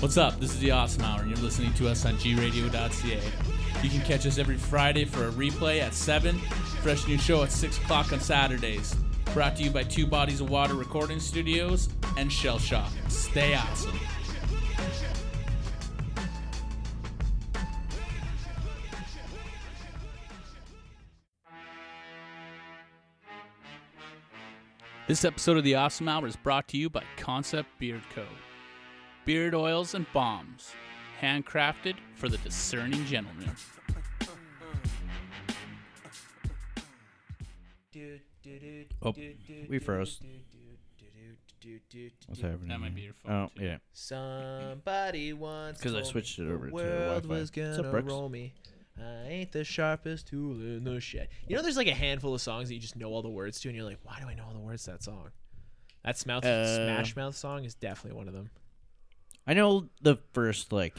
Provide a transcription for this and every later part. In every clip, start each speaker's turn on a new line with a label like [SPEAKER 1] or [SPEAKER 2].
[SPEAKER 1] What's up? This is the Awesome Hour, and you're listening to us on gradio.ca. You can catch us every Friday for a replay at 7, fresh new show at 6 o'clock on Saturdays. Brought to you by Two Bodies of Water Recording Studios and Shell Shock. Stay awesome. This episode of the Awesome Hour is brought to you by Concept Beard Co. Beard oils and bombs, handcrafted for the discerning gentleman.
[SPEAKER 2] Oh, we froze. What's happening?
[SPEAKER 1] That might be
[SPEAKER 2] here?
[SPEAKER 1] your phone,
[SPEAKER 2] Oh,
[SPEAKER 1] too.
[SPEAKER 2] yeah.
[SPEAKER 3] Somebody once
[SPEAKER 2] 'Cause I
[SPEAKER 3] told me
[SPEAKER 2] switched it over to
[SPEAKER 3] the
[SPEAKER 2] the
[SPEAKER 3] world
[SPEAKER 2] Wi-Fi.
[SPEAKER 3] was
[SPEAKER 2] What's
[SPEAKER 3] gonna
[SPEAKER 2] up, Brooks?
[SPEAKER 3] roll me. I ain't the sharpest tool in the shed. You know, there's like a handful of songs that you just know all the words to, and you're like, why do I know all the words to that song? That Smouth,
[SPEAKER 2] Uh,
[SPEAKER 3] Smash Mouth song is definitely one of them.
[SPEAKER 2] I know the first like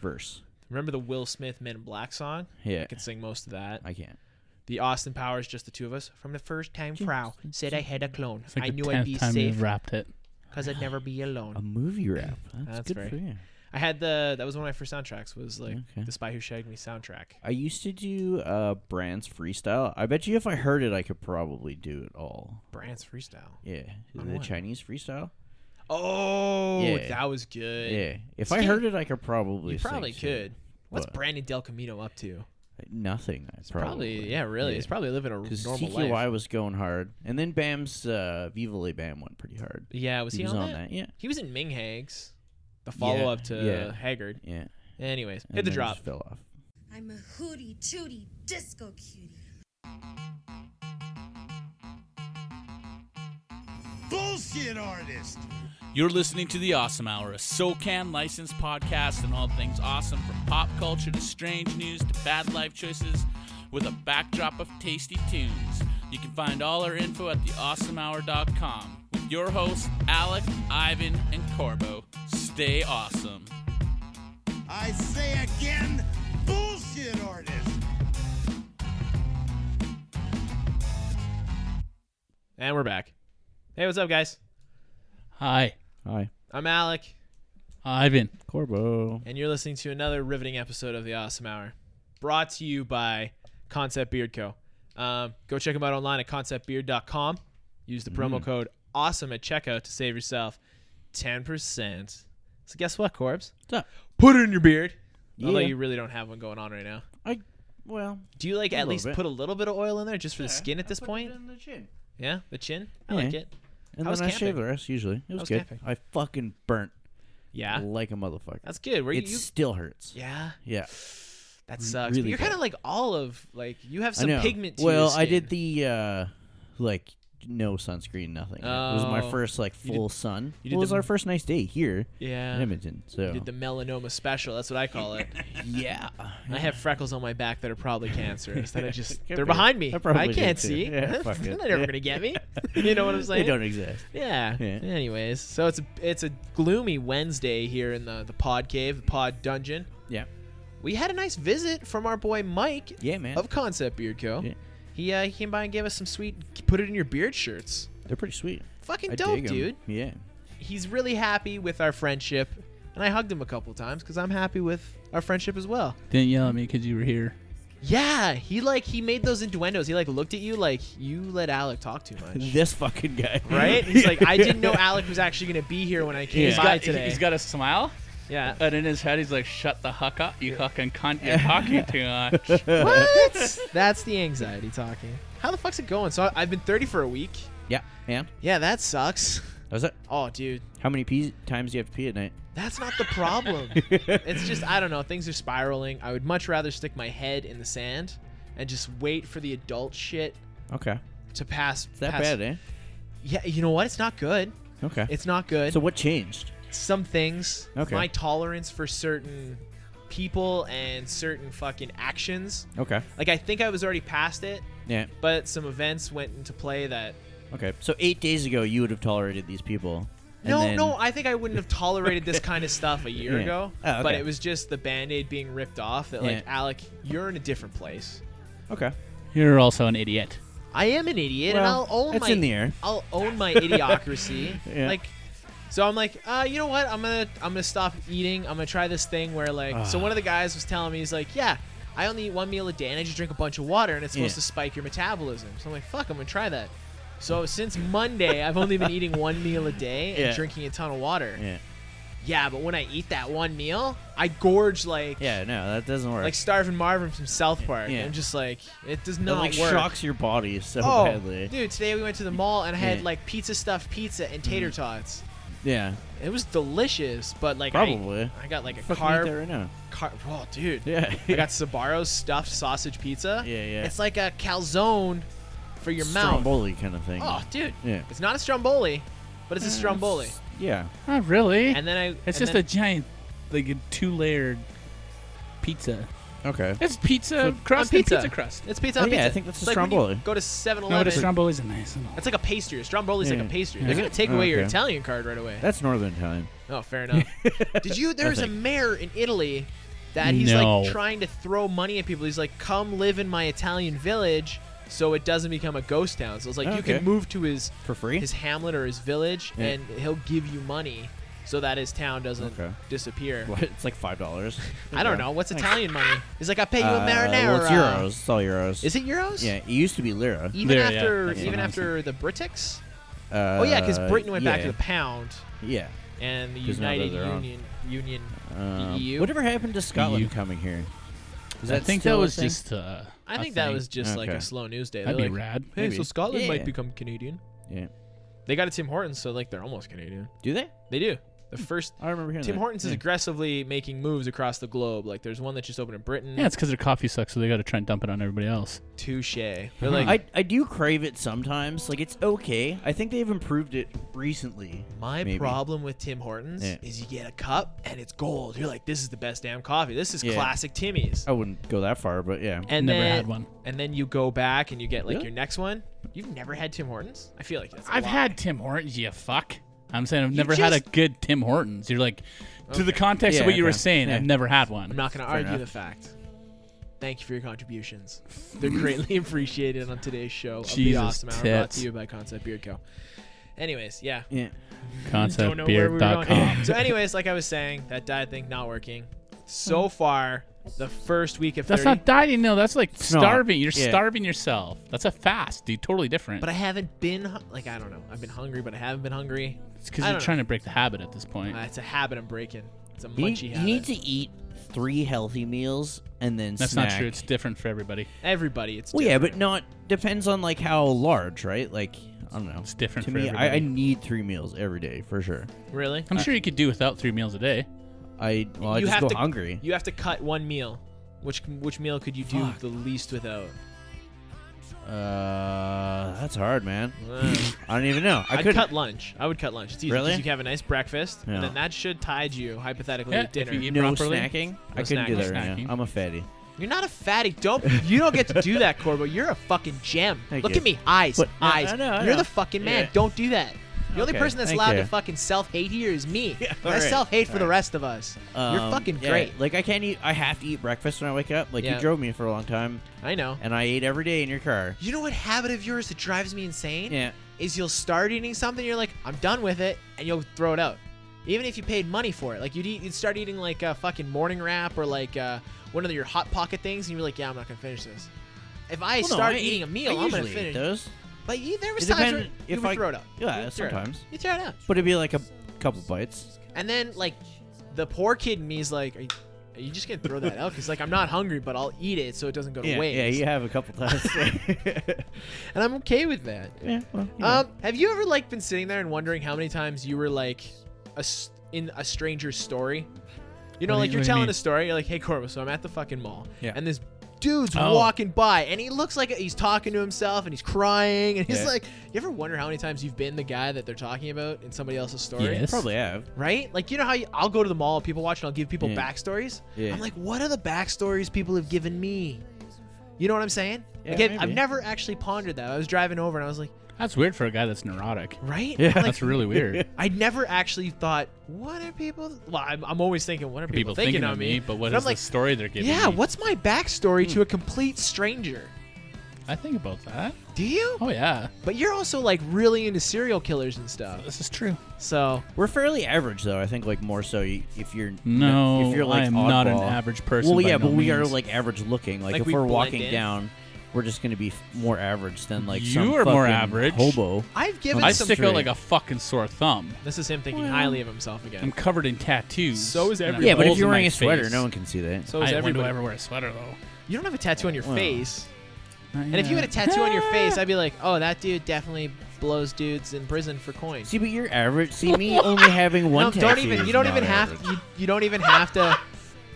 [SPEAKER 2] verse.
[SPEAKER 3] Remember the Will Smith Men in Black song?
[SPEAKER 2] Yeah,
[SPEAKER 3] I could sing most of that.
[SPEAKER 2] I can't.
[SPEAKER 3] The Austin Powers, just the two of us. From the first time Frau said I had a clone, I knew I'd be
[SPEAKER 1] time
[SPEAKER 3] safe
[SPEAKER 1] wrapped it.
[SPEAKER 3] because I'd never be alone.
[SPEAKER 2] A movie rap. That's,
[SPEAKER 3] That's
[SPEAKER 2] good
[SPEAKER 3] right.
[SPEAKER 2] for you.
[SPEAKER 3] I had the that was one of my first soundtracks was like
[SPEAKER 2] Okay.
[SPEAKER 3] the Spy Who Shagged Me soundtrack.
[SPEAKER 2] I used to do uh Brands freestyle. I bet you if I heard it, I could probably do it all.
[SPEAKER 3] Brand's freestyle.
[SPEAKER 2] Yeah,
[SPEAKER 3] On
[SPEAKER 2] the
[SPEAKER 3] what?
[SPEAKER 2] Chinese freestyle.
[SPEAKER 3] Oh,
[SPEAKER 2] Yeah.
[SPEAKER 3] that was good.
[SPEAKER 2] Yeah, if I
[SPEAKER 3] Skin-
[SPEAKER 2] heard it, I could probably.
[SPEAKER 3] Uh, you probably
[SPEAKER 2] sing to
[SPEAKER 3] could.
[SPEAKER 2] it.
[SPEAKER 3] What's
[SPEAKER 2] What?
[SPEAKER 3] Brandon Del Camino up to?
[SPEAKER 2] Nothing. I
[SPEAKER 3] Probably, yeah, really.
[SPEAKER 2] Yeah.
[SPEAKER 3] He's probably living a
[SPEAKER 2] Because
[SPEAKER 3] normal
[SPEAKER 2] TQY
[SPEAKER 3] life.
[SPEAKER 2] was going hard, and then Bam's uh, Viva Le Bam went pretty hard.
[SPEAKER 3] Yeah, was he, on, that?
[SPEAKER 2] Yeah,
[SPEAKER 3] He was in Ming Hags, the follow up to
[SPEAKER 2] yeah.
[SPEAKER 3] Haggard.
[SPEAKER 2] yeah.
[SPEAKER 3] Anyways,
[SPEAKER 2] And
[SPEAKER 3] hit the
[SPEAKER 2] then it
[SPEAKER 3] drop.
[SPEAKER 2] just Fell off.
[SPEAKER 4] I'm a hootie tootie disco cutie.
[SPEAKER 5] bullshit artist.
[SPEAKER 1] You're listening to The Awesome Hour, a SoCan licensed podcast and all things awesome from pop culture to strange news to bad life choices with a backdrop of tasty tunes. You can find all our info at theawesomehour.com with your hosts, Alec, Ivan, and Corbo. Stay awesome.
[SPEAKER 5] I say again, bullshit artist.
[SPEAKER 3] And we're back. Hey, what's up, guys?
[SPEAKER 1] Hi,
[SPEAKER 2] Hi,
[SPEAKER 3] I'm Alec,
[SPEAKER 1] Ivan.
[SPEAKER 2] Corbo.
[SPEAKER 3] and you're listening to another riveting episode of The Awesome Hour, brought to you by Concept Beard Co. Um, go check them out online at conceptbeard.com. Use the promo
[SPEAKER 2] Mm.
[SPEAKER 3] code AWESOME at checkout to save yourself 10%. So, guess what, Corbs?
[SPEAKER 2] What's up?
[SPEAKER 3] Put it in your beard. Although
[SPEAKER 2] Yeah.
[SPEAKER 3] you really don't have one going on right now.
[SPEAKER 2] I well,
[SPEAKER 3] Do you like at
[SPEAKER 2] little
[SPEAKER 3] least
[SPEAKER 2] bit.
[SPEAKER 3] put a little bit of oil in there just for the skin at this point?
[SPEAKER 2] the chin.
[SPEAKER 3] Yeah, the chin. I
[SPEAKER 2] Yeah.
[SPEAKER 3] like it.
[SPEAKER 2] And
[SPEAKER 3] I was
[SPEAKER 2] then I shave
[SPEAKER 3] camping.
[SPEAKER 2] the rest. Usually, it was,
[SPEAKER 3] was
[SPEAKER 2] good.
[SPEAKER 3] camping.
[SPEAKER 2] I fucking burnt
[SPEAKER 3] Yeah,
[SPEAKER 2] like a motherfucker.
[SPEAKER 3] that's good. Where you,
[SPEAKER 2] it
[SPEAKER 3] you
[SPEAKER 2] still hurts.
[SPEAKER 3] yeah,
[SPEAKER 2] Yeah,
[SPEAKER 3] that sucks. but
[SPEAKER 2] really
[SPEAKER 3] you're kind
[SPEAKER 2] bad.
[SPEAKER 3] of like olive. Like you have
[SPEAKER 2] I
[SPEAKER 3] some
[SPEAKER 2] know.
[SPEAKER 3] pigment. To your
[SPEAKER 2] well, I
[SPEAKER 3] skin.
[SPEAKER 2] did the uh like no sunscreen, nothing. It was my
[SPEAKER 3] Oh.
[SPEAKER 2] first like
[SPEAKER 3] You did-
[SPEAKER 2] full sun. Well,
[SPEAKER 3] you did
[SPEAKER 2] it was
[SPEAKER 3] the-
[SPEAKER 2] our first nice day here
[SPEAKER 3] yeah.
[SPEAKER 2] in Edmonton. So
[SPEAKER 3] did the melanoma special. That's what I call it.
[SPEAKER 2] yeah,
[SPEAKER 3] I have freckles on my back that are probably cancerous. That I just
[SPEAKER 2] Could
[SPEAKER 3] they're
[SPEAKER 2] be.
[SPEAKER 3] behind me.
[SPEAKER 2] I
[SPEAKER 3] I,
[SPEAKER 2] probably did
[SPEAKER 3] can't
[SPEAKER 2] too.
[SPEAKER 3] see.
[SPEAKER 2] Yeah, fuck
[SPEAKER 3] they're
[SPEAKER 2] it.
[SPEAKER 3] never gonna get me. you know what I'm
[SPEAKER 2] they
[SPEAKER 3] saying?
[SPEAKER 2] don't exist.
[SPEAKER 3] Yeah.
[SPEAKER 2] Yeah.
[SPEAKER 3] Anyways, so it's a it's a gloomy Wednesday here in the the pod cave, the pod dungeon.
[SPEAKER 2] Yeah,
[SPEAKER 3] We had a nice visit from our boy Mike
[SPEAKER 2] yeah, man.
[SPEAKER 3] of Concept Beard Co.
[SPEAKER 2] Yeah.
[SPEAKER 3] He uh, he came by and gave us some sweet put it in your beard shirts.
[SPEAKER 2] They're pretty sweet.
[SPEAKER 3] Fucking
[SPEAKER 2] I
[SPEAKER 3] dope,
[SPEAKER 2] dig 'em.
[SPEAKER 3] dude.
[SPEAKER 2] Yeah.
[SPEAKER 3] He's really happy with our friendship, and I hugged him a couple times because I'm happy with our friendship as well.
[SPEAKER 1] Didn't yell at me because you were here.
[SPEAKER 3] Yeah, he like he made those innuendos. He like looked at you like you let Alec talk too much.
[SPEAKER 2] This fucking guy.
[SPEAKER 3] Right? He's like, I didn't know Alec was actually gonna be here when I came
[SPEAKER 2] He's
[SPEAKER 3] by today.
[SPEAKER 1] he's got a smile,
[SPEAKER 3] yeah.
[SPEAKER 1] and in his head, he's like, "Shut the huck up, you fucking cunt! You're talking too much."
[SPEAKER 3] what? That's the anxiety talking. How the fuck's it going? So I- I've been 30 for a week.
[SPEAKER 2] Yeah, man.
[SPEAKER 3] Yeah, that sucks.
[SPEAKER 2] That's it.
[SPEAKER 3] Oh, dude,
[SPEAKER 2] How many pees times do you have to pee at night?
[SPEAKER 3] that's not the problem. it's just I don't know. Things are spiraling. I would much rather stick my head in the sand and just wait for the adult shit
[SPEAKER 2] Okay.
[SPEAKER 3] to pass.
[SPEAKER 2] It's that
[SPEAKER 3] pass-
[SPEAKER 2] bad, eh?
[SPEAKER 3] Yeah, you know what? It's not good.
[SPEAKER 2] Okay.
[SPEAKER 3] It's not good.
[SPEAKER 2] so what changed?
[SPEAKER 3] some things.
[SPEAKER 2] Okay.
[SPEAKER 3] My tolerance for certain people and certain fucking actions.
[SPEAKER 2] Okay.
[SPEAKER 3] Like I think I was already past it,
[SPEAKER 2] Yeah.
[SPEAKER 3] but some events went into play that
[SPEAKER 2] Okay. So eight days ago, you would have tolerated these people. and
[SPEAKER 3] No,
[SPEAKER 2] then-
[SPEAKER 3] no, I think I wouldn't have tolerated this kind of stuff a year
[SPEAKER 2] Yeah.
[SPEAKER 3] ago.
[SPEAKER 2] Oh, okay.
[SPEAKER 3] But it was just the band aid being ripped off that, like,
[SPEAKER 2] Yeah.
[SPEAKER 3] Alec, you're in a different place.
[SPEAKER 2] Okay.
[SPEAKER 1] You're also an idiot.
[SPEAKER 3] I am an idiot,
[SPEAKER 2] Well,
[SPEAKER 3] and I'll own
[SPEAKER 2] it's
[SPEAKER 3] my.
[SPEAKER 2] in the air.
[SPEAKER 3] I'll own my idiocracy.
[SPEAKER 2] Yeah.
[SPEAKER 3] Like, So I'm like, uh, you know what? I'm gonna I'm gonna stop eating. I'm gonna try this thing where like, so
[SPEAKER 2] Ah.
[SPEAKER 3] one of the guys was telling me he's like, yeah, I only eat one meal a day and I just drink a bunch of water and it's supposed
[SPEAKER 2] Yeah.
[SPEAKER 3] to spike your metabolism. So I'm like, fuck, I'm gonna try that. So since Monday, I've only been eating one meal a day and
[SPEAKER 2] Yeah.
[SPEAKER 3] drinking a ton of water. Yeah.
[SPEAKER 2] Yeah.
[SPEAKER 3] but when I eat that one meal, I gorge like
[SPEAKER 2] Yeah. No, that doesn't work.
[SPEAKER 3] like Starvin' Marvin from South Park.
[SPEAKER 2] Yeah.
[SPEAKER 3] I'm just like, it does
[SPEAKER 2] it
[SPEAKER 3] not
[SPEAKER 2] like
[SPEAKER 3] work.
[SPEAKER 2] shocks your body so
[SPEAKER 3] oh,
[SPEAKER 2] badly.
[SPEAKER 3] dude, today we went to the mall and I had
[SPEAKER 2] Yeah. Mm.
[SPEAKER 3] like pizza stuffed pizza and tater tots.
[SPEAKER 2] Yeah.
[SPEAKER 3] It was delicious, but like
[SPEAKER 2] Probably.
[SPEAKER 3] I, I got like a
[SPEAKER 2] Fucking eat that
[SPEAKER 3] carb.
[SPEAKER 2] right now.
[SPEAKER 3] Car- oh, dude,
[SPEAKER 2] Yeah.
[SPEAKER 3] I got Sabaro's stuffed sausage pizza.
[SPEAKER 2] Yeah, yeah.
[SPEAKER 3] It's like a calzone for your mouth.
[SPEAKER 2] Stromboli kind of thing.
[SPEAKER 3] Oh, dude,
[SPEAKER 2] Yeah.
[SPEAKER 3] it's not a stromboli, but it's a stromboli.
[SPEAKER 2] Yeah.
[SPEAKER 6] Not really.
[SPEAKER 3] And then I.
[SPEAKER 6] it's
[SPEAKER 3] and
[SPEAKER 6] just a
[SPEAKER 3] then-
[SPEAKER 6] giant, like a two-layered pizza.
[SPEAKER 2] Okay.
[SPEAKER 6] It's pizza
[SPEAKER 3] on
[SPEAKER 6] crust. and
[SPEAKER 3] pizza.
[SPEAKER 6] Pizza crust.
[SPEAKER 3] It's pizza.
[SPEAKER 2] Oh,
[SPEAKER 3] on
[SPEAKER 2] yeah,
[SPEAKER 3] pizza.
[SPEAKER 2] I think that's a
[SPEAKER 3] It's like when
[SPEAKER 2] stromboli.
[SPEAKER 3] you Go to 7-Eleven.
[SPEAKER 6] No, but a stromboli's a nice one.
[SPEAKER 3] That's like a pastry. A stromboli's like
[SPEAKER 2] Yeah. Oh,
[SPEAKER 3] a pastry.
[SPEAKER 6] Yeah.
[SPEAKER 3] They're gonna take away your
[SPEAKER 2] Okay.
[SPEAKER 3] Italian card right away.
[SPEAKER 2] That's Northern Italian.
[SPEAKER 3] Oh, fair enough. Did you? There's a
[SPEAKER 2] think.
[SPEAKER 3] mayor in Italy that he's
[SPEAKER 6] No.
[SPEAKER 3] like trying to throw money at people. He's like, "Come live in my Italian village, so it doesn't become a ghost town." So it's like you
[SPEAKER 2] Okay.
[SPEAKER 3] can move to his
[SPEAKER 2] For free?
[SPEAKER 3] his hamlet or his village,
[SPEAKER 2] Yeah.
[SPEAKER 3] and he'll give you money so that his town doesn't
[SPEAKER 2] Okay.
[SPEAKER 3] disappear.
[SPEAKER 2] What? It's like five dollars.
[SPEAKER 3] I don't know what's Italian money. He's like, "I pay you a
[SPEAKER 2] Uh,
[SPEAKER 3] marinara."
[SPEAKER 2] well, it's euros. It's all euros.
[SPEAKER 3] Is it euros?
[SPEAKER 2] Yeah. It used to be lira.
[SPEAKER 3] Even
[SPEAKER 6] There, yeah.
[SPEAKER 3] after
[SPEAKER 6] That's
[SPEAKER 3] even
[SPEAKER 6] what I'm
[SPEAKER 3] after the Britics.
[SPEAKER 2] Uh,
[SPEAKER 3] oh yeah, because Britain went back to the pound
[SPEAKER 2] Yeah.
[SPEAKER 3] and the
[SPEAKER 2] 'Cause now they're
[SPEAKER 3] United
[SPEAKER 2] their own.
[SPEAKER 3] Union Union.
[SPEAKER 2] Um,
[SPEAKER 3] EU?
[SPEAKER 2] Whatever happened to Scotland
[SPEAKER 6] EU.
[SPEAKER 2] coming here? Is
[SPEAKER 6] I
[SPEAKER 2] that
[SPEAKER 6] think
[SPEAKER 2] still
[SPEAKER 6] that
[SPEAKER 2] a
[SPEAKER 6] was
[SPEAKER 2] thing?
[SPEAKER 6] just. Uh,
[SPEAKER 3] I
[SPEAKER 6] a
[SPEAKER 3] think that
[SPEAKER 6] thing.
[SPEAKER 3] was just like
[SPEAKER 2] Okay.
[SPEAKER 3] a slow news day.
[SPEAKER 6] That'd
[SPEAKER 3] They're
[SPEAKER 6] be
[SPEAKER 3] like,
[SPEAKER 6] rad.
[SPEAKER 3] Hey, so
[SPEAKER 2] Maybe.
[SPEAKER 3] Scotland
[SPEAKER 2] Yeah.
[SPEAKER 3] might become Canadian.
[SPEAKER 2] Yeah.
[SPEAKER 3] They got a Tim Hortons, so like they're almost Canadian.
[SPEAKER 2] Do they?
[SPEAKER 3] They do. The first
[SPEAKER 2] I remember hearing
[SPEAKER 3] Tim
[SPEAKER 2] that.
[SPEAKER 3] Hortons is
[SPEAKER 2] Yeah.
[SPEAKER 3] aggressively making moves across the globe. Like there's one that just opened in Britain.
[SPEAKER 6] Yeah, it's because their coffee sucks, so they got to try and dump it on everybody else.
[SPEAKER 3] touche. They're like
[SPEAKER 2] I, I do crave it sometimes. Like it's okay. I think they've improved it recently.
[SPEAKER 3] my
[SPEAKER 2] maybe.
[SPEAKER 3] problem with Tim Hortons
[SPEAKER 2] Yeah.
[SPEAKER 3] is you get a cup and it's gold. You're like, this is the best damn coffee. This is
[SPEAKER 2] Yeah.
[SPEAKER 3] classic Timmy's.
[SPEAKER 2] I wouldn't go that far, but yeah.
[SPEAKER 3] And
[SPEAKER 6] Never
[SPEAKER 3] then,
[SPEAKER 6] had one.
[SPEAKER 3] And then you go back and you get like
[SPEAKER 2] Really?
[SPEAKER 3] your next one. You've never had Tim Hortons? I feel like that's. i
[SPEAKER 6] I've had Tim Hortons, you fuck. I'm saying I've never had a
[SPEAKER 3] just-
[SPEAKER 6] good Tim Hortons. You're like, to the context
[SPEAKER 2] Yeah,
[SPEAKER 6] of what you were
[SPEAKER 2] okay.
[SPEAKER 6] saying, I've
[SPEAKER 2] Yeah.
[SPEAKER 6] never had
[SPEAKER 3] I'm
[SPEAKER 6] one.
[SPEAKER 3] not going to argue
[SPEAKER 2] enough.
[SPEAKER 3] the fact. Thank you for your contributions. They're greatly appreciated on today's show. of the
[SPEAKER 6] Jesus
[SPEAKER 3] awesome hour brought
[SPEAKER 6] tits.
[SPEAKER 3] to you by Concept Beard Co. Anyways, yeah.
[SPEAKER 2] Yeah.
[SPEAKER 3] Don't know where we were going.
[SPEAKER 6] Conceptbeard.com.
[SPEAKER 3] so, anyways, like I was saying, that diet thing not working. So far, the first week of
[SPEAKER 6] That's
[SPEAKER 3] 30,
[SPEAKER 6] not dieting, no. That's like
[SPEAKER 2] not.
[SPEAKER 6] starving. You're
[SPEAKER 2] Yeah.
[SPEAKER 6] starving yourself. That's a fast, dude. Totally different.
[SPEAKER 3] but I haven't been hu- like I don't know. I've been hungry, but I haven't been hungry.
[SPEAKER 6] it's
[SPEAKER 3] I
[SPEAKER 6] because you're
[SPEAKER 3] don't know.
[SPEAKER 6] trying to break the habit at this point.
[SPEAKER 3] Uh, it's a habit I'm breaking. It's a
[SPEAKER 2] You,
[SPEAKER 3] munchy
[SPEAKER 2] need- you
[SPEAKER 3] habit.
[SPEAKER 2] need to eat three healthy meals and then
[SPEAKER 6] That's
[SPEAKER 2] snack.
[SPEAKER 6] not true. It's different for everybody.
[SPEAKER 3] Everybody, it's
[SPEAKER 2] Well, Oh, yeah,
[SPEAKER 3] different.
[SPEAKER 2] but not depends on like how large, right? Like I don't know.
[SPEAKER 6] It's different
[SPEAKER 2] to
[SPEAKER 6] for
[SPEAKER 2] me. I, I
[SPEAKER 6] everybody.
[SPEAKER 2] need three meals every day for sure.
[SPEAKER 3] really,
[SPEAKER 6] I'm sure you could do without three meals a day.
[SPEAKER 2] I well, I
[SPEAKER 3] you
[SPEAKER 2] just
[SPEAKER 3] have
[SPEAKER 2] go
[SPEAKER 3] to
[SPEAKER 2] hungry.
[SPEAKER 3] You have to cut one meal. Which which meal could you do the least without?
[SPEAKER 2] Uh, that's hard, man.
[SPEAKER 3] Uh.
[SPEAKER 2] I don't even know. I
[SPEAKER 3] I'd
[SPEAKER 2] could
[SPEAKER 3] cut lunch. I would cut lunch. It's easy 'cause
[SPEAKER 2] Really?
[SPEAKER 3] you can have a nice breakfast,
[SPEAKER 2] Yeah.
[SPEAKER 3] and then that should tide you hypothetically
[SPEAKER 6] Yeah,
[SPEAKER 3] to
[SPEAKER 6] if you
[SPEAKER 3] dinner.
[SPEAKER 6] eat
[SPEAKER 3] You
[SPEAKER 2] no
[SPEAKER 6] properly.
[SPEAKER 2] snacking. I
[SPEAKER 3] No
[SPEAKER 2] couldn't do
[SPEAKER 3] snacking.
[SPEAKER 2] that right
[SPEAKER 6] Snacking.
[SPEAKER 2] now. I'm a fatty.
[SPEAKER 3] are not a fatty. Don't you don't get to do that, Corbo. You're a fucking gem.
[SPEAKER 2] Thank
[SPEAKER 3] Look
[SPEAKER 2] you.
[SPEAKER 3] at me, eyes,
[SPEAKER 2] But- No,
[SPEAKER 3] eyes.
[SPEAKER 2] I know, I
[SPEAKER 3] You're
[SPEAKER 2] know.
[SPEAKER 3] the fucking man.
[SPEAKER 2] Yeah.
[SPEAKER 3] Don't do that. The only
[SPEAKER 2] Okay,
[SPEAKER 3] person that's
[SPEAKER 2] thank
[SPEAKER 3] allowed
[SPEAKER 2] you.
[SPEAKER 3] to fucking self hate here is me.
[SPEAKER 2] Yeah,
[SPEAKER 3] And I
[SPEAKER 2] alright,
[SPEAKER 3] self hate for the rest of us. You're
[SPEAKER 2] Um,
[SPEAKER 3] fucking
[SPEAKER 2] yeah,
[SPEAKER 3] great.
[SPEAKER 2] Like I can't eat. I have to eat breakfast when I wake up. Like
[SPEAKER 3] Yeah.
[SPEAKER 2] you drove me for a long time,
[SPEAKER 3] I know.
[SPEAKER 2] and I ate every day in your car.
[SPEAKER 3] You know what habit of yours that drives me insane?
[SPEAKER 2] Yeah.
[SPEAKER 3] Is you'll start eating something, you're like, I'm done with it, and you'll throw it out. Even if you paid money for it, like you'd eat, you'd start eating like a fucking morning wrap or like uh, one of your hot pocket things, and you're like, yeah, I'm not gonna finish this. If I
[SPEAKER 2] Well, no,
[SPEAKER 3] start
[SPEAKER 2] I
[SPEAKER 3] eating
[SPEAKER 2] eat-
[SPEAKER 3] a meal,
[SPEAKER 2] I
[SPEAKER 3] I'm gonna
[SPEAKER 2] usually eat
[SPEAKER 3] finish.
[SPEAKER 2] those.
[SPEAKER 3] But you, there was
[SPEAKER 2] It
[SPEAKER 3] times where
[SPEAKER 2] depend-
[SPEAKER 3] you
[SPEAKER 2] if
[SPEAKER 3] would
[SPEAKER 2] I-
[SPEAKER 3] throw it out.
[SPEAKER 2] yeah,
[SPEAKER 3] You'd throw it out.
[SPEAKER 2] sometimes.
[SPEAKER 3] you throw it out,
[SPEAKER 2] But it'd be like a couple bites.
[SPEAKER 3] and then like the poor kid in me is like, are you, are you just gonna throw that out? Because like I'm not hungry, but I'll eat it so it doesn't go to
[SPEAKER 2] Yeah,
[SPEAKER 3] waste.
[SPEAKER 2] yeah, you have a couple times.
[SPEAKER 3] And I'm okay with that.
[SPEAKER 2] yeah, well, you know.
[SPEAKER 3] Um, have you ever like been sitting there and wondering how many times you were like a s in a stranger's story? You know,
[SPEAKER 6] What do
[SPEAKER 3] like
[SPEAKER 6] you- what do
[SPEAKER 3] you, are
[SPEAKER 6] you
[SPEAKER 3] telling
[SPEAKER 6] mean?
[SPEAKER 3] a story. You're like, "Hey, Corvo, so I'm at the fucking mall,
[SPEAKER 2] Yeah.
[SPEAKER 3] and this dude's
[SPEAKER 6] Oh.
[SPEAKER 3] walking by, and he looks like he's talking to himself, and he's crying, and he's
[SPEAKER 2] Yeah.
[SPEAKER 3] like, you ever wonder how many times you've been the guy that they're talking about in somebody else's story?
[SPEAKER 6] Yes.
[SPEAKER 2] probably have.
[SPEAKER 3] Right? Like, you know how you, I'll go to the mall, people watch, and I'll give people
[SPEAKER 2] Yeah.
[SPEAKER 3] backstories?
[SPEAKER 2] Yeah.
[SPEAKER 3] I'm like, what are the backstories people have given me? You know what I'm saying?
[SPEAKER 2] Yeah,
[SPEAKER 3] like, I've, I've
[SPEAKER 2] maybe.
[SPEAKER 3] never actually pondered that. I was driving over, and I was like,
[SPEAKER 6] That's weird for a guy that's neurotic.
[SPEAKER 3] right?
[SPEAKER 2] Yeah.
[SPEAKER 3] Like,
[SPEAKER 6] That's really weird.
[SPEAKER 3] I never actually thought, what are people? Well, I'm, I'm always thinking, what are people, thinking, of me?
[SPEAKER 6] but what
[SPEAKER 3] And
[SPEAKER 6] is
[SPEAKER 3] I'm like,
[SPEAKER 6] the story they're giving?
[SPEAKER 3] yeah,
[SPEAKER 6] me?
[SPEAKER 3] what's my backstory to a complete stranger?
[SPEAKER 1] I think about that.
[SPEAKER 3] Do you?
[SPEAKER 1] Oh yeah,
[SPEAKER 3] But you're also like really into serial killers and stuff.
[SPEAKER 1] this is true.
[SPEAKER 3] So
[SPEAKER 2] We're fairly average, though. I think, like more so y- if you're
[SPEAKER 1] No,
[SPEAKER 2] if you're like
[SPEAKER 1] I am not an
[SPEAKER 2] oddball.
[SPEAKER 1] average person
[SPEAKER 2] Well,
[SPEAKER 1] by
[SPEAKER 2] yeah,
[SPEAKER 1] no
[SPEAKER 2] but we are
[SPEAKER 1] means.
[SPEAKER 2] like average looking. Like,
[SPEAKER 3] Like,
[SPEAKER 2] if
[SPEAKER 3] we
[SPEAKER 2] are
[SPEAKER 3] blend
[SPEAKER 2] walking
[SPEAKER 3] in.
[SPEAKER 2] down, we're just gonna be f- more average than like
[SPEAKER 1] You
[SPEAKER 2] some
[SPEAKER 1] are more
[SPEAKER 2] fucking
[SPEAKER 1] average.
[SPEAKER 2] hobo.
[SPEAKER 3] I've given
[SPEAKER 1] I
[SPEAKER 3] some.
[SPEAKER 1] stick out
[SPEAKER 2] true.
[SPEAKER 1] like a fucking sore thumb.
[SPEAKER 3] this is him thinking
[SPEAKER 1] Well,
[SPEAKER 3] highly of himself
[SPEAKER 1] I'm
[SPEAKER 3] again.
[SPEAKER 1] covered in tattoos.
[SPEAKER 3] So is
[SPEAKER 1] and I'm
[SPEAKER 3] everybody.
[SPEAKER 2] Yeah, but if
[SPEAKER 1] holes
[SPEAKER 2] you're
[SPEAKER 1] in my
[SPEAKER 2] wearing a sweater,
[SPEAKER 1] face.
[SPEAKER 2] no one can see that.
[SPEAKER 3] So
[SPEAKER 1] I
[SPEAKER 3] is
[SPEAKER 1] when do
[SPEAKER 3] everybody.
[SPEAKER 1] I ever wear a sweater though.
[SPEAKER 3] You don't have a tattoo on your
[SPEAKER 2] Well.
[SPEAKER 3] face. And if you had a tattoo on your face, I'd be like, oh, that dude definitely blows dudes in prison for coin.
[SPEAKER 2] see, but you're average. See me only having one.
[SPEAKER 3] no, don't
[SPEAKER 2] tattoo
[SPEAKER 3] even.
[SPEAKER 2] is
[SPEAKER 3] You don't
[SPEAKER 2] not
[SPEAKER 3] even have.
[SPEAKER 2] average.
[SPEAKER 3] You, you don't even have to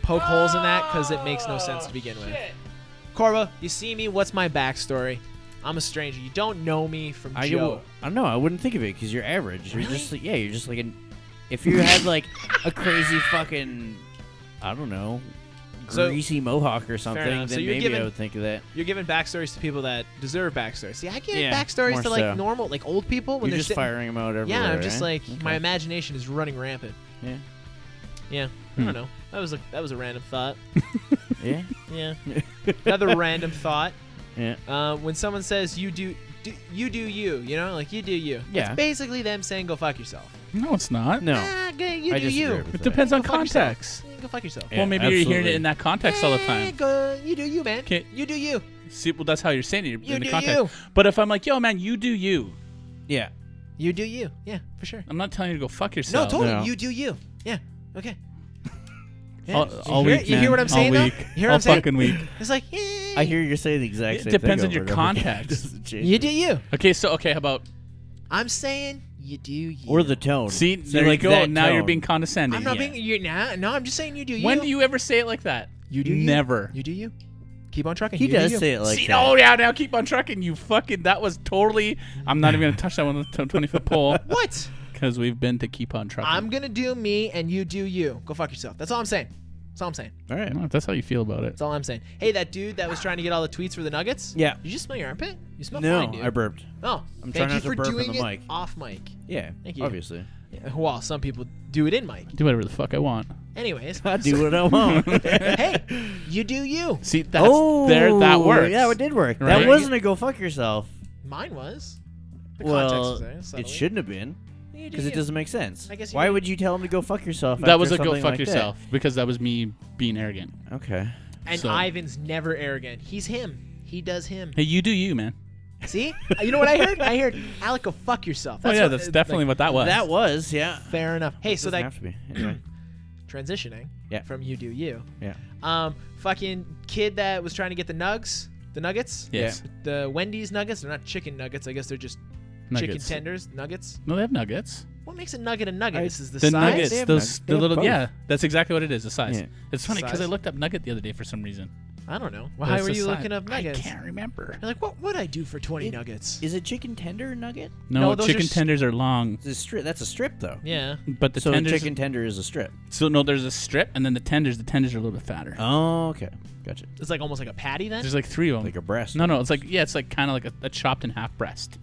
[SPEAKER 3] poke holes in that because it makes no sense to begin with. Corvo, you see me. What's my backstory? I'm a stranger. You don't know me from
[SPEAKER 2] I,
[SPEAKER 3] Joe.
[SPEAKER 2] I don't know. I wouldn't think of it because you're average. You're just like, yeah. You're just like an. If you had like a crazy fucking, I don't know,
[SPEAKER 3] So-
[SPEAKER 2] greasy mohawk or something, then
[SPEAKER 3] enough. So you're
[SPEAKER 2] maybe I
[SPEAKER 3] giving-
[SPEAKER 2] would think of that.
[SPEAKER 3] You're giving backstories to people that deserve backstories. See, I give
[SPEAKER 2] Yeah,
[SPEAKER 3] backstories
[SPEAKER 2] more
[SPEAKER 3] to like
[SPEAKER 2] so.
[SPEAKER 3] normal, like old people when
[SPEAKER 2] You're
[SPEAKER 3] they're
[SPEAKER 2] just
[SPEAKER 3] sitting-
[SPEAKER 2] firing them out everywhere.
[SPEAKER 3] Yeah, I'm just
[SPEAKER 2] right?
[SPEAKER 3] like my
[SPEAKER 2] Okay.
[SPEAKER 3] imagination is running rampant.
[SPEAKER 2] Yeah.
[SPEAKER 3] Yeah, I
[SPEAKER 2] Hmm.
[SPEAKER 3] don't know. That was a that was a random thought.
[SPEAKER 2] yeah,
[SPEAKER 3] Yeah. Another random thought.
[SPEAKER 2] yeah.
[SPEAKER 3] Uh, when someone says you do, do you do you, you know, like you do you.
[SPEAKER 2] Yeah.
[SPEAKER 3] It's basically them saying go fuck yourself.
[SPEAKER 1] No, it's not.
[SPEAKER 2] No,
[SPEAKER 3] Ah, go, you
[SPEAKER 2] I
[SPEAKER 3] do
[SPEAKER 2] disagree
[SPEAKER 3] you.
[SPEAKER 2] with
[SPEAKER 1] It
[SPEAKER 2] that.
[SPEAKER 1] depends on
[SPEAKER 3] Go fuck yourself.
[SPEAKER 1] context.
[SPEAKER 3] Go fuck yourself.
[SPEAKER 2] Yeah,
[SPEAKER 1] well, maybe you're hearing
[SPEAKER 2] absolutely.
[SPEAKER 1] it in that context all the
[SPEAKER 3] Eh,
[SPEAKER 1] time.
[SPEAKER 3] Go, you do you, man.
[SPEAKER 1] Okay.
[SPEAKER 3] You do you.
[SPEAKER 1] See, well, that's how you're saying it
[SPEAKER 3] You
[SPEAKER 1] in the
[SPEAKER 3] do
[SPEAKER 1] context.
[SPEAKER 3] you.
[SPEAKER 1] But if I'm like, yo, man, you do you.
[SPEAKER 2] Yeah,
[SPEAKER 3] You do you. Yeah, for sure.
[SPEAKER 1] I'm not telling you to go fuck
[SPEAKER 3] No,
[SPEAKER 1] yourself.
[SPEAKER 3] totally.
[SPEAKER 2] No.
[SPEAKER 3] You do you. Yeah. Okay.
[SPEAKER 1] All, all
[SPEAKER 3] You hear-
[SPEAKER 1] week,
[SPEAKER 3] you hear what
[SPEAKER 1] man.
[SPEAKER 3] I'm saying,
[SPEAKER 1] All
[SPEAKER 3] though?
[SPEAKER 1] week.
[SPEAKER 3] You hear what
[SPEAKER 1] all
[SPEAKER 3] I'm saying?
[SPEAKER 1] fucking week.
[SPEAKER 3] It's like eh,
[SPEAKER 2] I hear you're saying the exact
[SPEAKER 1] It
[SPEAKER 2] same.
[SPEAKER 1] depends on
[SPEAKER 2] thing
[SPEAKER 1] your
[SPEAKER 2] over and over again.
[SPEAKER 1] context.
[SPEAKER 2] It doesn't change
[SPEAKER 3] You
[SPEAKER 2] it.
[SPEAKER 3] do you.
[SPEAKER 1] Okay, so okay, how about
[SPEAKER 3] I'm saying you do you.
[SPEAKER 2] or the tone.
[SPEAKER 1] see?
[SPEAKER 2] See,
[SPEAKER 1] there
[SPEAKER 2] like
[SPEAKER 1] you go.
[SPEAKER 2] that
[SPEAKER 1] Now you're
[SPEAKER 2] tone.
[SPEAKER 1] being condescending.
[SPEAKER 3] I'm not
[SPEAKER 2] yeah.
[SPEAKER 3] being you now. No, I'm just saying you do you.
[SPEAKER 1] when do you ever say it like that?
[SPEAKER 3] You do you.
[SPEAKER 1] never.
[SPEAKER 3] You do you. Keep on trucking.
[SPEAKER 2] He
[SPEAKER 3] You do
[SPEAKER 2] does
[SPEAKER 3] you.
[SPEAKER 2] say it like
[SPEAKER 1] See,
[SPEAKER 2] that.
[SPEAKER 1] oh yeah, now keep on trucking. You fucking. That was totally. I'm not even gonna touch that one with a 20 foot pole
[SPEAKER 3] What?
[SPEAKER 1] because we've been to keep on trucking.
[SPEAKER 3] I'm gonna do me and you do you. Go fuck yourself. That's all I'm saying. That's all I'm saying.
[SPEAKER 2] All right.
[SPEAKER 1] I don't know if that's how you feel about it.
[SPEAKER 3] That's all I'm saying. Hey, that dude that was trying to get all the tweets for the Nuggets.
[SPEAKER 2] Yeah.
[SPEAKER 3] You just smell your armpit. You smell
[SPEAKER 2] No,
[SPEAKER 3] fine, dude.
[SPEAKER 2] I burped.
[SPEAKER 3] oh,
[SPEAKER 2] I'm
[SPEAKER 3] thank
[SPEAKER 2] trying
[SPEAKER 3] you
[SPEAKER 2] not to
[SPEAKER 3] for
[SPEAKER 2] burp in
[SPEAKER 3] doing
[SPEAKER 2] the
[SPEAKER 3] it
[SPEAKER 2] mic.
[SPEAKER 3] off mic.
[SPEAKER 2] Yeah.
[SPEAKER 3] Thank you.
[SPEAKER 2] Obviously.
[SPEAKER 3] Yeah, Well, some people do it in mic.
[SPEAKER 1] Do whatever the fuck I want.
[SPEAKER 3] Anyways,
[SPEAKER 2] I do what I want.
[SPEAKER 3] hey, you do you.
[SPEAKER 1] See, that's there. That works.
[SPEAKER 2] Oh, Yeah, it did work.
[SPEAKER 1] Right?
[SPEAKER 2] That wasn't a go fuck yourself.
[SPEAKER 3] Mine was. The context
[SPEAKER 2] Well,
[SPEAKER 3] was there, subtly.
[SPEAKER 2] it shouldn't have been
[SPEAKER 3] You do
[SPEAKER 2] because it
[SPEAKER 3] you.
[SPEAKER 2] doesn't make sense.
[SPEAKER 3] I guess you
[SPEAKER 2] Why
[SPEAKER 3] did.
[SPEAKER 2] would you tell him to go fuck yourself?
[SPEAKER 1] That
[SPEAKER 2] after
[SPEAKER 1] was a go
[SPEAKER 2] something
[SPEAKER 1] fuck
[SPEAKER 2] like that?
[SPEAKER 1] yourself because that was me being arrogant.
[SPEAKER 2] Okay.
[SPEAKER 3] And
[SPEAKER 1] So-
[SPEAKER 3] Ivan's never arrogant. He's him. He does him.
[SPEAKER 1] Hey, you do you, man.
[SPEAKER 3] See? You know what I heard? I heard Alec go fuck yourself.
[SPEAKER 1] oh yeah,
[SPEAKER 3] what- uh,
[SPEAKER 1] that's
[SPEAKER 3] like,
[SPEAKER 1] definitely what that was.
[SPEAKER 2] That was yeah.
[SPEAKER 3] fair enough. Hey, so
[SPEAKER 2] Doesn't
[SPEAKER 3] that
[SPEAKER 2] have to be. Anyway.
[SPEAKER 3] transitioning
[SPEAKER 2] Yeah.
[SPEAKER 3] from you do you.
[SPEAKER 2] yeah.
[SPEAKER 3] Um, fucking kid that was trying to get the nugs, the nuggets,
[SPEAKER 1] yes.
[SPEAKER 3] the Wendy's nuggets. They're not chicken nuggets. I guess they're just chicken
[SPEAKER 1] Nuggets.
[SPEAKER 3] tenders, nuggets.
[SPEAKER 1] No, they have nuggets.
[SPEAKER 3] What makes a nugget a nugget?
[SPEAKER 2] I-
[SPEAKER 3] this is the,
[SPEAKER 1] The
[SPEAKER 3] size.
[SPEAKER 1] nuggets,
[SPEAKER 2] They have
[SPEAKER 1] those
[SPEAKER 2] nug- they
[SPEAKER 1] the
[SPEAKER 2] have
[SPEAKER 1] little
[SPEAKER 2] both.
[SPEAKER 1] yeah, that's exactly what it is. The size.
[SPEAKER 2] Yeah.
[SPEAKER 1] It's funny because I
[SPEAKER 3] Size.
[SPEAKER 1] looked up nugget the other day for some reason.
[SPEAKER 3] I don't know. Why
[SPEAKER 1] It's
[SPEAKER 3] were
[SPEAKER 1] the
[SPEAKER 3] you
[SPEAKER 1] size.
[SPEAKER 3] looking up nuggets?
[SPEAKER 1] I can't remember.
[SPEAKER 3] You're like, what would I do for 20
[SPEAKER 2] It-
[SPEAKER 3] nuggets?
[SPEAKER 2] Is it chicken tender nugget?
[SPEAKER 1] No,
[SPEAKER 3] No, those are
[SPEAKER 1] chicken
[SPEAKER 3] s-
[SPEAKER 1] tenders are long,
[SPEAKER 2] It's a strip. That's a strip though.
[SPEAKER 3] yeah.
[SPEAKER 1] but the
[SPEAKER 2] so
[SPEAKER 1] tenders.
[SPEAKER 2] a chicken tender is a strip.
[SPEAKER 1] So no, there's a strip, and then the tenders. The tenders are a little bit fatter.
[SPEAKER 2] Oh, okay. Gotcha.
[SPEAKER 3] It's like almost like a patty then?
[SPEAKER 1] There's like three of them.
[SPEAKER 2] Like a breast.
[SPEAKER 1] no, no, it's like yeah, it's like kind of like a, a chopped in half breast,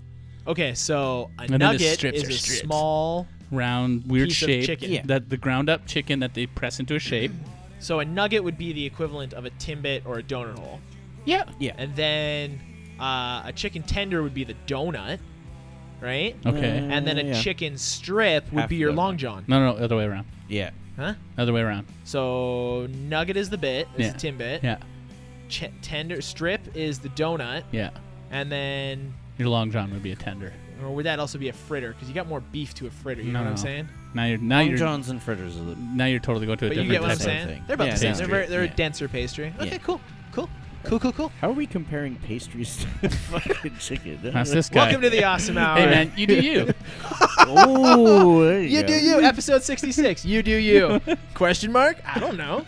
[SPEAKER 3] Okay, so a
[SPEAKER 1] then the
[SPEAKER 3] nugget
[SPEAKER 1] strips
[SPEAKER 3] is
[SPEAKER 1] are
[SPEAKER 3] a
[SPEAKER 1] strips.
[SPEAKER 3] small.
[SPEAKER 1] round, weird
[SPEAKER 3] Piece of
[SPEAKER 1] shape.
[SPEAKER 3] chicken.
[SPEAKER 2] Yeah.
[SPEAKER 1] That the ground up chicken that they press into a shape.
[SPEAKER 3] So a nugget would be the equivalent of a timbit or a donut hole,
[SPEAKER 1] yeah.
[SPEAKER 2] Yeah.
[SPEAKER 3] and then uh, a chicken tender would be the donut, right?
[SPEAKER 1] Okay.
[SPEAKER 3] And then a
[SPEAKER 2] yeah.
[SPEAKER 3] chicken strip would
[SPEAKER 2] Half
[SPEAKER 3] be your
[SPEAKER 2] donut.
[SPEAKER 3] long john,
[SPEAKER 1] No, no, no, other way around.
[SPEAKER 2] Yeah.
[SPEAKER 3] huh?
[SPEAKER 1] Other way around.
[SPEAKER 3] So nugget is the bit, is
[SPEAKER 1] Yeah.
[SPEAKER 3] the timbit.
[SPEAKER 1] Yeah.
[SPEAKER 3] Ch- tender strip is the donut,
[SPEAKER 1] Yeah.
[SPEAKER 3] and then
[SPEAKER 1] Your long john would be a tender.
[SPEAKER 3] or would that also be a fritter? Because you got more beef to a fritter. You know
[SPEAKER 1] No,
[SPEAKER 3] what I'm
[SPEAKER 1] no.
[SPEAKER 3] saying?
[SPEAKER 1] Now you're now
[SPEAKER 2] Long
[SPEAKER 1] you're
[SPEAKER 2] John's and fritters are the
[SPEAKER 1] now you're totally going to a
[SPEAKER 3] But you
[SPEAKER 1] different
[SPEAKER 3] get what I'm
[SPEAKER 1] type of-
[SPEAKER 3] saying.
[SPEAKER 2] thing.
[SPEAKER 3] They're about
[SPEAKER 2] Yeah,
[SPEAKER 3] the same.
[SPEAKER 2] pastry.
[SPEAKER 3] They're, very, they're
[SPEAKER 2] Yeah.
[SPEAKER 3] a denser pastry. Okay,
[SPEAKER 2] Yeah.
[SPEAKER 3] cool, cool, cool, cool, cool.
[SPEAKER 2] How are we comparing pastries to fucking chicken?
[SPEAKER 1] That's this guy.
[SPEAKER 3] Welcome to the awesome hour.
[SPEAKER 1] Hey man, you do you.
[SPEAKER 2] Oh, there you,
[SPEAKER 3] You
[SPEAKER 2] go.
[SPEAKER 3] do you. Episode 66. You do you. Question mark? I don't know.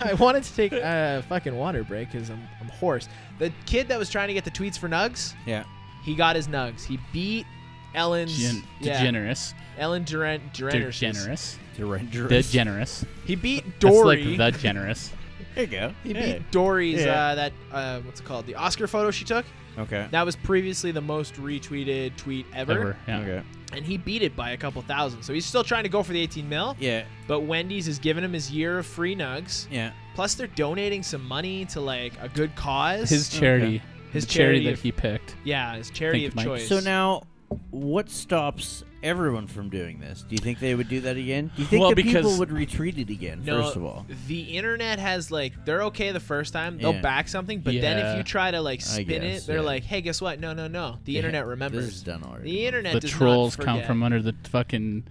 [SPEAKER 3] I wanted to take a fucking water break because I'm, I'm hoarse. The kid that was trying to get the tweets for Nugs,
[SPEAKER 2] Yeah.
[SPEAKER 3] he got his Nugs. He beat Ellen's.
[SPEAKER 1] Gen-
[SPEAKER 3] yeah,
[SPEAKER 1] Degenerous.
[SPEAKER 3] Ellen Durant. Durant.
[SPEAKER 1] Degenerous.
[SPEAKER 2] Degenerous.
[SPEAKER 1] Degenerous.
[SPEAKER 3] He beat
[SPEAKER 1] That's
[SPEAKER 3] Dory.
[SPEAKER 1] like the generous.
[SPEAKER 2] There you go.
[SPEAKER 3] he beat Dory's,
[SPEAKER 2] Yeah.
[SPEAKER 3] uh, that, uh, what's it called? The Oscar photo she took.
[SPEAKER 2] Okay.
[SPEAKER 3] That was previously the most retweeted tweet ever.
[SPEAKER 1] Ever. Yeah.
[SPEAKER 2] Okay.
[SPEAKER 3] And he beat it by a couple thousand. So he's still trying to go for the 18 mil.
[SPEAKER 2] Yeah.
[SPEAKER 3] But Wendy's is giving him his year of free nugs.
[SPEAKER 2] Yeah.
[SPEAKER 3] Plus, they're donating some money to like a good cause.
[SPEAKER 1] His charity.
[SPEAKER 3] His
[SPEAKER 1] the charity,
[SPEAKER 3] charity
[SPEAKER 1] that
[SPEAKER 3] of-
[SPEAKER 1] he picked.
[SPEAKER 3] Yeah, his charity
[SPEAKER 1] Think
[SPEAKER 3] of
[SPEAKER 1] Mike-
[SPEAKER 3] choice.
[SPEAKER 2] So now, what stops everyone from doing this? Do you think they would do that again? Do you think
[SPEAKER 6] Well,
[SPEAKER 2] the
[SPEAKER 6] because-
[SPEAKER 2] people would retweet it again?
[SPEAKER 3] No,
[SPEAKER 2] first of all,
[SPEAKER 3] the internet has like they're okay the first time. They'll
[SPEAKER 2] Yeah.
[SPEAKER 3] back something, but then if
[SPEAKER 1] Yeah.
[SPEAKER 3] you try to like
[SPEAKER 2] I
[SPEAKER 3] spin
[SPEAKER 2] guess,
[SPEAKER 3] it, they're
[SPEAKER 2] yeah.
[SPEAKER 3] like, "Hey, guess what? No, no, no. The
[SPEAKER 2] Yeah,
[SPEAKER 3] internet
[SPEAKER 2] this
[SPEAKER 3] remembers.
[SPEAKER 2] is done already.
[SPEAKER 3] The internet.
[SPEAKER 1] The
[SPEAKER 3] does not
[SPEAKER 1] trolls come
[SPEAKER 3] forget.
[SPEAKER 1] from under the fucking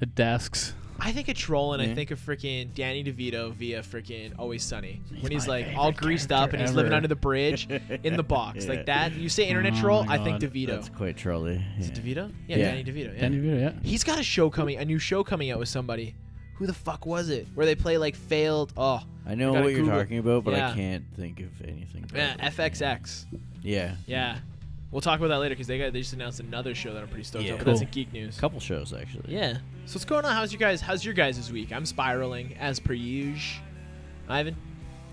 [SPEAKER 1] the desks.
[SPEAKER 3] I think of troll and I
[SPEAKER 2] Yeah.
[SPEAKER 3] think of freaking Danny DeVito via freaking Always Sunny when he's
[SPEAKER 1] my
[SPEAKER 3] like all
[SPEAKER 1] favorite
[SPEAKER 3] greased up and he's
[SPEAKER 1] character
[SPEAKER 3] living
[SPEAKER 1] ever.
[SPEAKER 3] under the bridge in the box
[SPEAKER 2] Yeah.
[SPEAKER 3] like that. You say internet
[SPEAKER 1] Oh
[SPEAKER 3] troll,
[SPEAKER 1] my
[SPEAKER 3] I think
[SPEAKER 1] God.
[SPEAKER 3] DeVito.
[SPEAKER 2] that's quite trolly.
[SPEAKER 3] Is it
[SPEAKER 2] yeah.
[SPEAKER 3] DeVito? Yeah,
[SPEAKER 2] Yeah.
[SPEAKER 3] Danny DeVito. Yeah.
[SPEAKER 1] Danny DeVito, yeah.
[SPEAKER 3] He's got a show coming, a new show coming out with somebody. Who the fuck was it? Where they play like failed. Oh,
[SPEAKER 2] I know
[SPEAKER 3] gotta
[SPEAKER 2] what you're
[SPEAKER 3] Google.
[SPEAKER 2] talking about, but
[SPEAKER 3] Yeah.
[SPEAKER 2] I can't think of anything. about
[SPEAKER 3] yeah,
[SPEAKER 2] it.
[SPEAKER 3] FXX.
[SPEAKER 2] yeah,
[SPEAKER 3] Yeah, we'll talk about that later because they got they just announced another show that I'm pretty stoked
[SPEAKER 2] Yeah.
[SPEAKER 3] on. But
[SPEAKER 1] Cool.
[SPEAKER 3] That's a geek news.
[SPEAKER 2] couple shows actually.
[SPEAKER 3] Yeah. So what's going on? How's your guys? How's your guys this week? I'm spiraling as per usual. Ivan,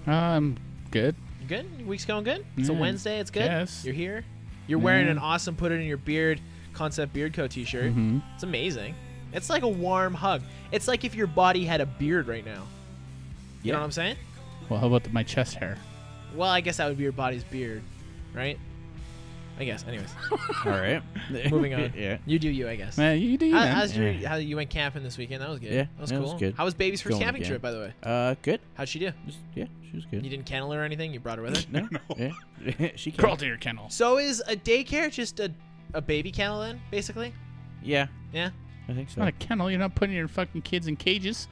[SPEAKER 1] Um, good.
[SPEAKER 3] you good? Your week's going good. It's a
[SPEAKER 1] Yeah,
[SPEAKER 3] Wednesday. It's good.
[SPEAKER 1] guess.
[SPEAKER 3] You're here. You're wearing
[SPEAKER 1] Yeah.
[SPEAKER 3] an awesome put it in your beard concept beard co t-shirt.
[SPEAKER 1] Mhm.
[SPEAKER 3] It's amazing. It's like a warm hug. It's like if your body had a beard right now. You
[SPEAKER 2] Yeah.
[SPEAKER 3] know what I'm saying?
[SPEAKER 1] Well, how about my chest hair?
[SPEAKER 3] Well, I guess that would be your body's beard, right? I guess. Anyways,
[SPEAKER 2] All right.
[SPEAKER 3] moving on.
[SPEAKER 2] yeah.
[SPEAKER 3] You do you, I guess.
[SPEAKER 1] Man, you do you,
[SPEAKER 3] How,
[SPEAKER 1] man.
[SPEAKER 3] how's your,
[SPEAKER 2] Yeah.
[SPEAKER 3] how you went camping this weekend? That was good.
[SPEAKER 2] Yeah,
[SPEAKER 3] that was
[SPEAKER 2] that
[SPEAKER 3] cool.
[SPEAKER 2] was good.
[SPEAKER 3] How was baby's first
[SPEAKER 2] Going
[SPEAKER 3] camping
[SPEAKER 2] again.
[SPEAKER 3] trip, by the way?
[SPEAKER 2] Uh, good.
[SPEAKER 3] How'd she do?
[SPEAKER 2] Just, yeah, she was good.
[SPEAKER 3] You didn't kennel her or anything? You brought her with her?
[SPEAKER 2] No, yeah. she
[SPEAKER 1] Crawl
[SPEAKER 2] called.
[SPEAKER 1] to your kennel.
[SPEAKER 3] So is a daycare just a, a baby kennel then, basically?
[SPEAKER 2] Yeah,
[SPEAKER 3] Yeah.
[SPEAKER 2] I think so.
[SPEAKER 1] Not a kennel. You're not putting your fucking kids in cages.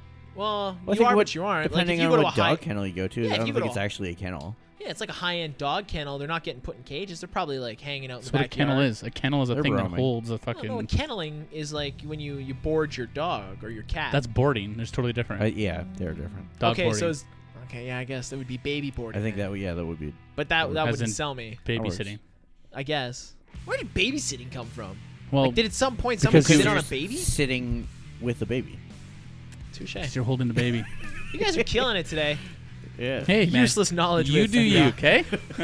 [SPEAKER 2] Well, I
[SPEAKER 3] Well, you
[SPEAKER 2] think
[SPEAKER 3] are
[SPEAKER 2] what-
[SPEAKER 3] what you aren't. Like if
[SPEAKER 2] Depending
[SPEAKER 3] you go
[SPEAKER 2] on
[SPEAKER 3] to a
[SPEAKER 2] what
[SPEAKER 3] high,
[SPEAKER 2] dog kennel you go to,
[SPEAKER 3] Yeah,
[SPEAKER 2] I
[SPEAKER 3] if
[SPEAKER 2] don't
[SPEAKER 3] you go
[SPEAKER 2] think
[SPEAKER 3] to
[SPEAKER 2] it's
[SPEAKER 3] a-
[SPEAKER 2] actually a kennel.
[SPEAKER 3] yeah, it's like a high-end dog kennel. They're not getting put in cages. They're probably like hanging out in
[SPEAKER 1] That's
[SPEAKER 3] the
[SPEAKER 1] what a
[SPEAKER 3] backyard.
[SPEAKER 1] kennel is. A kennel is a
[SPEAKER 2] They're
[SPEAKER 1] thing that
[SPEAKER 2] roaming.
[SPEAKER 1] holds a
[SPEAKER 3] Well, no,
[SPEAKER 1] fucking.
[SPEAKER 3] kenneling is like when you you board your dog or your cat.
[SPEAKER 1] That's boarding. There's totally different.
[SPEAKER 2] Uh, yeah, they're different.
[SPEAKER 1] Dog
[SPEAKER 3] okay.
[SPEAKER 1] boarding.
[SPEAKER 3] So is okay. Yeah, I guess that would be baby boarding.
[SPEAKER 2] I think
[SPEAKER 3] then.
[SPEAKER 2] that would- yeah, that would be.
[SPEAKER 3] But that that
[SPEAKER 1] As
[SPEAKER 3] wouldn't
[SPEAKER 1] in-
[SPEAKER 3] sell me.
[SPEAKER 1] babysitting.
[SPEAKER 3] I guess. Where did babysitting come from?
[SPEAKER 1] Well,
[SPEAKER 3] like, did at some point someone
[SPEAKER 2] Because
[SPEAKER 3] sit
[SPEAKER 2] you're
[SPEAKER 3] on a
[SPEAKER 2] just
[SPEAKER 3] baby?
[SPEAKER 2] sitting with the baby.
[SPEAKER 3] Touche.
[SPEAKER 1] 'cause you're holding the baby.
[SPEAKER 3] You guys are killing it today.
[SPEAKER 2] Yeah.
[SPEAKER 1] hey, man.
[SPEAKER 3] Useless knowledge.
[SPEAKER 1] You
[SPEAKER 3] with-
[SPEAKER 1] do you,
[SPEAKER 3] Yeah.
[SPEAKER 1] okay?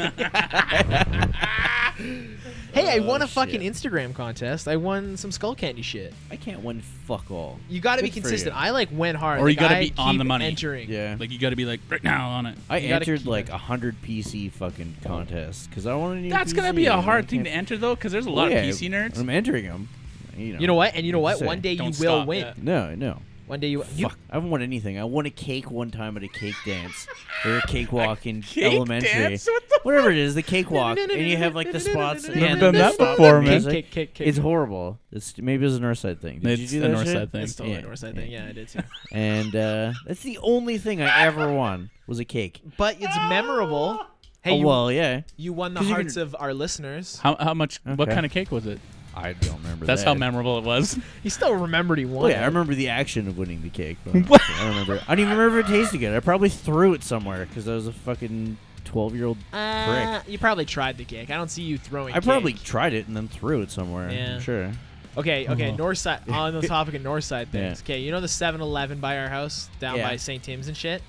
[SPEAKER 3] Hey, I won
[SPEAKER 2] Oh,
[SPEAKER 3] a fucking
[SPEAKER 2] shit.
[SPEAKER 3] Instagram contest. I won some skull candy shit.
[SPEAKER 2] I can't win fuck all.
[SPEAKER 3] You got to be
[SPEAKER 2] Good for
[SPEAKER 3] consistent.
[SPEAKER 2] you.
[SPEAKER 3] I like went hard.
[SPEAKER 1] Or you
[SPEAKER 3] Like,
[SPEAKER 1] gotta
[SPEAKER 3] I
[SPEAKER 1] be on
[SPEAKER 3] keep
[SPEAKER 1] the money.
[SPEAKER 3] Entering.
[SPEAKER 2] Yeah.
[SPEAKER 1] like you got to be like right now on it.
[SPEAKER 2] I
[SPEAKER 3] You gotta
[SPEAKER 2] entered
[SPEAKER 3] keep
[SPEAKER 2] like
[SPEAKER 3] it.
[SPEAKER 2] a hundred PC fucking contests because I wanted.
[SPEAKER 1] That's gonna be a hard thing to enter though, because there's a lot of PC nerds.
[SPEAKER 2] I'm entering them. You know.
[SPEAKER 3] You know what? And you know
[SPEAKER 2] Like
[SPEAKER 3] what?
[SPEAKER 2] you say,
[SPEAKER 3] One day you will
[SPEAKER 1] don't stop.
[SPEAKER 3] win.
[SPEAKER 1] Yeah.
[SPEAKER 2] No, no.
[SPEAKER 3] One day you. you
[SPEAKER 2] Fuck. I haven't won anything. I won a cake one time at a cake dance or a cakewalk in
[SPEAKER 1] cake
[SPEAKER 2] elementary.
[SPEAKER 1] dance? What the
[SPEAKER 2] Whatever it is, the cakewalk, and you have like the spots.
[SPEAKER 3] I've
[SPEAKER 2] yeah, and
[SPEAKER 1] done
[SPEAKER 2] the
[SPEAKER 1] that
[SPEAKER 2] stop
[SPEAKER 1] before, man.
[SPEAKER 2] music.
[SPEAKER 3] Cake, cake, cake.
[SPEAKER 2] It's horrible. It's maybe it's a north side thing. Did
[SPEAKER 1] It's
[SPEAKER 2] you
[SPEAKER 1] a
[SPEAKER 2] do that
[SPEAKER 1] north
[SPEAKER 2] shit?
[SPEAKER 1] side thing.
[SPEAKER 3] It's totally
[SPEAKER 2] Yeah.
[SPEAKER 3] north side thing. Yeah, I did too.
[SPEAKER 2] And uh, that's the only thing I ever won was a cake.
[SPEAKER 3] But it's memorable. Hey,
[SPEAKER 2] oh,
[SPEAKER 3] you,
[SPEAKER 2] well, yeah.
[SPEAKER 3] you won the
[SPEAKER 2] 'cause you
[SPEAKER 3] hearts
[SPEAKER 2] can-
[SPEAKER 3] of our listeners.
[SPEAKER 1] How, how much? What
[SPEAKER 2] Okay.
[SPEAKER 1] kind of cake was it?
[SPEAKER 2] I don't remember.
[SPEAKER 1] That's how memorable it was.
[SPEAKER 3] He still remembered he
[SPEAKER 2] Oh
[SPEAKER 3] won.
[SPEAKER 2] yeah, I
[SPEAKER 3] it.
[SPEAKER 2] remember the action of winning the cake. but I don't I don't remember. I don't even remember it tasting good. I probably threw it somewhere because I was a fucking twelve-year-old
[SPEAKER 3] Uh, you probably tried the cake. I don't see you throwing.
[SPEAKER 2] I probably
[SPEAKER 3] cake.
[SPEAKER 2] tried it and then threw it somewhere.
[SPEAKER 3] Yeah.
[SPEAKER 2] I'm sure.
[SPEAKER 3] Okay, okay. North side on the topic of north side things.
[SPEAKER 2] Uh-huh. Yeah.
[SPEAKER 3] Okay, you know the 7-Eleven by our house down
[SPEAKER 2] Yeah. Mm-hmm.
[SPEAKER 3] by St. Tim's and shit.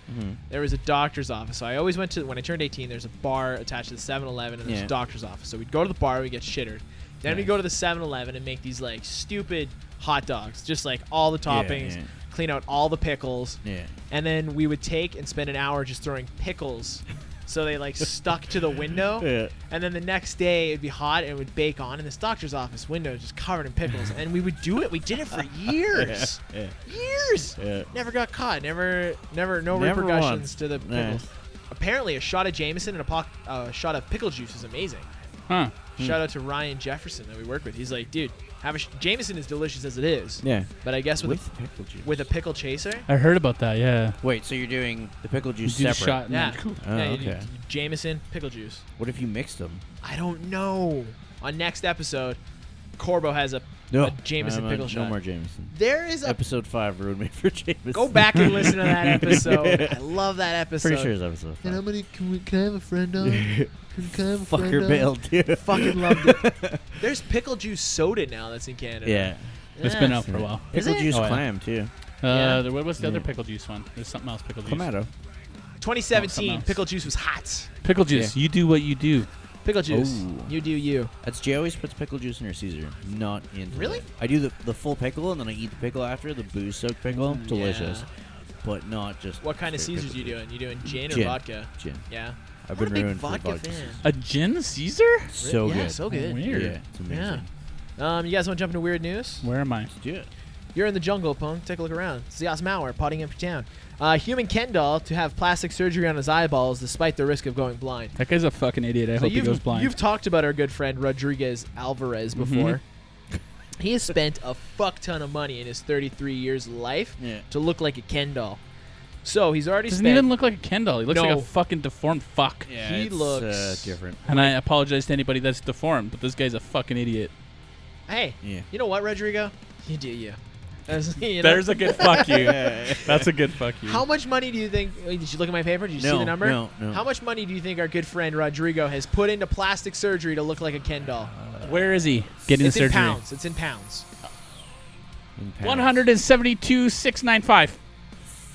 [SPEAKER 3] There was a doctor's office. So I always went to when I turned 18. There's a bar attached to the 7-Eleven and there's a
[SPEAKER 2] Yeah.
[SPEAKER 3] doctor's office. So we'd go to the bar, we get shittered. Then we
[SPEAKER 2] Nice.
[SPEAKER 3] go to the 7-Eleven and make these like stupid hot dogs, just like all the
[SPEAKER 2] Yeah,
[SPEAKER 3] toppings,
[SPEAKER 2] yeah.
[SPEAKER 3] clean out all the pickles,
[SPEAKER 2] Yeah.
[SPEAKER 3] and then we would take and spend an hour just throwing pickles. So they like stuck to the window,
[SPEAKER 2] Yeah.
[SPEAKER 3] and then the next day it'd be hot and it would bake on, and this doctor's office window just covered in pickles. And we would do it. We did it for years,
[SPEAKER 2] Yeah.
[SPEAKER 3] years.
[SPEAKER 2] Yeah.
[SPEAKER 3] Never got caught. Never, never, no
[SPEAKER 2] Never
[SPEAKER 3] repercussions
[SPEAKER 2] once.
[SPEAKER 3] to the
[SPEAKER 2] Nah.
[SPEAKER 3] pickles. Apparently, a shot of Jameson and a po- uh, shot of pickle juice is amazing.
[SPEAKER 1] Huh?
[SPEAKER 2] Hmm.
[SPEAKER 3] Shout out to Ryan Jefferson that we work with. He's like, dude, have a sh- Jameson is delicious as it is.
[SPEAKER 2] Yeah.
[SPEAKER 3] But I guess with,
[SPEAKER 2] With
[SPEAKER 3] with,
[SPEAKER 2] pickle juice.
[SPEAKER 3] a, with a pickle chaser,
[SPEAKER 1] I heard about that. Yeah.
[SPEAKER 2] Wait, so you're doing the pickle
[SPEAKER 1] You
[SPEAKER 2] juice
[SPEAKER 1] do the
[SPEAKER 2] separate?
[SPEAKER 1] shot. And
[SPEAKER 3] yeah,
[SPEAKER 1] Then,
[SPEAKER 2] Oh,
[SPEAKER 3] yeah, you do
[SPEAKER 2] okay.
[SPEAKER 3] Jameson pickle juice.
[SPEAKER 2] What if you mixed them?
[SPEAKER 3] I don't know. On next episode, Corbo has a, a Jameson
[SPEAKER 2] I'm a-
[SPEAKER 3] pickle
[SPEAKER 2] no
[SPEAKER 3] shot.
[SPEAKER 2] more Jameson.
[SPEAKER 3] There is a
[SPEAKER 2] Episode five ruined me for Jameson.
[SPEAKER 3] go back and listen to that episode. I love that episode.
[SPEAKER 2] Pretty sure it's episode.
[SPEAKER 7] And how
[SPEAKER 2] Five.
[SPEAKER 7] many can, we, can I have a friend on? Can, can I have a friend uh?
[SPEAKER 2] Fucker
[SPEAKER 7] on?
[SPEAKER 2] bailed, dude.
[SPEAKER 3] Fucking loved it. There's pickle juice soda now that's in Canada.
[SPEAKER 2] Yeah.
[SPEAKER 1] It's been out for a while.
[SPEAKER 3] Is
[SPEAKER 2] Pickle
[SPEAKER 3] it?
[SPEAKER 2] juice
[SPEAKER 1] Oh, yeah.
[SPEAKER 2] clam too.
[SPEAKER 1] Uh,
[SPEAKER 3] Yeah.
[SPEAKER 1] there- what was the other
[SPEAKER 2] Yeah.
[SPEAKER 1] pickle juice one? There's something else pickle juice.
[SPEAKER 2] Clamato.
[SPEAKER 3] 2017
[SPEAKER 1] else.
[SPEAKER 3] pickle juice was hot.
[SPEAKER 1] Pickle juice. You do what you do.
[SPEAKER 3] Pickle
[SPEAKER 2] Oh.
[SPEAKER 3] juice.
[SPEAKER 2] Ooh.
[SPEAKER 3] You do you.
[SPEAKER 2] That's Jay always puts pickle juice in her Caesar, not in. the-
[SPEAKER 3] Really?
[SPEAKER 2] I do the, the full pickle and then I eat the pickle after the booze soaked pickle. Delicious,
[SPEAKER 3] yeah.
[SPEAKER 2] but not just.
[SPEAKER 3] What kind of
[SPEAKER 2] straight
[SPEAKER 3] Caesars
[SPEAKER 2] pickle
[SPEAKER 3] you doing? You doing gin or
[SPEAKER 2] Gin.
[SPEAKER 3] vodka?
[SPEAKER 2] Gin.
[SPEAKER 3] Yeah.
[SPEAKER 2] I've been
[SPEAKER 3] I'm a big
[SPEAKER 2] ruined for
[SPEAKER 3] vodka
[SPEAKER 2] vodka.
[SPEAKER 3] fan.
[SPEAKER 1] A gin Caesar?
[SPEAKER 2] So
[SPEAKER 3] yeah,
[SPEAKER 2] good.
[SPEAKER 3] so good.
[SPEAKER 1] Weird.
[SPEAKER 2] Yeah, it's amazing.
[SPEAKER 3] Yeah. Um, you guys want to jump into weird news?
[SPEAKER 1] Where am I?
[SPEAKER 2] Do it.
[SPEAKER 3] You're in the jungle, punk. Take a look around. It's the awesome hour, potting up your town. Uh, human Ken doll to have plastic surgery on his eyeballs despite the risk of going blind.
[SPEAKER 1] That guy's a fucking idiot. I
[SPEAKER 3] So
[SPEAKER 1] hope he
[SPEAKER 3] you've,
[SPEAKER 1] goes blind. Mm-hmm.
[SPEAKER 3] You've talked about our good friend Rodriguez Alvarez before. he has spent a fuck ton of money in his 33 years life
[SPEAKER 2] Yeah.
[SPEAKER 3] to look like a Ken doll. So he's already
[SPEAKER 1] doesn't
[SPEAKER 3] spent.
[SPEAKER 1] even look like a Ken doll. He looks like
[SPEAKER 3] No.
[SPEAKER 1] a fucking deformed fuck.
[SPEAKER 3] He
[SPEAKER 2] it's,
[SPEAKER 3] looks-
[SPEAKER 2] uh, different.
[SPEAKER 1] And I apologize to anybody that's deformed, but this guy's a fucking idiot.
[SPEAKER 3] hey,
[SPEAKER 2] Yeah.
[SPEAKER 3] you know what, Rodrigo? You do you. As- you know,
[SPEAKER 1] There's a good fuck you. That's a good fuck you.
[SPEAKER 3] How much money do you think? wait, Did you look at my paper? Did you see
[SPEAKER 2] No,
[SPEAKER 3] the number?
[SPEAKER 2] no, no.
[SPEAKER 3] How much money do you think our good friend Rodrigo has put into plastic surgery to look like a Ken doll?
[SPEAKER 1] Where is he getting
[SPEAKER 3] it's
[SPEAKER 1] the
[SPEAKER 3] in
[SPEAKER 1] surgery?
[SPEAKER 3] pounds. It's in pounds.
[SPEAKER 2] In pounds.
[SPEAKER 1] One hundred and seventy-two six nine five.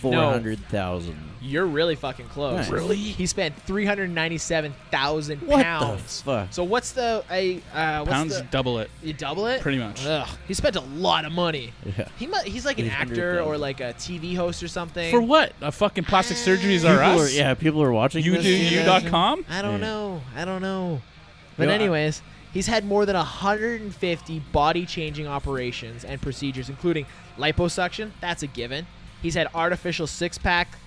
[SPEAKER 2] 400,000.
[SPEAKER 3] You're really fucking close.
[SPEAKER 2] Nice. Really?
[SPEAKER 3] He spent three hundred ninety-seven thousand
[SPEAKER 2] What the
[SPEAKER 3] pounds.
[SPEAKER 2] fuck?
[SPEAKER 3] So what's the a uh, what's
[SPEAKER 1] Pounds
[SPEAKER 3] the,
[SPEAKER 1] double it.
[SPEAKER 3] you double it?
[SPEAKER 1] Pretty much.
[SPEAKER 3] Ugh, he spent a lot of money.
[SPEAKER 2] Yeah.
[SPEAKER 3] He mu- he's like an actor
[SPEAKER 2] 800,000.
[SPEAKER 3] or like a TV host or something.
[SPEAKER 1] For what? A fucking plastic surgeries
[SPEAKER 2] People
[SPEAKER 1] are
[SPEAKER 2] are,
[SPEAKER 1] us.
[SPEAKER 2] yeah, people are watching
[SPEAKER 1] You
[SPEAKER 2] this,
[SPEAKER 1] do
[SPEAKER 2] you
[SPEAKER 1] you
[SPEAKER 2] know?
[SPEAKER 1] dot com.
[SPEAKER 3] I don't
[SPEAKER 2] Yeah.
[SPEAKER 3] know. I don't know. But
[SPEAKER 1] know, I-
[SPEAKER 3] anyways, he's had more than 150 body-changing operations and procedures, including liposuction. That's a given. He's had artificial six-pack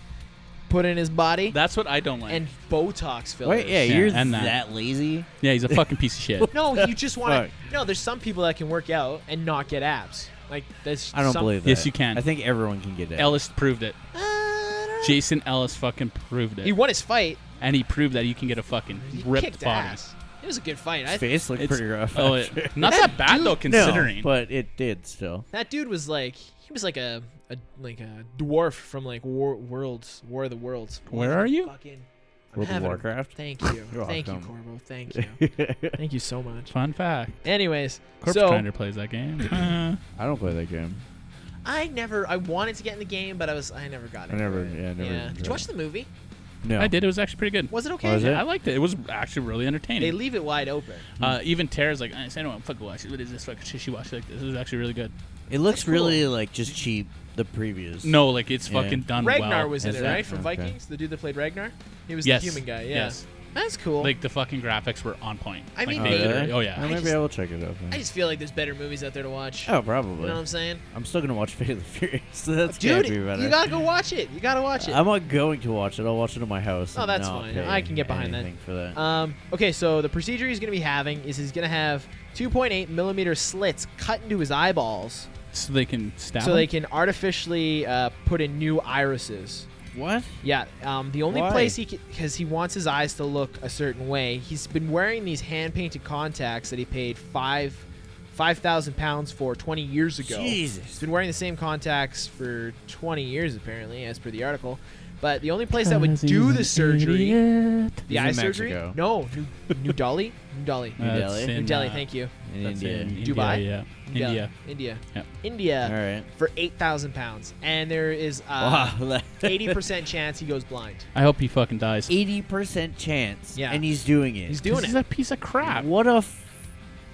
[SPEAKER 3] put in his body
[SPEAKER 1] That's what I don't like.
[SPEAKER 3] and Botox fillers.
[SPEAKER 2] Wait, yeah,
[SPEAKER 1] Yeah,
[SPEAKER 2] you're
[SPEAKER 1] and that.
[SPEAKER 2] that lazy?
[SPEAKER 1] yeah, he's a fucking piece of shit.
[SPEAKER 3] No, you just want
[SPEAKER 2] Fuck.
[SPEAKER 3] to. No, there's some people that can work out and not get abs. Like that's.
[SPEAKER 2] I don't
[SPEAKER 3] some,
[SPEAKER 2] believe that.
[SPEAKER 1] Yes, you can.
[SPEAKER 2] I think everyone can get it.
[SPEAKER 1] Ellis proved it.
[SPEAKER 3] Uh, I don't know.
[SPEAKER 1] Jason Ellis fucking proved
[SPEAKER 3] He
[SPEAKER 1] it.
[SPEAKER 3] won his fight.
[SPEAKER 1] And he proved that you can get a fucking
[SPEAKER 3] He
[SPEAKER 1] ripped
[SPEAKER 3] kicked
[SPEAKER 1] body.
[SPEAKER 3] ass. It was a good fight. I,
[SPEAKER 2] His face looked
[SPEAKER 1] It's-
[SPEAKER 2] pretty rough.
[SPEAKER 1] Oh, it,
[SPEAKER 2] actually.
[SPEAKER 1] not that bad though,
[SPEAKER 2] no,
[SPEAKER 1] considering.
[SPEAKER 2] but it did still.
[SPEAKER 3] that dude was like, he was like a, a like a dwarf from like War Worlds, War of the Worlds.
[SPEAKER 1] Where are you?
[SPEAKER 3] Fucking. I'm
[SPEAKER 2] World of
[SPEAKER 3] having a-
[SPEAKER 2] Warcraft.
[SPEAKER 3] Thank you.
[SPEAKER 2] You're
[SPEAKER 3] Thank you,
[SPEAKER 2] welcome.
[SPEAKER 3] Corvo. Thank you. Thank you so much.
[SPEAKER 1] Fun fact:
[SPEAKER 3] Anyways,
[SPEAKER 1] Corpse
[SPEAKER 3] so
[SPEAKER 1] Grinder plays that game. Uh,
[SPEAKER 2] I don't play that game.
[SPEAKER 3] I never, I wanted to get in the game, but I was, I never got
[SPEAKER 2] I
[SPEAKER 3] it.
[SPEAKER 2] never, yeah, I never.
[SPEAKER 3] yeah. Did
[SPEAKER 2] enjoyed
[SPEAKER 3] you watch the movie?
[SPEAKER 2] it. No,
[SPEAKER 1] I did. It was actually pretty good.
[SPEAKER 3] Was it okay?
[SPEAKER 2] Was it?
[SPEAKER 1] I liked it. It was actually really
[SPEAKER 3] They
[SPEAKER 1] entertaining.
[SPEAKER 3] leave it wide open.
[SPEAKER 1] uh, even Tara's like, I don't want to fucking watch it. What is this fucking shit she watched like this? It was actually really good.
[SPEAKER 2] It looks really like just cheap. The previews.
[SPEAKER 3] Uh,
[SPEAKER 1] No, like it's
[SPEAKER 2] Yeah.
[SPEAKER 1] fucking done
[SPEAKER 3] Ragnar
[SPEAKER 1] well.
[SPEAKER 3] was in
[SPEAKER 2] Is
[SPEAKER 3] it,
[SPEAKER 2] that-
[SPEAKER 3] right? From
[SPEAKER 2] okay.
[SPEAKER 3] Vikings, the dude that played Ragnar. He was
[SPEAKER 1] yes.
[SPEAKER 3] the human guy. Yeah.
[SPEAKER 1] Yes.
[SPEAKER 3] That's cool.
[SPEAKER 1] Like the fucking graphics were on point.
[SPEAKER 3] I
[SPEAKER 2] Oh,
[SPEAKER 3] mean,
[SPEAKER 1] like,
[SPEAKER 3] they-
[SPEAKER 1] they
[SPEAKER 2] really?
[SPEAKER 1] literally- oh yeah.
[SPEAKER 2] Well,
[SPEAKER 3] I
[SPEAKER 2] maybe I,
[SPEAKER 3] just-
[SPEAKER 2] will check it out. then.
[SPEAKER 3] I just feel like there's better movies out there to watch.
[SPEAKER 2] oh, probably.
[SPEAKER 3] You know what I'm saying?
[SPEAKER 2] I'm still gonna watch Fate of the Furious. So that's
[SPEAKER 3] Dude,
[SPEAKER 2] gotta be better.
[SPEAKER 3] you gotta go watch it. You gotta watch it.
[SPEAKER 2] I'm not going to watch it. I'll watch it in my house.
[SPEAKER 3] Oh,
[SPEAKER 2] and
[SPEAKER 3] that's
[SPEAKER 2] not
[SPEAKER 3] fine.
[SPEAKER 2] pay
[SPEAKER 3] I can get behind that.
[SPEAKER 2] anything For that.
[SPEAKER 3] Um, okay, so the procedure he's gonna be having is he's gonna have 2.8 millimeter slits cut into his eyeballs,
[SPEAKER 1] So they can stab.
[SPEAKER 3] so they
[SPEAKER 1] him?
[SPEAKER 3] can artificially uh, put in new irises.
[SPEAKER 2] what?
[SPEAKER 3] Yeah, um, the only
[SPEAKER 2] Why?
[SPEAKER 3] place he because he wants his eyes to look a certain way. He's been wearing these hand painted contacts that he paid five five thousand pounds for twenty years ago. He's
[SPEAKER 2] Jesus.
[SPEAKER 3] been wearing the same contacts for 20 years, apparently, as per the article. But the only place that would do the surgery, the
[SPEAKER 2] He's
[SPEAKER 3] eye
[SPEAKER 2] in
[SPEAKER 3] surgery,
[SPEAKER 2] Mexico.
[SPEAKER 3] no, New, New Delhi, New Delhi,
[SPEAKER 1] Uh, it's
[SPEAKER 2] Delhi?
[SPEAKER 1] in,
[SPEAKER 3] New Delhi.
[SPEAKER 1] uh,
[SPEAKER 3] Thank you,
[SPEAKER 2] In
[SPEAKER 1] that's
[SPEAKER 2] India.
[SPEAKER 1] in
[SPEAKER 3] Dubai?
[SPEAKER 1] Yeah.
[SPEAKER 3] Del-
[SPEAKER 1] India.
[SPEAKER 3] India,
[SPEAKER 1] Yep.
[SPEAKER 3] India,
[SPEAKER 2] All right.
[SPEAKER 3] for eight thousand pounds, and there is
[SPEAKER 2] Wow.
[SPEAKER 3] uh, eighty percent chance he goes blind.
[SPEAKER 1] I hope he fucking dies.
[SPEAKER 2] Eighty percent chance.
[SPEAKER 3] Yeah.
[SPEAKER 2] And he's doing it.
[SPEAKER 3] He's
[SPEAKER 1] This
[SPEAKER 3] doing
[SPEAKER 1] is
[SPEAKER 3] it
[SPEAKER 1] a piece of crap.
[SPEAKER 2] What a. F-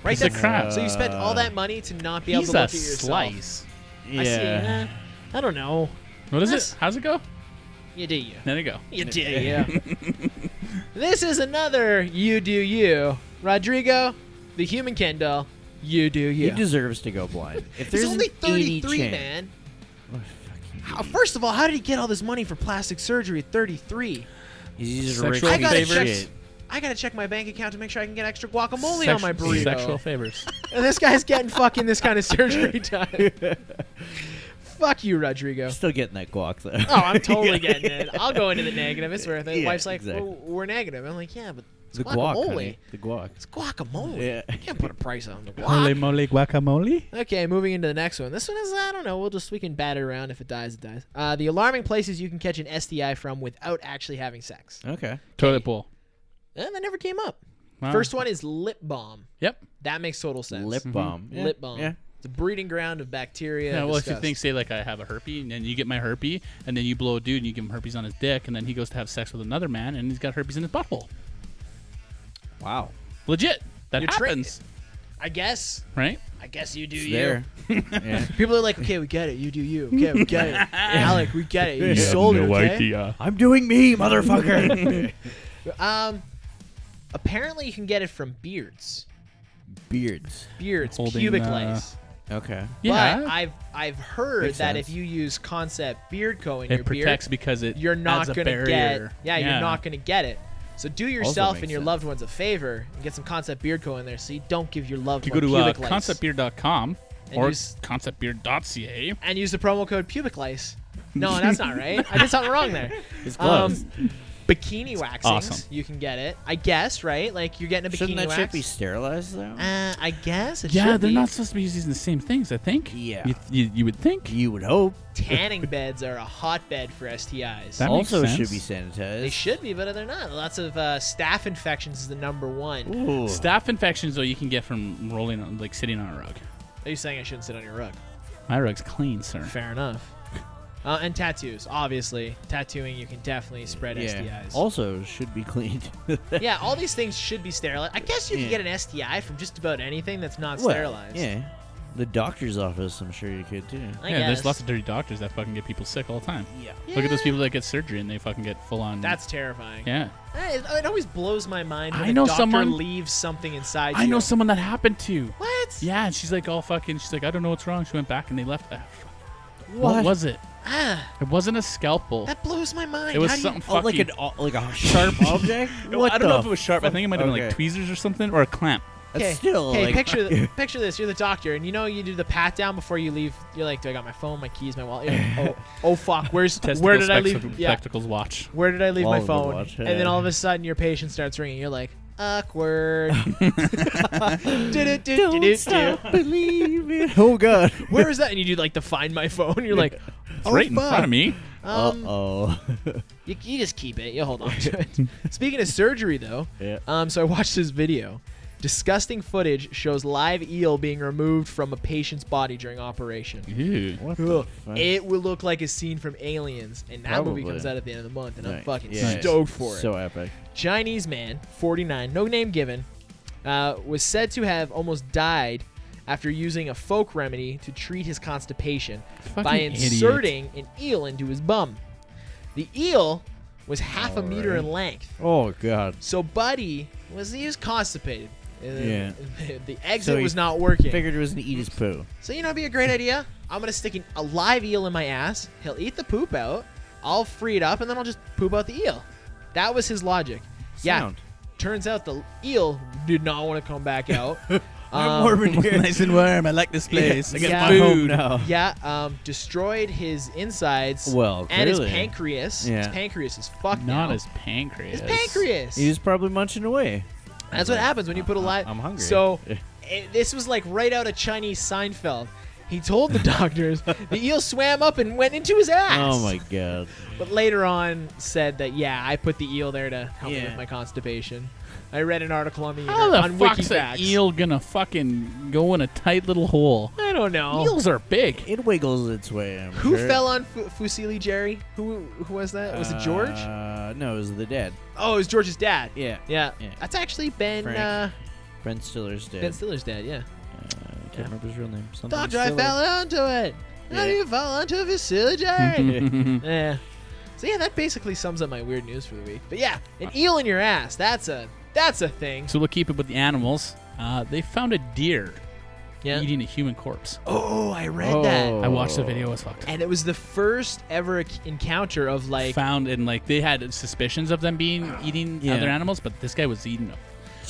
[SPEAKER 3] right
[SPEAKER 1] piece of
[SPEAKER 3] there.
[SPEAKER 1] crap.
[SPEAKER 3] So you spent all that money to not be
[SPEAKER 1] He's
[SPEAKER 3] able to
[SPEAKER 1] a
[SPEAKER 3] look at yourself.
[SPEAKER 1] slice.
[SPEAKER 2] yeah.
[SPEAKER 3] I see. eh, I don't know.
[SPEAKER 1] What is
[SPEAKER 3] That's-
[SPEAKER 1] it? How's it go?
[SPEAKER 3] You do you.
[SPEAKER 1] There you go.
[SPEAKER 3] You do you. this is another you do you. Rodrigo, the human Ken doll, you do you.
[SPEAKER 2] He deserves to go blind. If
[SPEAKER 3] He's
[SPEAKER 2] there's
[SPEAKER 3] only
[SPEAKER 2] an 80
[SPEAKER 3] 33,
[SPEAKER 2] chance-
[SPEAKER 3] man. How- First of all, how did he get all this money for plastic surgery at 33?
[SPEAKER 2] He's just
[SPEAKER 1] Sexual
[SPEAKER 2] rich
[SPEAKER 3] I
[SPEAKER 2] piece
[SPEAKER 3] gotta
[SPEAKER 2] of
[SPEAKER 1] favors.
[SPEAKER 3] check.
[SPEAKER 2] shit.
[SPEAKER 3] I gotta check my bank account to make sure I can get extra guacamole on
[SPEAKER 1] Sex-
[SPEAKER 3] my burrito.
[SPEAKER 1] Sexual favors.
[SPEAKER 3] And this guy's getting fucking this kind of surgery done. Fuck you, Rodrigo.
[SPEAKER 2] I'm still getting that guac though.
[SPEAKER 3] Oh, I'm totally getting it. I'll go into the negative. It's worth it.
[SPEAKER 2] Yeah,
[SPEAKER 3] Wife's like,
[SPEAKER 2] exactly.
[SPEAKER 3] well, we're negative. I'm like, yeah, but it's
[SPEAKER 2] the guac,
[SPEAKER 3] guacamole.
[SPEAKER 2] honey. The guac.
[SPEAKER 3] It's guacamole.
[SPEAKER 2] Yeah.
[SPEAKER 3] You can't put a price on the
[SPEAKER 1] Holy
[SPEAKER 3] guac.
[SPEAKER 1] moly guacamole.
[SPEAKER 3] Okay, moving into the next one. This one is I don't know. We'll just we can batter around. If it dies, it dies. Uh, the alarming places you can catch an STI from without actually having sex.
[SPEAKER 2] Okay.
[SPEAKER 1] Toilet bowl.
[SPEAKER 3] And that never came up.
[SPEAKER 1] Wow.
[SPEAKER 3] First one is lip balm.
[SPEAKER 1] Yep.
[SPEAKER 3] That makes total sense.
[SPEAKER 2] Lip balm. Yeah.
[SPEAKER 3] Mm-hmm. Lip balm.
[SPEAKER 2] Yeah.
[SPEAKER 3] It's a breeding ground of bacteria.
[SPEAKER 1] Yeah,
[SPEAKER 3] and
[SPEAKER 1] well, if
[SPEAKER 3] disgust.
[SPEAKER 1] you think, say, like I have a herpes, and then you get my herpes, and then you blow a dude and you give him herpes on his dick, and then he goes to have sex with another man, and he's got herpes in his butthole.
[SPEAKER 2] Wow.
[SPEAKER 1] Legit, that
[SPEAKER 3] You're tra-
[SPEAKER 1] happens,
[SPEAKER 3] I guess.
[SPEAKER 1] right?
[SPEAKER 3] I guess you do
[SPEAKER 2] It's
[SPEAKER 3] you.
[SPEAKER 2] there. yeah.
[SPEAKER 3] People are like, okay, we get it. You do you. Okay, we get it. Alec, we get it. You sold it. Okay?
[SPEAKER 2] I'm doing me, motherfucker.
[SPEAKER 3] Um, apparently you can get it from beards,
[SPEAKER 2] Beards.
[SPEAKER 3] beards,
[SPEAKER 1] Holding,
[SPEAKER 3] pubic
[SPEAKER 1] uh,
[SPEAKER 3] lace.
[SPEAKER 2] Okay.
[SPEAKER 1] Yeah.
[SPEAKER 3] But I've I've heard
[SPEAKER 2] Makes
[SPEAKER 3] that
[SPEAKER 2] sense.
[SPEAKER 3] if you use Concept Beard Co in your
[SPEAKER 1] it protects
[SPEAKER 3] beard,
[SPEAKER 1] because it
[SPEAKER 3] you're not
[SPEAKER 1] adds a
[SPEAKER 3] gonna get
[SPEAKER 1] barrier.
[SPEAKER 3] yeah, you're not gonna get it. So do yourself
[SPEAKER 2] makes
[SPEAKER 3] and your
[SPEAKER 2] sense.
[SPEAKER 3] loved ones a favor and get some Concept Beard Co in there, so you don't give your loved
[SPEAKER 1] You go
[SPEAKER 3] one
[SPEAKER 1] to uh,
[SPEAKER 3] pubic lice.
[SPEAKER 1] conceptbeard.com
[SPEAKER 3] And
[SPEAKER 1] or
[SPEAKER 3] use-
[SPEAKER 1] conceptbeard.ca.
[SPEAKER 3] and use the promo code pubic lice. No, that's not right. I did something wrong there.
[SPEAKER 2] It's
[SPEAKER 3] Um,
[SPEAKER 2] close.
[SPEAKER 3] bikini waxings,
[SPEAKER 1] awesome.
[SPEAKER 3] you can get it. I guess, right? Like you're getting a bikini
[SPEAKER 2] Shouldn't that
[SPEAKER 3] wax.
[SPEAKER 2] shit be sterilized though?
[SPEAKER 3] uh, I guess it
[SPEAKER 1] Yeah,
[SPEAKER 3] should
[SPEAKER 1] they're
[SPEAKER 3] be.
[SPEAKER 1] not supposed to be using the same things. I think.
[SPEAKER 2] Yeah.
[SPEAKER 1] You, you, you would think.
[SPEAKER 2] you would hope.
[SPEAKER 3] Tanning beds are a hotbed for STIs.
[SPEAKER 1] That makes
[SPEAKER 2] also
[SPEAKER 1] sense.
[SPEAKER 2] should be sanitized.
[SPEAKER 3] they should be, but they're not. Lots of uh, staph infections is the number one.
[SPEAKER 2] Ooh.
[SPEAKER 1] Staph infections though you can get from rolling on like sitting on a rug.
[SPEAKER 3] Are you saying I shouldn't sit on your rug?
[SPEAKER 1] My rug's clean, sir.
[SPEAKER 3] Fair enough. Uh, and tattoos, obviously. Tattooing, you can definitely spread
[SPEAKER 2] Yeah.
[SPEAKER 3] STIs.
[SPEAKER 2] Also should be cleaned.
[SPEAKER 3] yeah, all these things should be sterilized. I guess you can
[SPEAKER 2] Yeah.
[SPEAKER 3] get an STI from just about anything that's not
[SPEAKER 2] Well,
[SPEAKER 3] sterilized.
[SPEAKER 2] Yeah. The doctor's office, I'm sure you could too.
[SPEAKER 3] I
[SPEAKER 1] Yeah,
[SPEAKER 3] guess.
[SPEAKER 1] there's lots of dirty doctors that fucking get people sick all the time.
[SPEAKER 2] Yeah.
[SPEAKER 1] Look at those
[SPEAKER 3] Yeah.
[SPEAKER 1] people that get surgery and they fucking get full on.
[SPEAKER 3] That's terrifying.
[SPEAKER 1] yeah.
[SPEAKER 3] Eh, It, it always blows my mind when
[SPEAKER 1] I
[SPEAKER 3] a
[SPEAKER 1] know
[SPEAKER 3] doctor
[SPEAKER 1] someone-
[SPEAKER 3] leaves something inside
[SPEAKER 1] I
[SPEAKER 3] you.
[SPEAKER 1] know someone that happened to.
[SPEAKER 3] What?
[SPEAKER 1] Yeah, and she's like all fucking. She's like, I don't know what's wrong. She went back and they left. Ah, fuck.
[SPEAKER 2] What?
[SPEAKER 1] was it?
[SPEAKER 3] Ah,
[SPEAKER 1] It wasn't a scalpel.
[SPEAKER 3] that blows my mind.
[SPEAKER 1] It was
[SPEAKER 3] How do you-
[SPEAKER 1] something
[SPEAKER 2] Oh,
[SPEAKER 1] fucking.
[SPEAKER 2] like an o- like a sharp object. What
[SPEAKER 1] I don't
[SPEAKER 2] the
[SPEAKER 1] know if it was sharp. I think it might have been
[SPEAKER 2] Okay.
[SPEAKER 1] like tweezers or something or a clamp.
[SPEAKER 2] That's
[SPEAKER 3] Okay,
[SPEAKER 2] still
[SPEAKER 3] okay,
[SPEAKER 2] like
[SPEAKER 3] picture th- picture this. You're the doctor, and you know you do the pat down before you leave. You're like, do I got my phone, my keys, my wallet? You're like, oh, oh fuck, where's
[SPEAKER 1] Testicle
[SPEAKER 3] where did I
[SPEAKER 1] spectac-
[SPEAKER 3] leave? Yeah,
[SPEAKER 1] Spectacles watch.
[SPEAKER 3] where did I leave my
[SPEAKER 2] Wallet would
[SPEAKER 3] phone?
[SPEAKER 2] watch,
[SPEAKER 3] And then
[SPEAKER 2] yeah.
[SPEAKER 3] all of a sudden, your patient starts ringing. You're like, awkward.
[SPEAKER 2] Don't
[SPEAKER 3] Do-do-do-do-do-do.
[SPEAKER 2] stop believing. Oh god.
[SPEAKER 3] Where is that? And you do like the find my phone. You're like, "Oh,
[SPEAKER 1] It's right in front of me.
[SPEAKER 3] um,
[SPEAKER 2] oh.
[SPEAKER 3] You, you just keep it. You hold on to it. Speaking of surgery, though,
[SPEAKER 2] Yeah.
[SPEAKER 3] um, so I watched this video. Disgusting footage shows live eel being removed from a patient's body during operation.
[SPEAKER 2] Mm-hmm.
[SPEAKER 1] Ew.
[SPEAKER 2] What
[SPEAKER 3] Ugh.
[SPEAKER 2] the fuck?
[SPEAKER 3] It will look like a scene from Aliens, and that movie
[SPEAKER 2] Probably.
[SPEAKER 3] comes out at the end of the month, and I'm
[SPEAKER 2] Nice.
[SPEAKER 3] fucking
[SPEAKER 2] Yeah.
[SPEAKER 3] stoked for it.
[SPEAKER 2] So epic.
[SPEAKER 3] Chinese man, 49, no name given, uh, was said to have almost died after using a folk remedy to treat his constipation by
[SPEAKER 1] Fucking idiot.
[SPEAKER 3] inserting an eel into his bum. The eel was half a meter in length.
[SPEAKER 2] Oh god.
[SPEAKER 3] So Buddy was he was constipated. Uh,
[SPEAKER 2] Yeah.
[SPEAKER 3] the exit
[SPEAKER 2] So he
[SPEAKER 3] was not working.
[SPEAKER 2] Figured it was gonna eat his poo.
[SPEAKER 3] so you know, it'd be a great idea. I'm gonna stick an, a live eel in my ass. He'll eat the poop out. I'll free it up, and then I'll just poop out the eel. That was his logic.
[SPEAKER 2] Sound.
[SPEAKER 3] Yeah. Turns out the eel did not want to come back out.
[SPEAKER 2] I'm
[SPEAKER 3] Um,
[SPEAKER 2] warm in here.
[SPEAKER 1] nice and warm. I like this place.
[SPEAKER 2] I
[SPEAKER 1] I
[SPEAKER 2] got
[SPEAKER 1] got
[SPEAKER 3] Yeah.
[SPEAKER 2] my home
[SPEAKER 1] food.
[SPEAKER 2] now.
[SPEAKER 3] Yeah, um, destroyed his insides.
[SPEAKER 2] Well,
[SPEAKER 3] and his
[SPEAKER 2] clearly.
[SPEAKER 3] pancreas. His
[SPEAKER 2] Yeah.
[SPEAKER 3] pancreas is fucked
[SPEAKER 1] Not
[SPEAKER 3] now.
[SPEAKER 1] his pancreas.
[SPEAKER 3] his pancreas.
[SPEAKER 2] He was probably munching away.
[SPEAKER 3] That's what happens when you put a live.
[SPEAKER 2] I'm hungry. Oh,
[SPEAKER 3] So it, this was like right out of Chinese Seinfeld. He told the doctors the eel swam up and went into his ass.
[SPEAKER 2] Oh my god.
[SPEAKER 3] But later on, said that yeah, I put the eel there to help me with
[SPEAKER 2] Yeah.
[SPEAKER 3] my constipation. I read an article on the
[SPEAKER 1] How the
[SPEAKER 3] internet on
[SPEAKER 1] fuck's an
[SPEAKER 3] WikiFacts.
[SPEAKER 1] eel gonna fucking go in a tight little hole?
[SPEAKER 3] I don't know.
[SPEAKER 1] Eels are big.
[SPEAKER 2] It wiggles its way. I'm
[SPEAKER 3] Who
[SPEAKER 2] sure.
[SPEAKER 3] fell on Fu- Fusili Jerry? Who who was that? Was it George?
[SPEAKER 2] Uh, no, it was the dead.
[SPEAKER 3] Oh, it was George's dad.
[SPEAKER 2] Yeah.
[SPEAKER 3] Yeah.
[SPEAKER 2] Yeah.
[SPEAKER 3] That's actually Ben.
[SPEAKER 2] Frank.
[SPEAKER 3] Uh,
[SPEAKER 2] Ben Stiller's dead.
[SPEAKER 3] ben Stiller's dad. Yeah.
[SPEAKER 2] I can't remember his real name. Something
[SPEAKER 3] Doctor, I
[SPEAKER 2] Stiller.
[SPEAKER 3] fell onto it. How do
[SPEAKER 2] Yeah.
[SPEAKER 3] you fall onto a Fusili Jerry?
[SPEAKER 1] Mhm.
[SPEAKER 3] Yeah. So yeah, that basically sums up my weird news for the week. But yeah, an eel in your ass. That's a that's a thing.
[SPEAKER 1] so we'll keep it with the animals. Uh, they found a deer
[SPEAKER 3] Yeah.
[SPEAKER 1] eating a human corpse.
[SPEAKER 3] Oh, I read that.
[SPEAKER 1] I watched the video. It was fucked.
[SPEAKER 3] And it was the first ever ac- encounter of like
[SPEAKER 1] found and Oh. like they had suspicions of them being eating
[SPEAKER 2] Yeah.
[SPEAKER 1] other animals, but this guy was eating them.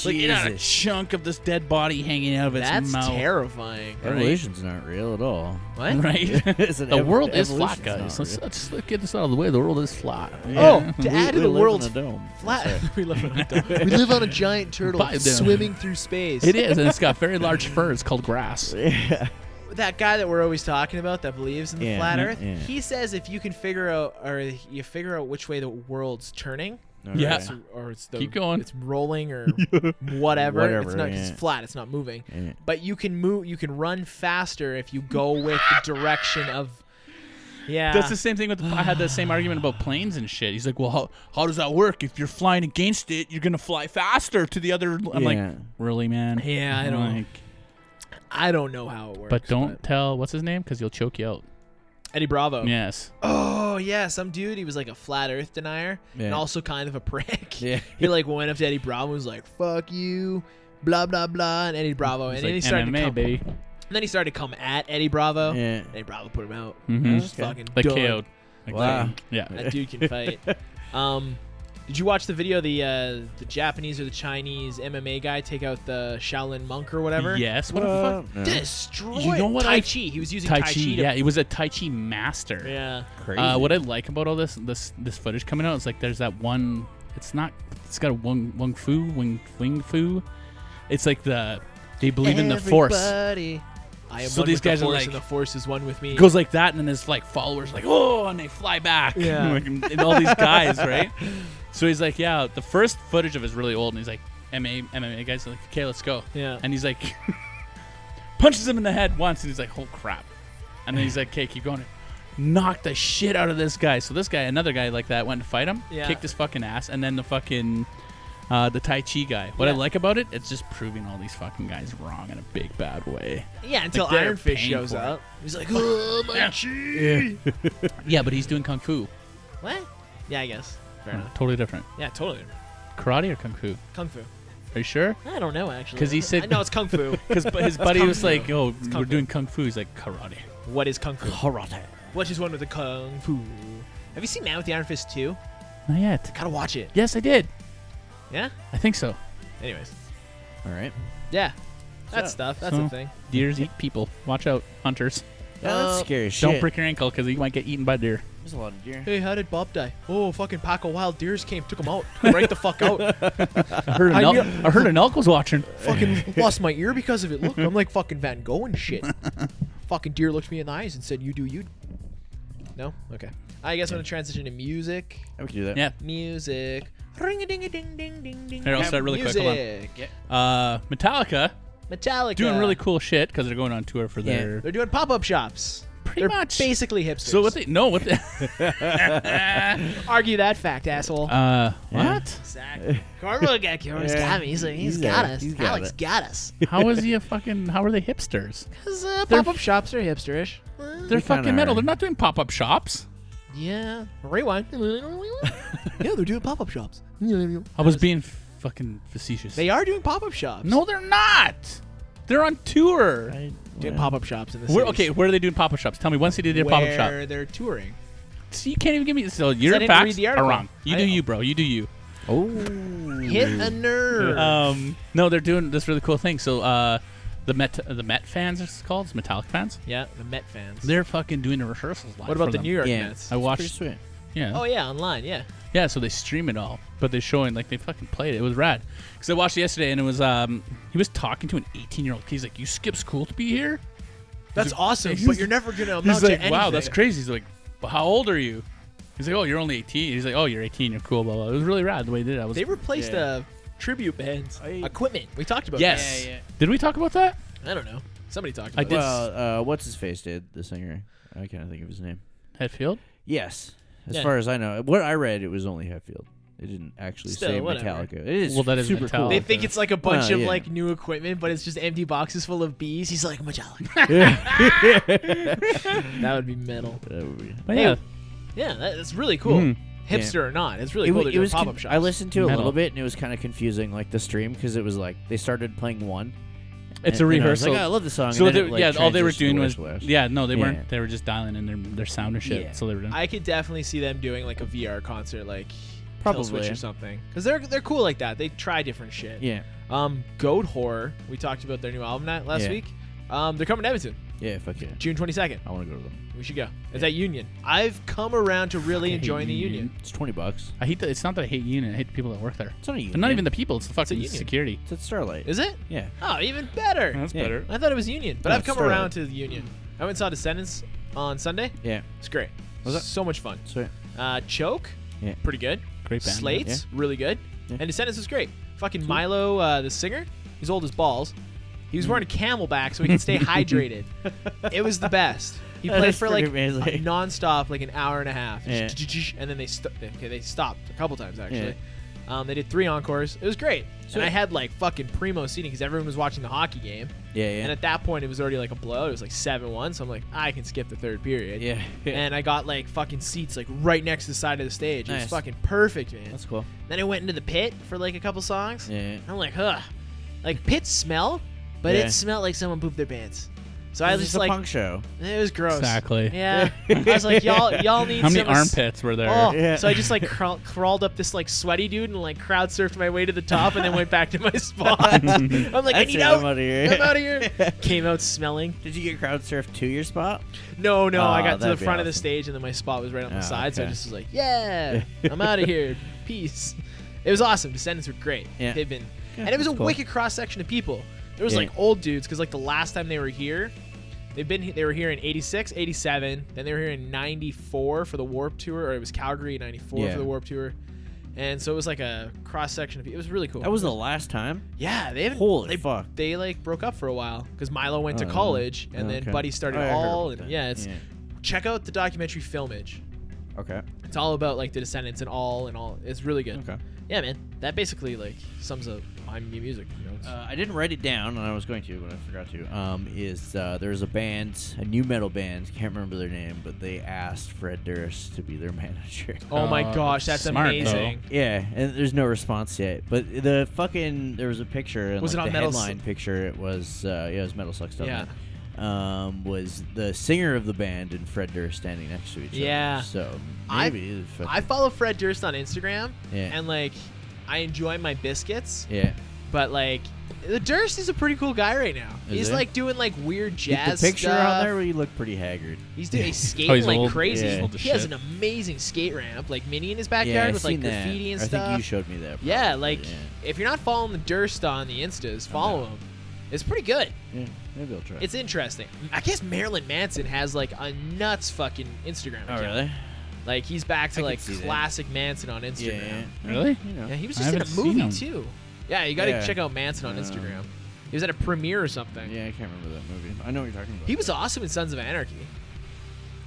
[SPEAKER 1] Like it had a
[SPEAKER 2] Jesus.
[SPEAKER 1] chunk of this dead body hanging out of its
[SPEAKER 3] that's
[SPEAKER 1] mouth.
[SPEAKER 3] terrifying.
[SPEAKER 2] Evolution's not real at all.
[SPEAKER 3] What?
[SPEAKER 1] Right?
[SPEAKER 2] It's an
[SPEAKER 1] the
[SPEAKER 2] ev-
[SPEAKER 1] world is
[SPEAKER 2] evolution's
[SPEAKER 1] flat, guys. Let's,
[SPEAKER 2] not real.
[SPEAKER 1] let's let's get this out of the way. The world is flat.
[SPEAKER 3] Oh,
[SPEAKER 2] We-
[SPEAKER 3] to add to
[SPEAKER 2] we
[SPEAKER 3] the
[SPEAKER 2] live in
[SPEAKER 3] world's
[SPEAKER 2] a dome.
[SPEAKER 3] flat.
[SPEAKER 2] Sorry.
[SPEAKER 3] we, live on a dome. we live on a giant turtle
[SPEAKER 1] Bye, dude.
[SPEAKER 3] swimming through space.
[SPEAKER 1] It is, and it's got very large fur. It's called grass.
[SPEAKER 2] Yeah.
[SPEAKER 3] that guy that we're always talking about that believes in the
[SPEAKER 2] Yeah,
[SPEAKER 3] flat
[SPEAKER 2] yeah,
[SPEAKER 3] Earth.
[SPEAKER 2] yeah.
[SPEAKER 3] He says if you can figure out or you figure out which way the world's turning,
[SPEAKER 1] Yeah.
[SPEAKER 2] Alright.
[SPEAKER 3] it's- or it's the,
[SPEAKER 1] Keep going.
[SPEAKER 3] It's rolling or whatever. It's
[SPEAKER 2] Whatever,
[SPEAKER 3] not.
[SPEAKER 2] yeah.
[SPEAKER 3] It's flat. It's not moving.
[SPEAKER 2] Yeah.
[SPEAKER 3] But you can move. You can run faster if you go with the direction of. Yeah.
[SPEAKER 1] That's the same thing with. I had the same argument about planes and shit. He's like, "Well, how, how does that work? If you're flying against it, you're gonna fly faster to the other." I'm
[SPEAKER 2] Yeah.
[SPEAKER 1] like, "Really, man?
[SPEAKER 3] Yeah, I
[SPEAKER 1] I'm
[SPEAKER 3] don't-
[SPEAKER 1] like,
[SPEAKER 3] I don't know how it works.
[SPEAKER 1] But don't tell what's his name because he'll choke you out.
[SPEAKER 3] Eddie Bravo.
[SPEAKER 1] Yes.
[SPEAKER 3] Oh yeah, some dude. He was like a flat Earth denier and
[SPEAKER 2] Yeah.
[SPEAKER 3] also kind of a prick.
[SPEAKER 2] Yeah.
[SPEAKER 3] he like went up to Eddie Bravo and was like, "Fuck you." Blah blah blah, and Eddie Bravo, and
[SPEAKER 1] It's
[SPEAKER 3] then he
[SPEAKER 1] like
[SPEAKER 3] started to
[SPEAKER 1] MMA,
[SPEAKER 3] come,
[SPEAKER 1] baby.
[SPEAKER 3] and then he started to come at Eddie Bravo.
[SPEAKER 2] Yeah.
[SPEAKER 3] Eddie Bravo put him out.
[SPEAKER 1] Mhm.
[SPEAKER 3] Just fucking
[SPEAKER 1] Like
[SPEAKER 3] done.
[SPEAKER 1] KO'd. Like
[SPEAKER 2] Wow.
[SPEAKER 1] fucking- Yeah.
[SPEAKER 3] That dude can fight. um, did you watch the video? of The uh, the Japanese or the Chinese MMA guy take out the Shaolin monk or whatever.
[SPEAKER 1] Yes. What
[SPEAKER 2] Well,
[SPEAKER 1] the fuck?
[SPEAKER 2] no.
[SPEAKER 3] Destroy.
[SPEAKER 1] You know what
[SPEAKER 3] Tai
[SPEAKER 1] I-
[SPEAKER 3] Chi. Uh, He was using
[SPEAKER 1] Tai
[SPEAKER 3] Tai,
[SPEAKER 1] Chi.
[SPEAKER 3] to-
[SPEAKER 1] Yeah, he was a Tai Chi master.
[SPEAKER 3] Yeah.
[SPEAKER 2] Crazy.
[SPEAKER 1] Uh, what I like about all this this this footage coming out is like there's that one. It's not. It's got a wung wung fu wing wing fu. It's like the they believe in the force.
[SPEAKER 3] Everybody. I am
[SPEAKER 1] So
[SPEAKER 3] one
[SPEAKER 1] these
[SPEAKER 3] with the
[SPEAKER 1] guys are
[SPEAKER 3] force,
[SPEAKER 1] like-
[SPEAKER 3] and the force is one with me.
[SPEAKER 1] It goes like that, and then his like followers like oh, and they fly back.
[SPEAKER 3] Yeah.
[SPEAKER 1] Like, and and all these guys, right? So he's like, yeah. The first footage of it is really old, and he's like, MMA MMA guys are like, okay, let's go.
[SPEAKER 3] Yeah.
[SPEAKER 1] And he's like, punches him in the head once, and he's like, oh crap. And then he's like, okay, keep going. Knocked the shit out of this guy. So this guy, another guy like that, went to fight him,
[SPEAKER 3] Yeah.
[SPEAKER 1] kicked his fucking ass, and then the fucking. Uh, the Tai Chi guy. What I
[SPEAKER 3] Yeah.
[SPEAKER 1] like about it, it's just proving all these fucking guys wrong in a big bad way.
[SPEAKER 3] yeah, until
[SPEAKER 1] they're
[SPEAKER 3] Iron Fist
[SPEAKER 1] paying
[SPEAKER 3] shows
[SPEAKER 1] for it.
[SPEAKER 3] up. He's like, oh my chi.
[SPEAKER 1] Yeah, but he's doing kung fu.
[SPEAKER 3] What? Yeah, I guess. Fair enough.
[SPEAKER 1] Totally different.
[SPEAKER 3] Yeah, totally.
[SPEAKER 1] Karate or kung fu?
[SPEAKER 3] Kung fu.
[SPEAKER 1] Are you sure?
[SPEAKER 3] I don't know actually.
[SPEAKER 1] 'Cause he said-
[SPEAKER 3] I know it's kung fu.
[SPEAKER 1] Because his buddy
[SPEAKER 3] kung
[SPEAKER 1] was
[SPEAKER 3] fu.
[SPEAKER 1] like, "Yo,
[SPEAKER 3] kung
[SPEAKER 1] we're
[SPEAKER 3] fu.
[SPEAKER 1] doing kung fu." He's like, "Karate."
[SPEAKER 3] what is kung fu?
[SPEAKER 2] Karate.
[SPEAKER 3] What is one with the kung fu? Have you seen Man with the Iron Fist 2?
[SPEAKER 1] Not yet.
[SPEAKER 3] Gotta watch it.
[SPEAKER 1] Yes, I did.
[SPEAKER 3] Yeah.
[SPEAKER 1] I think so.
[SPEAKER 3] Anyways.
[SPEAKER 2] All right.
[SPEAKER 3] Yeah. That's stuff. That's a
[SPEAKER 1] so-
[SPEAKER 3] thing.
[SPEAKER 1] Deers eat people. Watch out, hunters.
[SPEAKER 2] Yeah, that's
[SPEAKER 3] Uh,
[SPEAKER 2] scary as shit.
[SPEAKER 1] Don't break your ankle because you might get eaten by deer.
[SPEAKER 2] There's a lot of deer.
[SPEAKER 3] Hey, how did Bob die? Oh, fucking pack of wild deers came, took him out, right the fuck out.
[SPEAKER 1] I heard an
[SPEAKER 3] I
[SPEAKER 1] elk.
[SPEAKER 3] knew-
[SPEAKER 1] I heard an elk was watching.
[SPEAKER 3] fucking lost my ear because of it. Look, I'm like fucking Van Gogh and shit. fucking deer looked me in the eyes and said, "You do you." No, okay. I guess I'm gonna transition to music.
[SPEAKER 2] I we can do that.
[SPEAKER 1] Yeah.
[SPEAKER 3] Music. Ring a ding a ding ding ding ding.
[SPEAKER 1] Here, I'll start really quick,
[SPEAKER 3] music.
[SPEAKER 1] hold on.
[SPEAKER 3] quick.
[SPEAKER 1] Uh, Metallica
[SPEAKER 3] Metallica
[SPEAKER 1] doing really cool shit because they're going on tour for
[SPEAKER 2] Yeah.
[SPEAKER 1] their.
[SPEAKER 3] They're doing pop-up shops.
[SPEAKER 1] Pretty
[SPEAKER 3] They're
[SPEAKER 1] much.
[SPEAKER 3] basically hipsters.
[SPEAKER 1] So what they no what they
[SPEAKER 3] argue that fact, asshole.
[SPEAKER 1] uh what?
[SPEAKER 3] Exactly. Carlo got, Carlo's
[SPEAKER 2] Yeah.
[SPEAKER 3] got me. He's, like, he's
[SPEAKER 2] He's
[SPEAKER 3] got
[SPEAKER 2] got it.
[SPEAKER 3] us.
[SPEAKER 2] He's got
[SPEAKER 3] Alex
[SPEAKER 2] it.
[SPEAKER 3] got us.
[SPEAKER 1] How is he a fucking? How are they hipsters?
[SPEAKER 3] Because uh,
[SPEAKER 1] They're-
[SPEAKER 3] pop-up shops are hipsterish.
[SPEAKER 1] They're fucking metal.
[SPEAKER 2] alright.
[SPEAKER 1] They're not doing pop up shops.
[SPEAKER 3] Yeah. Rewind. yeah, they're doing pop-up shops.
[SPEAKER 1] I was being fucking facetious.
[SPEAKER 3] They are doing pop-up shops.
[SPEAKER 1] No, they're not. They're on tour.
[SPEAKER 3] doing pop-up shops in the
[SPEAKER 1] Where,
[SPEAKER 3] cities.
[SPEAKER 1] okay, where are they doing pop up shops? Tell me one city they did a pop up shop.
[SPEAKER 3] Where they're touring.
[SPEAKER 1] See, you can't even give me. So your
[SPEAKER 3] didn't read
[SPEAKER 1] facts
[SPEAKER 3] the
[SPEAKER 1] are
[SPEAKER 3] article.
[SPEAKER 1] wrong. You
[SPEAKER 3] I-
[SPEAKER 1] do you, bro. You do you. Mm-hmm.
[SPEAKER 3] Hit a nerve.
[SPEAKER 1] Um, no, they're doing this really cool thing. So uh, the Met the Met fans, it's called, it's Metallic fans.
[SPEAKER 3] yeah, the Met fans.
[SPEAKER 1] They're fucking doing the rehearsals live.
[SPEAKER 3] what about
[SPEAKER 1] for
[SPEAKER 3] the
[SPEAKER 1] them.
[SPEAKER 3] New York
[SPEAKER 2] Yeah.
[SPEAKER 3] Mets?
[SPEAKER 1] I
[SPEAKER 2] Pretty
[SPEAKER 1] watched.
[SPEAKER 2] sweet.
[SPEAKER 1] Yeah.
[SPEAKER 3] oh yeah, online. Yeah.
[SPEAKER 1] Yeah, so they stream it all, but they're showing like they fucking played it. It was rad because I watched it yesterday, and it was um he was talking to an 18 year old kid. He's like, "You skip school to be here."
[SPEAKER 3] That's awesome,
[SPEAKER 1] he's-
[SPEAKER 3] but you're never gonna amount
[SPEAKER 1] He's
[SPEAKER 3] to
[SPEAKER 1] like,
[SPEAKER 3] anything.
[SPEAKER 1] "Wow, that's crazy." He's like, "But how old are you?" He's like, "Oh, you're only 18." He's like, "Oh, you're 18. You're cool." Blah blah. It was really rad the way they did. It. I was
[SPEAKER 3] They replaced
[SPEAKER 2] Yeah.
[SPEAKER 3] the tribute band's equipment. We talked about
[SPEAKER 1] yes.
[SPEAKER 3] that.
[SPEAKER 1] Did we talk about that?
[SPEAKER 3] I don't know. Somebody talked
[SPEAKER 1] I
[SPEAKER 3] about
[SPEAKER 1] did-
[SPEAKER 3] it.
[SPEAKER 2] Well, uh, what's his face did the singer? I can't think of his name.
[SPEAKER 1] Hetfield.
[SPEAKER 2] Yes, as
[SPEAKER 3] Yeah.
[SPEAKER 2] far as I know, what I read it was only Hetfield. It didn't actually
[SPEAKER 3] Still,
[SPEAKER 2] say
[SPEAKER 3] whatever.
[SPEAKER 2] Metallica. It is
[SPEAKER 1] Well, that is
[SPEAKER 2] super cool.
[SPEAKER 1] Metallica.
[SPEAKER 3] They think it's like a bunch
[SPEAKER 2] Oh, Well,
[SPEAKER 3] of
[SPEAKER 2] yeah.
[SPEAKER 3] like new equipment, but it's just empty boxes full of bees. He's like Metallic. that would be metal.
[SPEAKER 2] That would be-
[SPEAKER 1] But
[SPEAKER 3] Hey,
[SPEAKER 1] yeah,
[SPEAKER 3] Yeah, that, that's really cool.
[SPEAKER 1] Mhm.
[SPEAKER 3] Hipster or not, it's really
[SPEAKER 2] Mm-hmm. It,
[SPEAKER 3] cool.
[SPEAKER 2] wa-
[SPEAKER 3] They're
[SPEAKER 2] it was.
[SPEAKER 3] doing pop-up
[SPEAKER 2] con-
[SPEAKER 3] shops.
[SPEAKER 2] I listened to it a
[SPEAKER 1] Metal.
[SPEAKER 2] little bit, and it was kind of confusing, like the stream, because it was like they started playing one.
[SPEAKER 1] it's a
[SPEAKER 2] and- and I was
[SPEAKER 1] rehearsal.
[SPEAKER 2] like, "Oh, I love the song.
[SPEAKER 1] so
[SPEAKER 2] and
[SPEAKER 1] they,
[SPEAKER 2] then it, like,
[SPEAKER 1] yeah, all they were
[SPEAKER 2] transitioned to
[SPEAKER 1] doing was
[SPEAKER 2] Whiplash.
[SPEAKER 1] yeah, no, they
[SPEAKER 2] Yeah.
[SPEAKER 1] weren't. They were just dialing in their their sound and shit.
[SPEAKER 2] Yeah.
[SPEAKER 1] So they were doing.
[SPEAKER 3] I could definitely see them doing like a VR concert, like
[SPEAKER 2] Probably.
[SPEAKER 3] Killswitch or something, because they're they're cool like that. They try different shit.
[SPEAKER 2] yeah,
[SPEAKER 3] Um, Goat Horror. We talked about their new album that last
[SPEAKER 2] Yeah.
[SPEAKER 3] week. Um, they're coming to Evanston
[SPEAKER 2] yeah, fuck yeah.
[SPEAKER 3] June 22nd.
[SPEAKER 2] I want to go to them.
[SPEAKER 3] We should go. It's at Union. I've come around to really enjoying the Union.
[SPEAKER 2] It's twenty bucks.
[SPEAKER 1] I hate that. It's not that I hate union. I hate the people that work there.
[SPEAKER 2] It's not a
[SPEAKER 1] But not even the people. It's the fucking
[SPEAKER 3] union.
[SPEAKER 1] security.
[SPEAKER 2] It's at Starlight.
[SPEAKER 3] Is it?
[SPEAKER 2] yeah,
[SPEAKER 3] Oh, even better.
[SPEAKER 1] That's
[SPEAKER 2] Yeah.
[SPEAKER 1] better.
[SPEAKER 3] I thought it was Union, but
[SPEAKER 2] No,
[SPEAKER 3] I've come
[SPEAKER 2] Starlight.
[SPEAKER 3] around to the Union. I went and saw Descendants on Sunday.
[SPEAKER 2] yeah.
[SPEAKER 3] It's great.
[SPEAKER 2] Was it?
[SPEAKER 3] So much fun.
[SPEAKER 2] So
[SPEAKER 3] Uh, Choke,
[SPEAKER 2] Yeah.
[SPEAKER 3] pretty good.
[SPEAKER 1] Great band.
[SPEAKER 3] Slates, really good.
[SPEAKER 2] Yeah.
[SPEAKER 3] And Descendants is great. Fucking Milo, uh, the singer, he's old as balls. He
[SPEAKER 2] Mm.
[SPEAKER 3] was wearing a camelback so he could stay hydrated. It was the best. He
[SPEAKER 2] That
[SPEAKER 3] played
[SPEAKER 2] is
[SPEAKER 3] for like
[SPEAKER 2] pretty amazing.
[SPEAKER 3] nonstop, like an hour and a half,
[SPEAKER 2] Yeah.
[SPEAKER 3] and then they sto- okay, they stopped a couple times actually, Um, they did three encores. It was great.
[SPEAKER 2] Sweet.
[SPEAKER 3] And I had like fucking primo seating because everyone was watching the hockey game.
[SPEAKER 2] Yeah,
[SPEAKER 3] And
[SPEAKER 2] yeah.
[SPEAKER 3] at that point, it was already like a blow. It was like 7 1. So I'm like, I can skip the third period.
[SPEAKER 2] Yeah.
[SPEAKER 3] and I got like fucking seats like right next to the side of the stage. It
[SPEAKER 2] Nice.
[SPEAKER 3] was fucking perfect, man.
[SPEAKER 2] That's cool.
[SPEAKER 3] Then I went into the pit for like a couple songs.
[SPEAKER 2] Yeah, yeah.
[SPEAKER 3] I'm like, huh. Like pits smell, but
[SPEAKER 2] Yeah.
[SPEAKER 3] it smelled like someone pooped their pants. So I
[SPEAKER 2] It's
[SPEAKER 3] was
[SPEAKER 2] just
[SPEAKER 3] just
[SPEAKER 2] a
[SPEAKER 3] like,
[SPEAKER 2] punk show.
[SPEAKER 3] it was gross.
[SPEAKER 1] Exactly.
[SPEAKER 3] Yeah. I was like, y'all, y'all need
[SPEAKER 1] How many
[SPEAKER 3] some ass-
[SPEAKER 1] armpits were there? Uh,
[SPEAKER 3] Oh,
[SPEAKER 2] Yeah.
[SPEAKER 3] so I just like crawl- crawled up this like sweaty dude and like crowd surfed my way to the top and then went back to my spot. I'm like, I
[SPEAKER 2] That's
[SPEAKER 3] need
[SPEAKER 2] it,
[SPEAKER 3] out.
[SPEAKER 2] I'm outta here.
[SPEAKER 3] I'm out of here. Came out smelling.
[SPEAKER 2] Did you get crowd surfed to your spot?
[SPEAKER 3] No, no, I
[SPEAKER 2] Aw,
[SPEAKER 3] got to the
[SPEAKER 2] Ah, that'd be
[SPEAKER 3] front of the
[SPEAKER 2] awesome.
[SPEAKER 3] stage and then my spot was right on the
[SPEAKER 2] Oh,
[SPEAKER 3] side, so I
[SPEAKER 2] okay.
[SPEAKER 3] just was like, yeah, I'm out of here. Peace. It was awesome. Descendants were great.
[SPEAKER 2] Yeah.
[SPEAKER 3] They've been,
[SPEAKER 2] Yeah,
[SPEAKER 3] and it was a
[SPEAKER 2] that's cool.
[SPEAKER 3] wicked cross section of people. There was
[SPEAKER 2] Yeah.
[SPEAKER 3] like old dudes because like the last time they were here, they've been they were here in 86, 87, then they were here in 94 for the Warp Tour or it was Calgary 94
[SPEAKER 2] Yeah.
[SPEAKER 3] for the Warp Tour. And so it was like a cross section of people. It was really cool.
[SPEAKER 2] That was the last time.
[SPEAKER 3] yeah, they haven't
[SPEAKER 2] Holy
[SPEAKER 3] they,
[SPEAKER 2] fuck.
[SPEAKER 3] they like broke up for a while because Milo went
[SPEAKER 2] Oh,
[SPEAKER 3] to college and
[SPEAKER 2] okay.
[SPEAKER 3] then Buddy started
[SPEAKER 2] Oh, I heard
[SPEAKER 3] all
[SPEAKER 2] about
[SPEAKER 3] and
[SPEAKER 2] that.
[SPEAKER 3] yeah, it's check out the documentary Filmage.
[SPEAKER 2] Okay.
[SPEAKER 3] It's all about like the Descendants and all and all. It's really good.
[SPEAKER 2] Okay.
[SPEAKER 3] Yeah, man. That basically like sums up my mu- music. You know? It's-
[SPEAKER 2] Uh, I didn't write it down, and I was going to, but I forgot to. Um, is uh, there's a band, a new metal band, can't remember their name, but they asked Fred Durst to be their manager.
[SPEAKER 3] oh my
[SPEAKER 1] uh,
[SPEAKER 3] gosh, that's
[SPEAKER 1] smart, though.
[SPEAKER 3] amazing.
[SPEAKER 2] Yeah, and there's no response yet. But the fucking there was a picture. And
[SPEAKER 3] Was
[SPEAKER 2] like,
[SPEAKER 3] it on
[SPEAKER 2] the
[SPEAKER 3] Metal
[SPEAKER 2] headline
[SPEAKER 3] Su-
[SPEAKER 2] picture? It was uh, yeah, it was metal sucks. Doesn't It? Um, was the singer of the band and Fred Durst standing next to each
[SPEAKER 3] Yeah.
[SPEAKER 2] other? So
[SPEAKER 3] I-
[SPEAKER 2] maybe it's fucking-
[SPEAKER 3] I follow Fred Durst on Instagram
[SPEAKER 2] Yeah.
[SPEAKER 3] and like I enjoy my biscuits,
[SPEAKER 2] yeah.
[SPEAKER 3] but like the Durst is a pretty cool guy right now.
[SPEAKER 2] Is
[SPEAKER 3] he's
[SPEAKER 2] he?
[SPEAKER 3] like doing like weird jazz
[SPEAKER 2] the picture
[SPEAKER 3] stuff.
[SPEAKER 2] on there where you look pretty haggard.
[SPEAKER 3] He's doing he's skating
[SPEAKER 1] Oh, he's
[SPEAKER 3] like
[SPEAKER 1] old?
[SPEAKER 3] crazy.
[SPEAKER 2] Yeah. He's
[SPEAKER 1] old as
[SPEAKER 3] He has
[SPEAKER 1] shit.
[SPEAKER 3] an amazing skate ramp, like mini in his backyard
[SPEAKER 2] yeah, I've
[SPEAKER 3] with like
[SPEAKER 2] seen that.
[SPEAKER 3] graffiti and
[SPEAKER 2] I
[SPEAKER 3] stuff.
[SPEAKER 2] think you showed me that.
[SPEAKER 3] Yeah,
[SPEAKER 2] probably,
[SPEAKER 3] like if you're not following the Durst on the Instas, follow him. It's pretty good.
[SPEAKER 2] yeah. Yeah, maybe I'll try.
[SPEAKER 3] It's interesting. I guess Marilyn Manson has like a nuts fucking Instagram
[SPEAKER 2] oh
[SPEAKER 3] account.
[SPEAKER 2] really?
[SPEAKER 3] Like he's back to
[SPEAKER 2] I can
[SPEAKER 3] like
[SPEAKER 2] see that.
[SPEAKER 3] classic Manson on
[SPEAKER 2] Yeah,
[SPEAKER 3] Instagram.
[SPEAKER 2] yeah.
[SPEAKER 3] Yeah,
[SPEAKER 1] Really?
[SPEAKER 2] You know.
[SPEAKER 3] he was
[SPEAKER 1] I
[SPEAKER 3] just in a
[SPEAKER 1] haven't seen
[SPEAKER 3] movie
[SPEAKER 1] him.
[SPEAKER 3] too. Yeah, you gotta
[SPEAKER 2] Yeah.
[SPEAKER 3] check out Manson on
[SPEAKER 2] Um,
[SPEAKER 3] Instagram. He was at a premiere or something.
[SPEAKER 2] Yeah, I can't remember that movie. I know what you're talking about.
[SPEAKER 3] He was awesome in Sons of Anarchy.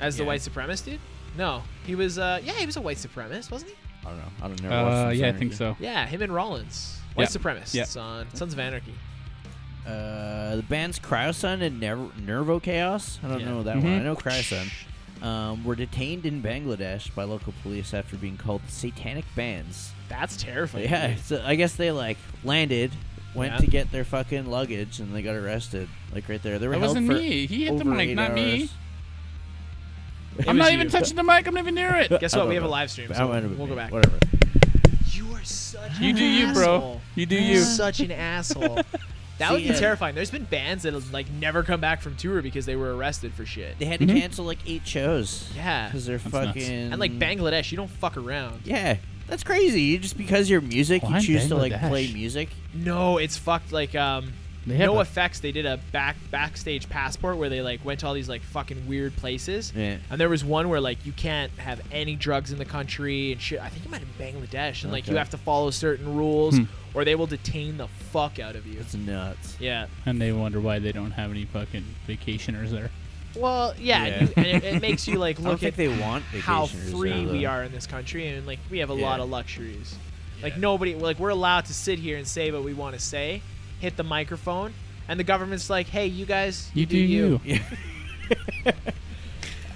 [SPEAKER 3] As the
[SPEAKER 2] Yeah.
[SPEAKER 3] white supremacist dude? No. He was uh yeah, he was a white supremacist, wasn't he?
[SPEAKER 2] I don't know. I don't know.
[SPEAKER 1] Uh, yeah, I think so.
[SPEAKER 3] Yeah, him and Rollins. White
[SPEAKER 1] Yeah.
[SPEAKER 3] supremacists
[SPEAKER 1] Yeah.
[SPEAKER 3] on Sons of Anarchy.
[SPEAKER 2] Uh, the bands Cryosun and Nerv- Nervo Chaos. I don't
[SPEAKER 3] Yeah.
[SPEAKER 2] know that
[SPEAKER 1] Mhm.
[SPEAKER 2] one. I know Cryosun. Um, were detained in Bangladesh by local police after being called satanic bands.
[SPEAKER 3] That's terrifying.
[SPEAKER 2] Yeah, so I guess they like landed, went
[SPEAKER 3] Mm-hmm. Yeah.
[SPEAKER 2] to get their fucking luggage, and they got arrested. Like right there, they were
[SPEAKER 1] That
[SPEAKER 2] held
[SPEAKER 1] wasn't
[SPEAKER 2] for
[SPEAKER 1] me. He hit the
[SPEAKER 2] over
[SPEAKER 1] mic,
[SPEAKER 2] eight
[SPEAKER 1] not me.
[SPEAKER 2] hours.
[SPEAKER 1] I'm
[SPEAKER 3] was
[SPEAKER 1] not
[SPEAKER 3] you.
[SPEAKER 1] even touching the mic. I'm not even near it.
[SPEAKER 3] Guess
[SPEAKER 2] I
[SPEAKER 3] what?
[SPEAKER 2] don't
[SPEAKER 3] We have a
[SPEAKER 2] know.
[SPEAKER 3] live stream,
[SPEAKER 2] That
[SPEAKER 3] so
[SPEAKER 2] might have been
[SPEAKER 3] we'll go
[SPEAKER 2] me.
[SPEAKER 3] back.
[SPEAKER 2] Whatever.
[SPEAKER 3] You are such
[SPEAKER 1] You
[SPEAKER 3] an
[SPEAKER 1] do you, bro.
[SPEAKER 3] asshole.
[SPEAKER 1] You do you.
[SPEAKER 3] Such an asshole. That would
[SPEAKER 2] See,
[SPEAKER 3] be
[SPEAKER 2] uh,
[SPEAKER 3] terrifying. There's been bands that have, like never come back from tour because they were arrested for shit.
[SPEAKER 2] They had to
[SPEAKER 1] Mhm.
[SPEAKER 2] cancel like eight shows.
[SPEAKER 3] Mm-hmm. Yeah.
[SPEAKER 2] because they're
[SPEAKER 1] That's nuts.
[SPEAKER 2] fucking
[SPEAKER 3] And like Bangladesh, you don't fuck around.
[SPEAKER 2] Yeah, that's crazy. You just because you're music,
[SPEAKER 1] Why
[SPEAKER 2] you
[SPEAKER 1] in
[SPEAKER 2] choose to like
[SPEAKER 1] Bangladesh?
[SPEAKER 2] play music.
[SPEAKER 3] No, it's fucked. Like um,
[SPEAKER 1] They have
[SPEAKER 3] no
[SPEAKER 1] a-
[SPEAKER 3] effects. They did a back backstage passport where they like went to all these like fucking weird places.
[SPEAKER 2] Yeah.
[SPEAKER 3] And there was one where like you can't have any drugs in the country and shit. I think it might have been Bangladesh, and like
[SPEAKER 2] Okay.
[SPEAKER 3] you
[SPEAKER 2] Hmm.
[SPEAKER 3] have to follow certain rules or they will detain the fuck out of you.
[SPEAKER 2] It's nuts.
[SPEAKER 3] Yeah.
[SPEAKER 1] And they wonder why they don't have any fucking vacationers there.
[SPEAKER 3] Well, yeah,
[SPEAKER 2] Yeah.
[SPEAKER 3] And, you, and it, it makes you like
[SPEAKER 2] I don't
[SPEAKER 3] look
[SPEAKER 2] think
[SPEAKER 3] at
[SPEAKER 2] they want
[SPEAKER 3] how
[SPEAKER 2] vacationers,
[SPEAKER 3] free
[SPEAKER 2] though.
[SPEAKER 3] we are in this country, and like we have a lot
[SPEAKER 2] Yeah.
[SPEAKER 3] of luxuries. Like
[SPEAKER 2] Yeah.
[SPEAKER 3] nobody, like we're allowed to sit here and say what we want to say, hit the microphone, and the government's like, "Hey, you guys, you, do, you."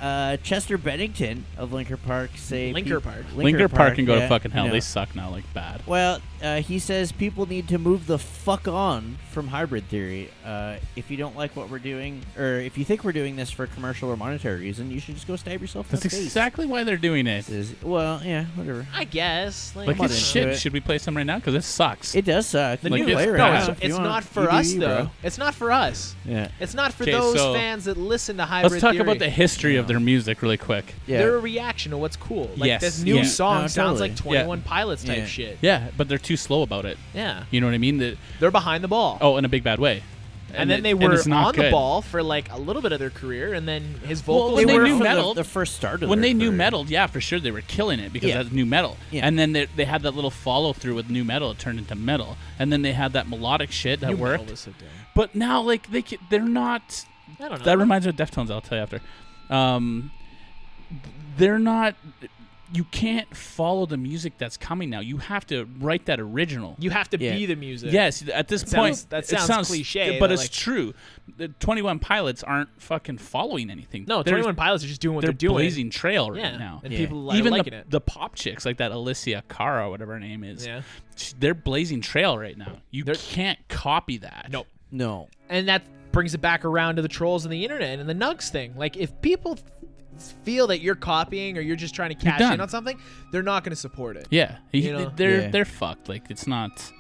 [SPEAKER 2] Uh, Chester Bennington of Linker Park say
[SPEAKER 3] Linker Park.
[SPEAKER 1] Linker, Park can go
[SPEAKER 2] yeah,
[SPEAKER 1] to fucking hell.
[SPEAKER 2] you know.
[SPEAKER 1] They suck now, like bad.
[SPEAKER 2] Well, uh, he says people need to move the fuck on from hybrid theory. Uh, if you don't like what we're doing, or if you think we're doing this for commercial or monetary reason, you should just go stab yourself.
[SPEAKER 1] That's
[SPEAKER 2] in the face.
[SPEAKER 1] exactly why they're doing it.
[SPEAKER 2] Says- well, yeah, whatever.
[SPEAKER 3] I guess. Like,
[SPEAKER 1] Like
[SPEAKER 2] I'm
[SPEAKER 1] it's
[SPEAKER 2] not
[SPEAKER 1] shit.
[SPEAKER 2] into it.
[SPEAKER 1] Should we play some right now? Because this sucks.
[SPEAKER 2] It does suck.
[SPEAKER 1] Like,
[SPEAKER 2] You
[SPEAKER 1] it's-
[SPEAKER 2] play
[SPEAKER 1] no,
[SPEAKER 2] around
[SPEAKER 3] no,
[SPEAKER 2] if
[SPEAKER 3] it's,
[SPEAKER 2] you
[SPEAKER 3] it's
[SPEAKER 2] want.
[SPEAKER 3] not
[SPEAKER 2] You
[SPEAKER 3] for
[SPEAKER 2] do
[SPEAKER 3] us
[SPEAKER 2] you,
[SPEAKER 3] though.
[SPEAKER 2] bro.
[SPEAKER 3] It's not for us.
[SPEAKER 2] Yeah,
[SPEAKER 3] It's not for
[SPEAKER 1] 'Kay,
[SPEAKER 3] those
[SPEAKER 1] so-
[SPEAKER 3] fans that listen to hybrid.
[SPEAKER 1] Let's talk about the
[SPEAKER 3] theory.
[SPEAKER 1] history of their music really quick.
[SPEAKER 2] yeah.
[SPEAKER 3] Their reaction to what's cool. Like
[SPEAKER 1] Yes,
[SPEAKER 3] this new
[SPEAKER 1] yeah.
[SPEAKER 3] song
[SPEAKER 2] No,
[SPEAKER 3] sounds like
[SPEAKER 2] totally.
[SPEAKER 1] Yeah.
[SPEAKER 3] 21 Pilots type
[SPEAKER 2] Yeah.
[SPEAKER 3] shit.
[SPEAKER 1] Yeah, but they're too slow about it.
[SPEAKER 3] Yeah.
[SPEAKER 1] You know what I mean? That
[SPEAKER 3] They're behind the ball.
[SPEAKER 1] oh, in a big bad way.
[SPEAKER 3] and, then
[SPEAKER 1] it-
[SPEAKER 3] they were
[SPEAKER 1] it's not
[SPEAKER 3] on the
[SPEAKER 1] good.
[SPEAKER 3] ball for like a little bit of their career, and then his vocals
[SPEAKER 1] when they
[SPEAKER 3] were
[SPEAKER 1] knew
[SPEAKER 2] for the-
[SPEAKER 1] metal-
[SPEAKER 2] The, first start of
[SPEAKER 1] When
[SPEAKER 2] their
[SPEAKER 1] they knew
[SPEAKER 2] career.
[SPEAKER 1] metal, yeah, for sure they were killing it because
[SPEAKER 2] Yeah.
[SPEAKER 1] that's new metal.
[SPEAKER 2] Yeah.
[SPEAKER 1] And then they, they had that little follow through with new metal. It turned into metal. And then they had that melodic shit that
[SPEAKER 3] New metal
[SPEAKER 1] worked.
[SPEAKER 3] was so dope.
[SPEAKER 1] But now like they ca- they're not
[SPEAKER 3] I don't know.
[SPEAKER 1] That reminds me of Deftones. I'll tell you after. Um, they're not. you can't follow the music that's coming now. You have to write that original.
[SPEAKER 3] You have to
[SPEAKER 2] Yeah.
[SPEAKER 3] be the music.
[SPEAKER 1] Yes, at this
[SPEAKER 3] That
[SPEAKER 1] point,
[SPEAKER 3] sounds- that
[SPEAKER 1] it
[SPEAKER 3] sounds cliche,
[SPEAKER 1] but
[SPEAKER 3] but
[SPEAKER 1] it's
[SPEAKER 3] like-
[SPEAKER 1] true. The Twenty One Pilots aren't fucking following anything.
[SPEAKER 3] No,
[SPEAKER 1] They're-
[SPEAKER 3] Twenty One Pilots are just doing what
[SPEAKER 1] They're
[SPEAKER 3] they're, doing.
[SPEAKER 1] blazing trail right
[SPEAKER 3] yeah.
[SPEAKER 1] now.
[SPEAKER 3] And
[SPEAKER 2] Yeah.
[SPEAKER 3] people are
[SPEAKER 1] Even
[SPEAKER 3] liking
[SPEAKER 1] the,
[SPEAKER 3] it.
[SPEAKER 1] the pop chicks like that Alicia Cara, whatever her name is.
[SPEAKER 3] Yeah.
[SPEAKER 1] sh- They're blazing trail right now. You
[SPEAKER 3] They're-
[SPEAKER 1] can't copy that.
[SPEAKER 3] Nope.
[SPEAKER 2] No.
[SPEAKER 3] and that brings it back around to the trolls and the internet and the nugs thing. Like if people f- feel that you're copying or you're just trying to cash
[SPEAKER 1] done.
[SPEAKER 3] in on something, they're not going to support it.
[SPEAKER 1] Yeah,
[SPEAKER 3] You know?
[SPEAKER 1] they're
[SPEAKER 2] Yeah.
[SPEAKER 1] they're fucked. Like it's not.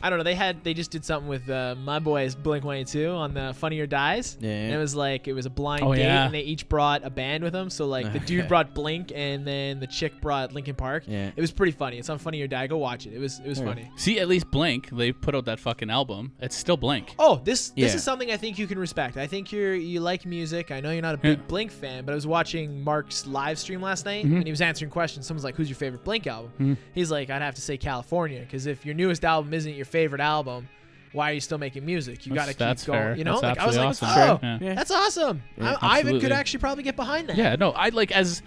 [SPEAKER 3] I don't know. They had they just did something with uh, my boys Blink 182 on the Funnier Dies.
[SPEAKER 2] Yeah.
[SPEAKER 3] And it was like it was a blind
[SPEAKER 1] Oh,
[SPEAKER 3] date
[SPEAKER 1] yeah.
[SPEAKER 3] and they each brought a band with them. So like the dude brought Blink and then the chick brought Linkin Park.
[SPEAKER 2] Yeah.
[SPEAKER 3] It was pretty funny. It's on Funny or Die. Go watch it. It was it was funny.
[SPEAKER 1] See, at least Blink, they put out that fucking album. It's still Blink.
[SPEAKER 3] Oh, this this
[SPEAKER 2] Yeah.
[SPEAKER 3] is something I think you can respect. I think you're you like music. I know you're not a big
[SPEAKER 1] Yeah.
[SPEAKER 3] Blink fan, but I was watching Mark's live stream last night
[SPEAKER 1] Mm-hmm.
[SPEAKER 3] and he was answering questions. Someone's like, "Who's your favorite Blink album?" He's like, "I'd have to say California because if your newest album isn't your favorite album, why are you still making music? You got to
[SPEAKER 1] That's- that's
[SPEAKER 3] keep going."
[SPEAKER 1] fair.
[SPEAKER 3] You know,
[SPEAKER 1] That's
[SPEAKER 3] like I was like,
[SPEAKER 1] absolutely
[SPEAKER 3] "Oh,
[SPEAKER 1] awesome. Sure.
[SPEAKER 2] Yeah.
[SPEAKER 3] that's awesome."
[SPEAKER 2] Yeah,
[SPEAKER 3] I, Ivan could
[SPEAKER 1] absolutely.
[SPEAKER 3] actually probably get behind that.
[SPEAKER 1] Yeah, no, I like as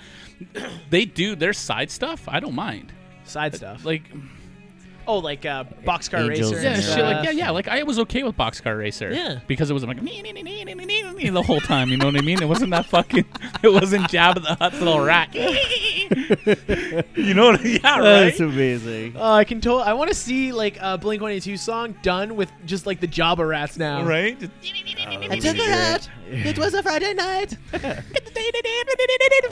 [SPEAKER 1] they do their side stuff. I don't mind.
[SPEAKER 3] Side stuff.
[SPEAKER 1] Like
[SPEAKER 3] oh, like uh, Boxcar
[SPEAKER 2] Angels
[SPEAKER 3] Racer.
[SPEAKER 1] yeah,
[SPEAKER 3] and
[SPEAKER 2] Yeah.
[SPEAKER 1] shit like yeah, yeah. Like I was okay with Boxcar Racer.
[SPEAKER 3] Yeah.
[SPEAKER 1] because it was like "Nee, nee, nee, nee, nee, nee, nee, nee," the whole time. You know what I mean? It wasn't that fucking. It wasn't Jabba the Hutt's little rat. you know what? I- Yeah, right.
[SPEAKER 2] That's amazing.
[SPEAKER 3] Oh, I can totally. I want to see like a Blink 182 song done with just like the Jabba rats now.
[SPEAKER 1] Right?
[SPEAKER 3] I took her out. It was a Friday night.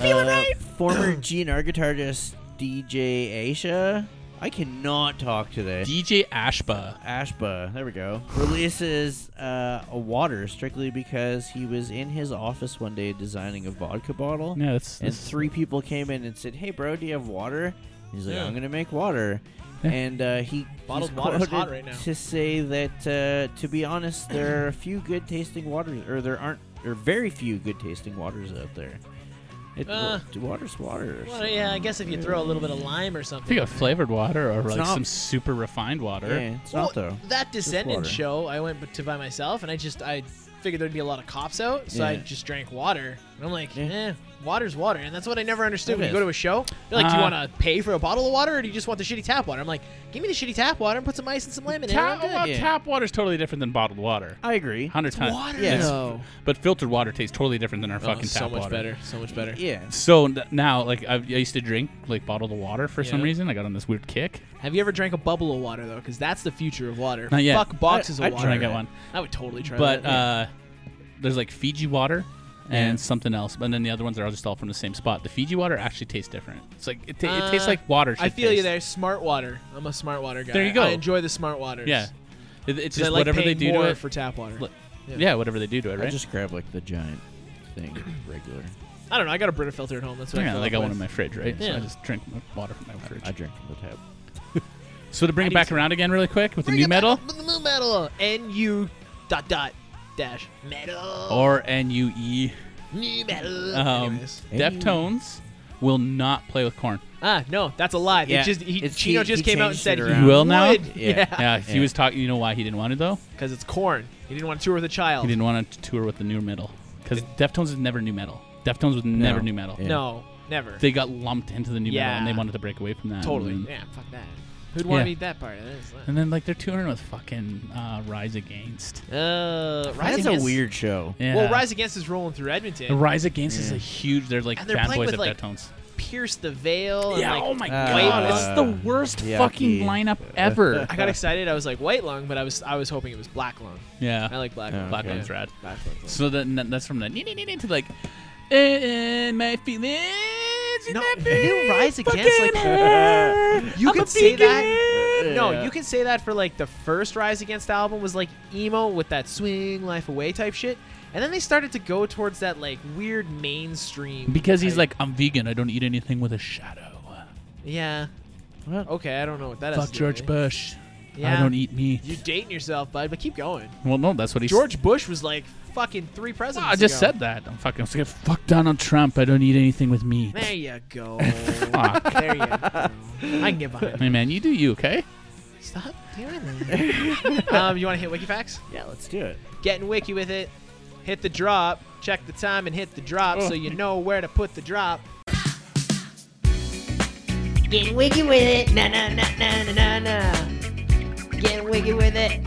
[SPEAKER 2] Uh, Former GNR guitarist DJ Aisha. I cannot talk today.
[SPEAKER 1] DJ Ashba.
[SPEAKER 2] Ashba, there we go. Releases uh, a water strictly because he was in his office one day designing a vodka bottle.
[SPEAKER 1] Yeah, that's,
[SPEAKER 2] and
[SPEAKER 1] that's
[SPEAKER 2] three people came in and said, "Hey, bro, do you have water?" He's like,
[SPEAKER 3] Yeah.
[SPEAKER 2] "I'm gonna make water,"
[SPEAKER 1] Yeah.
[SPEAKER 2] and uh, he
[SPEAKER 3] Bottled
[SPEAKER 2] he's
[SPEAKER 3] water's hot
[SPEAKER 2] quoted
[SPEAKER 3] right now.
[SPEAKER 2] to say that, uh, to be honest, there are a few good tasting waters, or there aren't, or very few good tasting waters out there. It,
[SPEAKER 3] Uh,
[SPEAKER 2] wa- water's water.
[SPEAKER 3] Well, yeah, I guess if you throw a little bit of lime or
[SPEAKER 1] I
[SPEAKER 3] something.
[SPEAKER 1] think of flavored water or like
[SPEAKER 2] not-
[SPEAKER 1] some super refined water.
[SPEAKER 2] yeah, it's
[SPEAKER 3] Well,
[SPEAKER 2] not though.
[SPEAKER 3] that Descendant
[SPEAKER 2] water.
[SPEAKER 3] show, I went to by myself, and I just I figured there'd be a lot of cops out, so I
[SPEAKER 2] Yeah.
[SPEAKER 3] just drank water. And I'm like,
[SPEAKER 2] Yeah.
[SPEAKER 3] eh, water's water, and that's what I never understood.
[SPEAKER 2] It
[SPEAKER 3] when
[SPEAKER 2] is.
[SPEAKER 3] you go to a show, they're like, do you
[SPEAKER 1] Uh,
[SPEAKER 3] want to pay for a bottle of water, or do you just want the shitty tap water? I'm like, give me the shitty tap water and put some ice and some lemon in it.
[SPEAKER 1] Tap,
[SPEAKER 3] I'm good." Uh,
[SPEAKER 1] well, tap water is totally different than bottled water.
[SPEAKER 2] I agree.
[SPEAKER 1] Hundred times.
[SPEAKER 3] Water,
[SPEAKER 2] Yeah.
[SPEAKER 3] though.
[SPEAKER 1] But filtered water tastes totally different than our
[SPEAKER 3] Oh,
[SPEAKER 1] fucking tap
[SPEAKER 3] so much
[SPEAKER 1] water.
[SPEAKER 3] better. So much better.
[SPEAKER 2] Yeah.
[SPEAKER 1] So n- now, like I've, I used to drink like bottled water for some
[SPEAKER 3] Yeah.
[SPEAKER 1] reason. I got on this weird kick.
[SPEAKER 3] Have you ever drank a bubble of water though? Because that's the future of water.
[SPEAKER 1] Not yet.
[SPEAKER 3] Fuck boxes
[SPEAKER 2] I-
[SPEAKER 3] of
[SPEAKER 2] I'd
[SPEAKER 3] water.
[SPEAKER 1] try to get one.
[SPEAKER 3] I would totally try.
[SPEAKER 1] But
[SPEAKER 3] that.
[SPEAKER 1] uh, there's like Fiji water and something else, and then the other ones are all just all from the same spot. The Fiji water actually tastes different. It's like it, ta- it tastes
[SPEAKER 3] Uh,
[SPEAKER 1] like water.
[SPEAKER 3] I
[SPEAKER 1] should
[SPEAKER 3] feel you
[SPEAKER 1] taste.
[SPEAKER 3] there. Smart water. I'm a smart water guy.
[SPEAKER 1] There you go.
[SPEAKER 3] I enjoy the smart waters.
[SPEAKER 1] Yeah, It- it's
[SPEAKER 3] 'Cause I
[SPEAKER 1] just
[SPEAKER 3] like
[SPEAKER 1] whatever they
[SPEAKER 3] paying
[SPEAKER 1] do
[SPEAKER 3] more
[SPEAKER 1] to it.
[SPEAKER 3] for tap water.
[SPEAKER 1] Look,
[SPEAKER 3] yeah.
[SPEAKER 1] yeah. whatever they do to it, right?
[SPEAKER 2] I just grab like the giant thing, regular.
[SPEAKER 3] I don't know. I got a Brita filter at home. That's what I
[SPEAKER 1] yeah,
[SPEAKER 3] fill
[SPEAKER 1] like I got
[SPEAKER 3] up
[SPEAKER 1] one in
[SPEAKER 3] uh, with.
[SPEAKER 1] my fridge, right? So
[SPEAKER 3] Yeah.
[SPEAKER 1] I just drink my water from my fridge.
[SPEAKER 2] I drink from the tap.
[SPEAKER 1] So to bring it
[SPEAKER 3] do
[SPEAKER 1] back
[SPEAKER 3] too.
[SPEAKER 1] around again, really quick, with
[SPEAKER 3] Bring
[SPEAKER 1] the new
[SPEAKER 3] it back
[SPEAKER 1] metal
[SPEAKER 3] up with the new metal. N U dot dot dash metal.
[SPEAKER 1] or N U E,
[SPEAKER 3] new metal.
[SPEAKER 1] Oh. um,
[SPEAKER 3] Anyways.
[SPEAKER 1] Deftones will not play with corn.
[SPEAKER 3] Ah, no, that's a lie. They
[SPEAKER 2] Yeah,
[SPEAKER 3] just he,
[SPEAKER 2] it's-
[SPEAKER 3] Chino
[SPEAKER 2] he-
[SPEAKER 3] just
[SPEAKER 2] he
[SPEAKER 3] came out and
[SPEAKER 2] changed
[SPEAKER 3] said
[SPEAKER 2] it
[SPEAKER 3] he
[SPEAKER 2] around.
[SPEAKER 1] Will now?
[SPEAKER 3] would.
[SPEAKER 2] Yeah.
[SPEAKER 1] Yeah, he
[SPEAKER 2] Yeah.
[SPEAKER 1] was talking. You know why he didn't want it though?
[SPEAKER 3] because it's corn. He didn't want to tour with a child.
[SPEAKER 1] He didn't want to tour with the new metal because Deftones is never new metal. Deftones was never new metal.
[SPEAKER 2] Yeah.
[SPEAKER 3] No, never.
[SPEAKER 1] They got lumped into the new metal and
[SPEAKER 3] Yeah.
[SPEAKER 1] they wanted to break away from that.
[SPEAKER 3] Totally.
[SPEAKER 1] And,
[SPEAKER 3] Yeah, fuck that. Who'd want to
[SPEAKER 1] Mm-hmm. Yeah.
[SPEAKER 3] eat that part? That is-
[SPEAKER 1] and then like they're touring with fucking uh, Rise Against.
[SPEAKER 3] Uh, Rise
[SPEAKER 2] That's
[SPEAKER 3] Against-
[SPEAKER 2] a weird show.
[SPEAKER 1] Yeah.
[SPEAKER 3] Well, Rise Against is rolling through
[SPEAKER 1] The
[SPEAKER 3] Edmonton.
[SPEAKER 1] Rise Against is a huge. They're like
[SPEAKER 3] And they're playing
[SPEAKER 1] fanboys
[SPEAKER 3] with,
[SPEAKER 1] of
[SPEAKER 3] like,
[SPEAKER 1] Deftones.
[SPEAKER 3] Pierce the Veil. and,
[SPEAKER 1] Yeah.
[SPEAKER 3] like,
[SPEAKER 1] oh my
[SPEAKER 2] White
[SPEAKER 1] god,
[SPEAKER 3] Lung.
[SPEAKER 1] it's the worst
[SPEAKER 2] Yucky.
[SPEAKER 1] fucking lineup ever.
[SPEAKER 3] I got excited. I was like White Lung, but I was I was hoping it was Black Lung. I
[SPEAKER 1] yeah.
[SPEAKER 3] like Black Lung.
[SPEAKER 1] Black
[SPEAKER 2] Okay.
[SPEAKER 1] Lung's rad.
[SPEAKER 3] Black Lung's
[SPEAKER 1] So then that- that's from the nee- nee- nee- nee to like and my feelings. in
[SPEAKER 3] No,
[SPEAKER 1] that
[SPEAKER 3] new
[SPEAKER 1] big
[SPEAKER 3] Rise Against, like-
[SPEAKER 1] fucking hair.
[SPEAKER 3] You
[SPEAKER 1] I'm
[SPEAKER 3] could
[SPEAKER 1] a
[SPEAKER 3] say that.
[SPEAKER 1] vegan.
[SPEAKER 3] No, you can say that for like the first Rise Against album was like emo with that swing life away type shit, and then they started to go towards that like weird mainstream.
[SPEAKER 1] Because he's
[SPEAKER 3] type-
[SPEAKER 1] like, I'm vegan. I don't eat anything with a shadow.
[SPEAKER 3] yeah,
[SPEAKER 2] What?
[SPEAKER 3] okay, I don't know what that is.
[SPEAKER 1] Fuck George Bush.
[SPEAKER 3] Yeah.
[SPEAKER 1] I don't e- eat meat.
[SPEAKER 3] You're dating yourself, bud, but keep going.
[SPEAKER 1] Well, no, that's what he
[SPEAKER 3] George Bush was like fucking three
[SPEAKER 1] Said.
[SPEAKER 3] presidents.
[SPEAKER 1] I just
[SPEAKER 3] ago.
[SPEAKER 1] said that. I'm fucking. I'm just gonna fuck Donald Trump. I don't eat anything with meat.
[SPEAKER 3] There you go.
[SPEAKER 1] Fuck.
[SPEAKER 3] there you go. I can get behind. it.
[SPEAKER 1] Hey man, you do you, okay?
[SPEAKER 3] Stop doing that. um, you want to hit WikiFacts?
[SPEAKER 2] Yeah, let's do it.
[SPEAKER 3] Getting wiki with it. Hit the drop.
[SPEAKER 1] Oh.
[SPEAKER 3] Check the time and hit the drop so you know where to put the drop.
[SPEAKER 8] Get wiggy with it. Na na na na na na na. Get wiggy with it.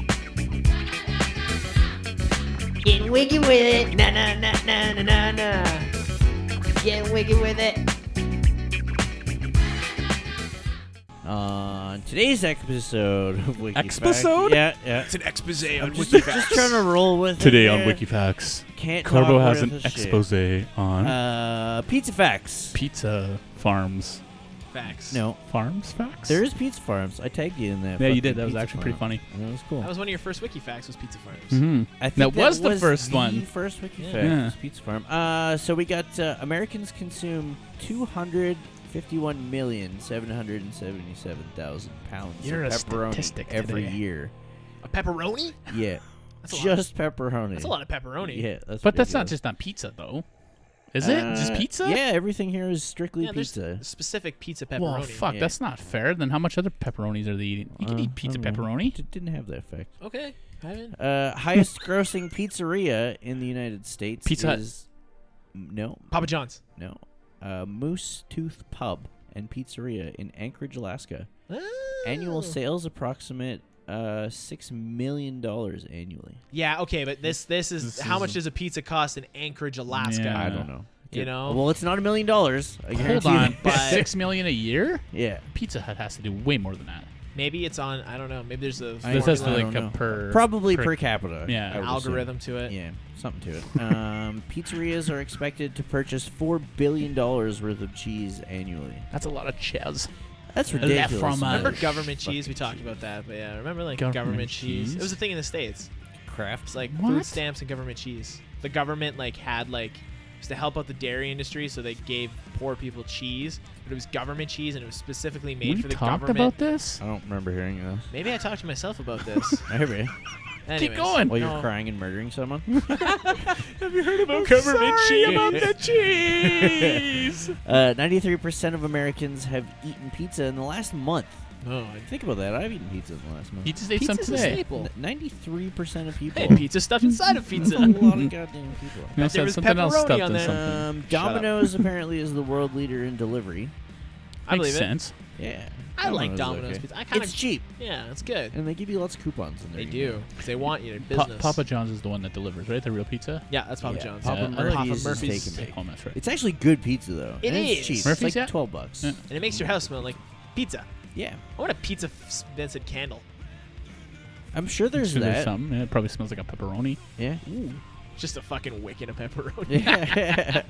[SPEAKER 8] Get wiggy with it. Na na na na na na na. Get wiggy with it.
[SPEAKER 2] On today's episode of Wiki
[SPEAKER 1] Episode?
[SPEAKER 2] yeah, yeah.
[SPEAKER 3] It's an expose on
[SPEAKER 2] Just,
[SPEAKER 3] Wiki
[SPEAKER 2] just trying to roll with it
[SPEAKER 1] Today on
[SPEAKER 2] here.
[SPEAKER 1] WikiFacts,
[SPEAKER 2] Can't talk
[SPEAKER 1] Corvo has
[SPEAKER 2] worth
[SPEAKER 1] an
[SPEAKER 2] a shit.
[SPEAKER 1] expose on
[SPEAKER 2] Uh, pizza facts.
[SPEAKER 1] pizza farms.
[SPEAKER 3] facts.
[SPEAKER 2] no,
[SPEAKER 1] Farms facts?
[SPEAKER 2] there is pizza farms. I tagged you in that.
[SPEAKER 1] Yeah, you
[SPEAKER 2] fucking
[SPEAKER 1] did. That was
[SPEAKER 2] pizza
[SPEAKER 1] actually pretty
[SPEAKER 2] farm.
[SPEAKER 1] funny.
[SPEAKER 2] And That was cool.
[SPEAKER 3] That was one of your first wiki facts was pizza farms.
[SPEAKER 1] Mm-hmm.
[SPEAKER 2] I
[SPEAKER 1] That
[SPEAKER 2] think
[SPEAKER 1] was the first one.
[SPEAKER 2] First Wiki
[SPEAKER 3] Yeah.
[SPEAKER 2] Fact
[SPEAKER 1] Yeah.
[SPEAKER 2] was Pizza Farm. Uh, so we got uh, Americans consume two hundred fifty-one million seven hundred and seventy-seven thousand pounds
[SPEAKER 3] You're a
[SPEAKER 2] of pepperoni
[SPEAKER 3] statistic
[SPEAKER 2] every
[SPEAKER 3] today.
[SPEAKER 2] year.
[SPEAKER 3] A pepperoni?
[SPEAKER 2] Yeah,
[SPEAKER 3] That's a lot.
[SPEAKER 2] just pepperoni.
[SPEAKER 3] That's a lot of pepperoni.
[SPEAKER 2] Yeah, that's
[SPEAKER 1] But that's not
[SPEAKER 2] ridiculous.
[SPEAKER 1] just on pizza, though. Is it? just
[SPEAKER 2] Uh,
[SPEAKER 1] pizza?
[SPEAKER 2] Yeah, everything here is strictly
[SPEAKER 3] Yeah, there's
[SPEAKER 2] pizza.
[SPEAKER 3] specific pizza pepperoni.
[SPEAKER 1] Well, fuck,
[SPEAKER 2] Yeah.
[SPEAKER 1] that's not fair. Then how much other pepperonis are they eating? You can
[SPEAKER 2] Uh,
[SPEAKER 1] eat pizza
[SPEAKER 2] I don't know.
[SPEAKER 1] pepperoni.
[SPEAKER 2] D- didn't have that effect.
[SPEAKER 3] Okay. Ivan.
[SPEAKER 2] Uh, highest grossing pizzeria in the United States
[SPEAKER 1] Pizza Hut.
[SPEAKER 2] is no,
[SPEAKER 3] Papa John's.
[SPEAKER 2] no, uh, Moose Tooth Pub and Pizzeria in Anchorage, Alaska. Annual
[SPEAKER 3] Oh.
[SPEAKER 2] sales approximate uh, six million dollars annually.
[SPEAKER 3] Yeah, okay, but this this is
[SPEAKER 1] This
[SPEAKER 3] how much
[SPEAKER 1] is-
[SPEAKER 3] does a pizza cost in Anchorage, Alaska?
[SPEAKER 1] Yeah.
[SPEAKER 2] I don't know.
[SPEAKER 3] You know?
[SPEAKER 2] Uh, well, it's not a million dollars. I
[SPEAKER 1] Hold
[SPEAKER 2] guarantee
[SPEAKER 1] on,
[SPEAKER 2] that.
[SPEAKER 3] but-
[SPEAKER 1] six million a year?
[SPEAKER 2] yeah,
[SPEAKER 1] Pizza Hut has to do way more than that.
[SPEAKER 3] Maybe it's on I don't know. Maybe there's a
[SPEAKER 2] I
[SPEAKER 1] this has to
[SPEAKER 2] don't
[SPEAKER 3] formula,
[SPEAKER 1] like a
[SPEAKER 2] know.
[SPEAKER 1] per
[SPEAKER 2] probably
[SPEAKER 1] per-
[SPEAKER 2] per, capita.
[SPEAKER 1] yeah.
[SPEAKER 2] I would assume.
[SPEAKER 3] algorithm to it.
[SPEAKER 2] Yeah, something to it. Um, pizzerias are expected to purchase four billion dollars worth of cheese annually.
[SPEAKER 1] That's a lot of cheese.
[SPEAKER 2] That's
[SPEAKER 1] left
[SPEAKER 2] ridiculous.
[SPEAKER 1] from us.
[SPEAKER 2] man.
[SPEAKER 3] Remember
[SPEAKER 1] Irish
[SPEAKER 3] government cheese? We talked about that, but yeah, remember like government,
[SPEAKER 1] Government
[SPEAKER 3] cheese?
[SPEAKER 1] cheese?
[SPEAKER 3] It was a thing in the states. It's
[SPEAKER 2] Kraft.
[SPEAKER 3] like
[SPEAKER 1] What?
[SPEAKER 3] food stamps and government cheese. The government like had like it was to help out the dairy industry, so they gave poor people cheese, but it was government cheese and it was specifically made
[SPEAKER 1] we
[SPEAKER 3] for the
[SPEAKER 1] talked
[SPEAKER 3] government.
[SPEAKER 1] about this.
[SPEAKER 2] I don't remember hearing this.
[SPEAKER 3] Maybe I talked to myself about this.
[SPEAKER 2] Maybe.
[SPEAKER 3] Anyways.
[SPEAKER 1] going.
[SPEAKER 2] While
[SPEAKER 3] No.
[SPEAKER 2] you're crying and murdering someone.
[SPEAKER 3] Government cheese.
[SPEAKER 1] cheese.
[SPEAKER 2] Uh, 93% of Americans have eaten pizza in the last month.
[SPEAKER 3] No, I
[SPEAKER 2] Think about that. I've eaten pizza in the last month.
[SPEAKER 1] You just ate some
[SPEAKER 3] Pizza's a
[SPEAKER 1] today.
[SPEAKER 3] staple.
[SPEAKER 2] N- 93% of people.
[SPEAKER 3] Hey, pizza stuffed inside of
[SPEAKER 2] That's
[SPEAKER 3] pizza.
[SPEAKER 2] a lot of goddamn people.
[SPEAKER 1] You
[SPEAKER 3] there
[SPEAKER 1] also had
[SPEAKER 3] was
[SPEAKER 1] something else
[SPEAKER 3] pepperoni
[SPEAKER 1] stuffed
[SPEAKER 3] on
[SPEAKER 1] in
[SPEAKER 3] there.
[SPEAKER 1] something.
[SPEAKER 2] Um,
[SPEAKER 1] Shut up.
[SPEAKER 2] Domino's apparently is the world leader in delivery.
[SPEAKER 3] I
[SPEAKER 1] Makes
[SPEAKER 3] believe it.
[SPEAKER 1] sense.
[SPEAKER 2] Yeah.
[SPEAKER 3] I like
[SPEAKER 2] is
[SPEAKER 3] Domino's
[SPEAKER 2] okay.
[SPEAKER 3] pizza. I kind
[SPEAKER 2] It's
[SPEAKER 3] of
[SPEAKER 2] cheap,
[SPEAKER 3] yeah, it's good.
[SPEAKER 2] and they give you lots of coupons in there.
[SPEAKER 3] They
[SPEAKER 2] you
[SPEAKER 3] do 'cause they want you to
[SPEAKER 1] Pa-
[SPEAKER 3] business.
[SPEAKER 1] Papa John's is the one that delivers, right? The real pizza.
[SPEAKER 3] Yeah, that's Papa
[SPEAKER 2] Yeah,
[SPEAKER 3] John's.
[SPEAKER 2] Papa
[SPEAKER 3] yeah.
[SPEAKER 2] Murphy's
[SPEAKER 3] Papa
[SPEAKER 2] is
[SPEAKER 3] Murphy's.
[SPEAKER 2] taken.
[SPEAKER 1] Take home, that's right.
[SPEAKER 2] It's actually good pizza though.
[SPEAKER 3] It
[SPEAKER 2] and
[SPEAKER 3] is.
[SPEAKER 2] It's cheap.
[SPEAKER 1] Murphy's,
[SPEAKER 2] it's like
[SPEAKER 1] yeah?
[SPEAKER 2] twelve bucks.
[SPEAKER 1] Yeah.
[SPEAKER 3] And it makes your house smell like pizza.
[SPEAKER 2] Yeah.
[SPEAKER 3] I want a pizza f- scented candle.
[SPEAKER 2] I'm sure
[SPEAKER 1] I'm
[SPEAKER 2] there's
[SPEAKER 1] sure
[SPEAKER 2] that.
[SPEAKER 1] There's something. Yeah, It probably smells like a pepperoni.
[SPEAKER 2] Yeah.
[SPEAKER 3] Just a fucking wick and a pepperoni.
[SPEAKER 2] Yeah.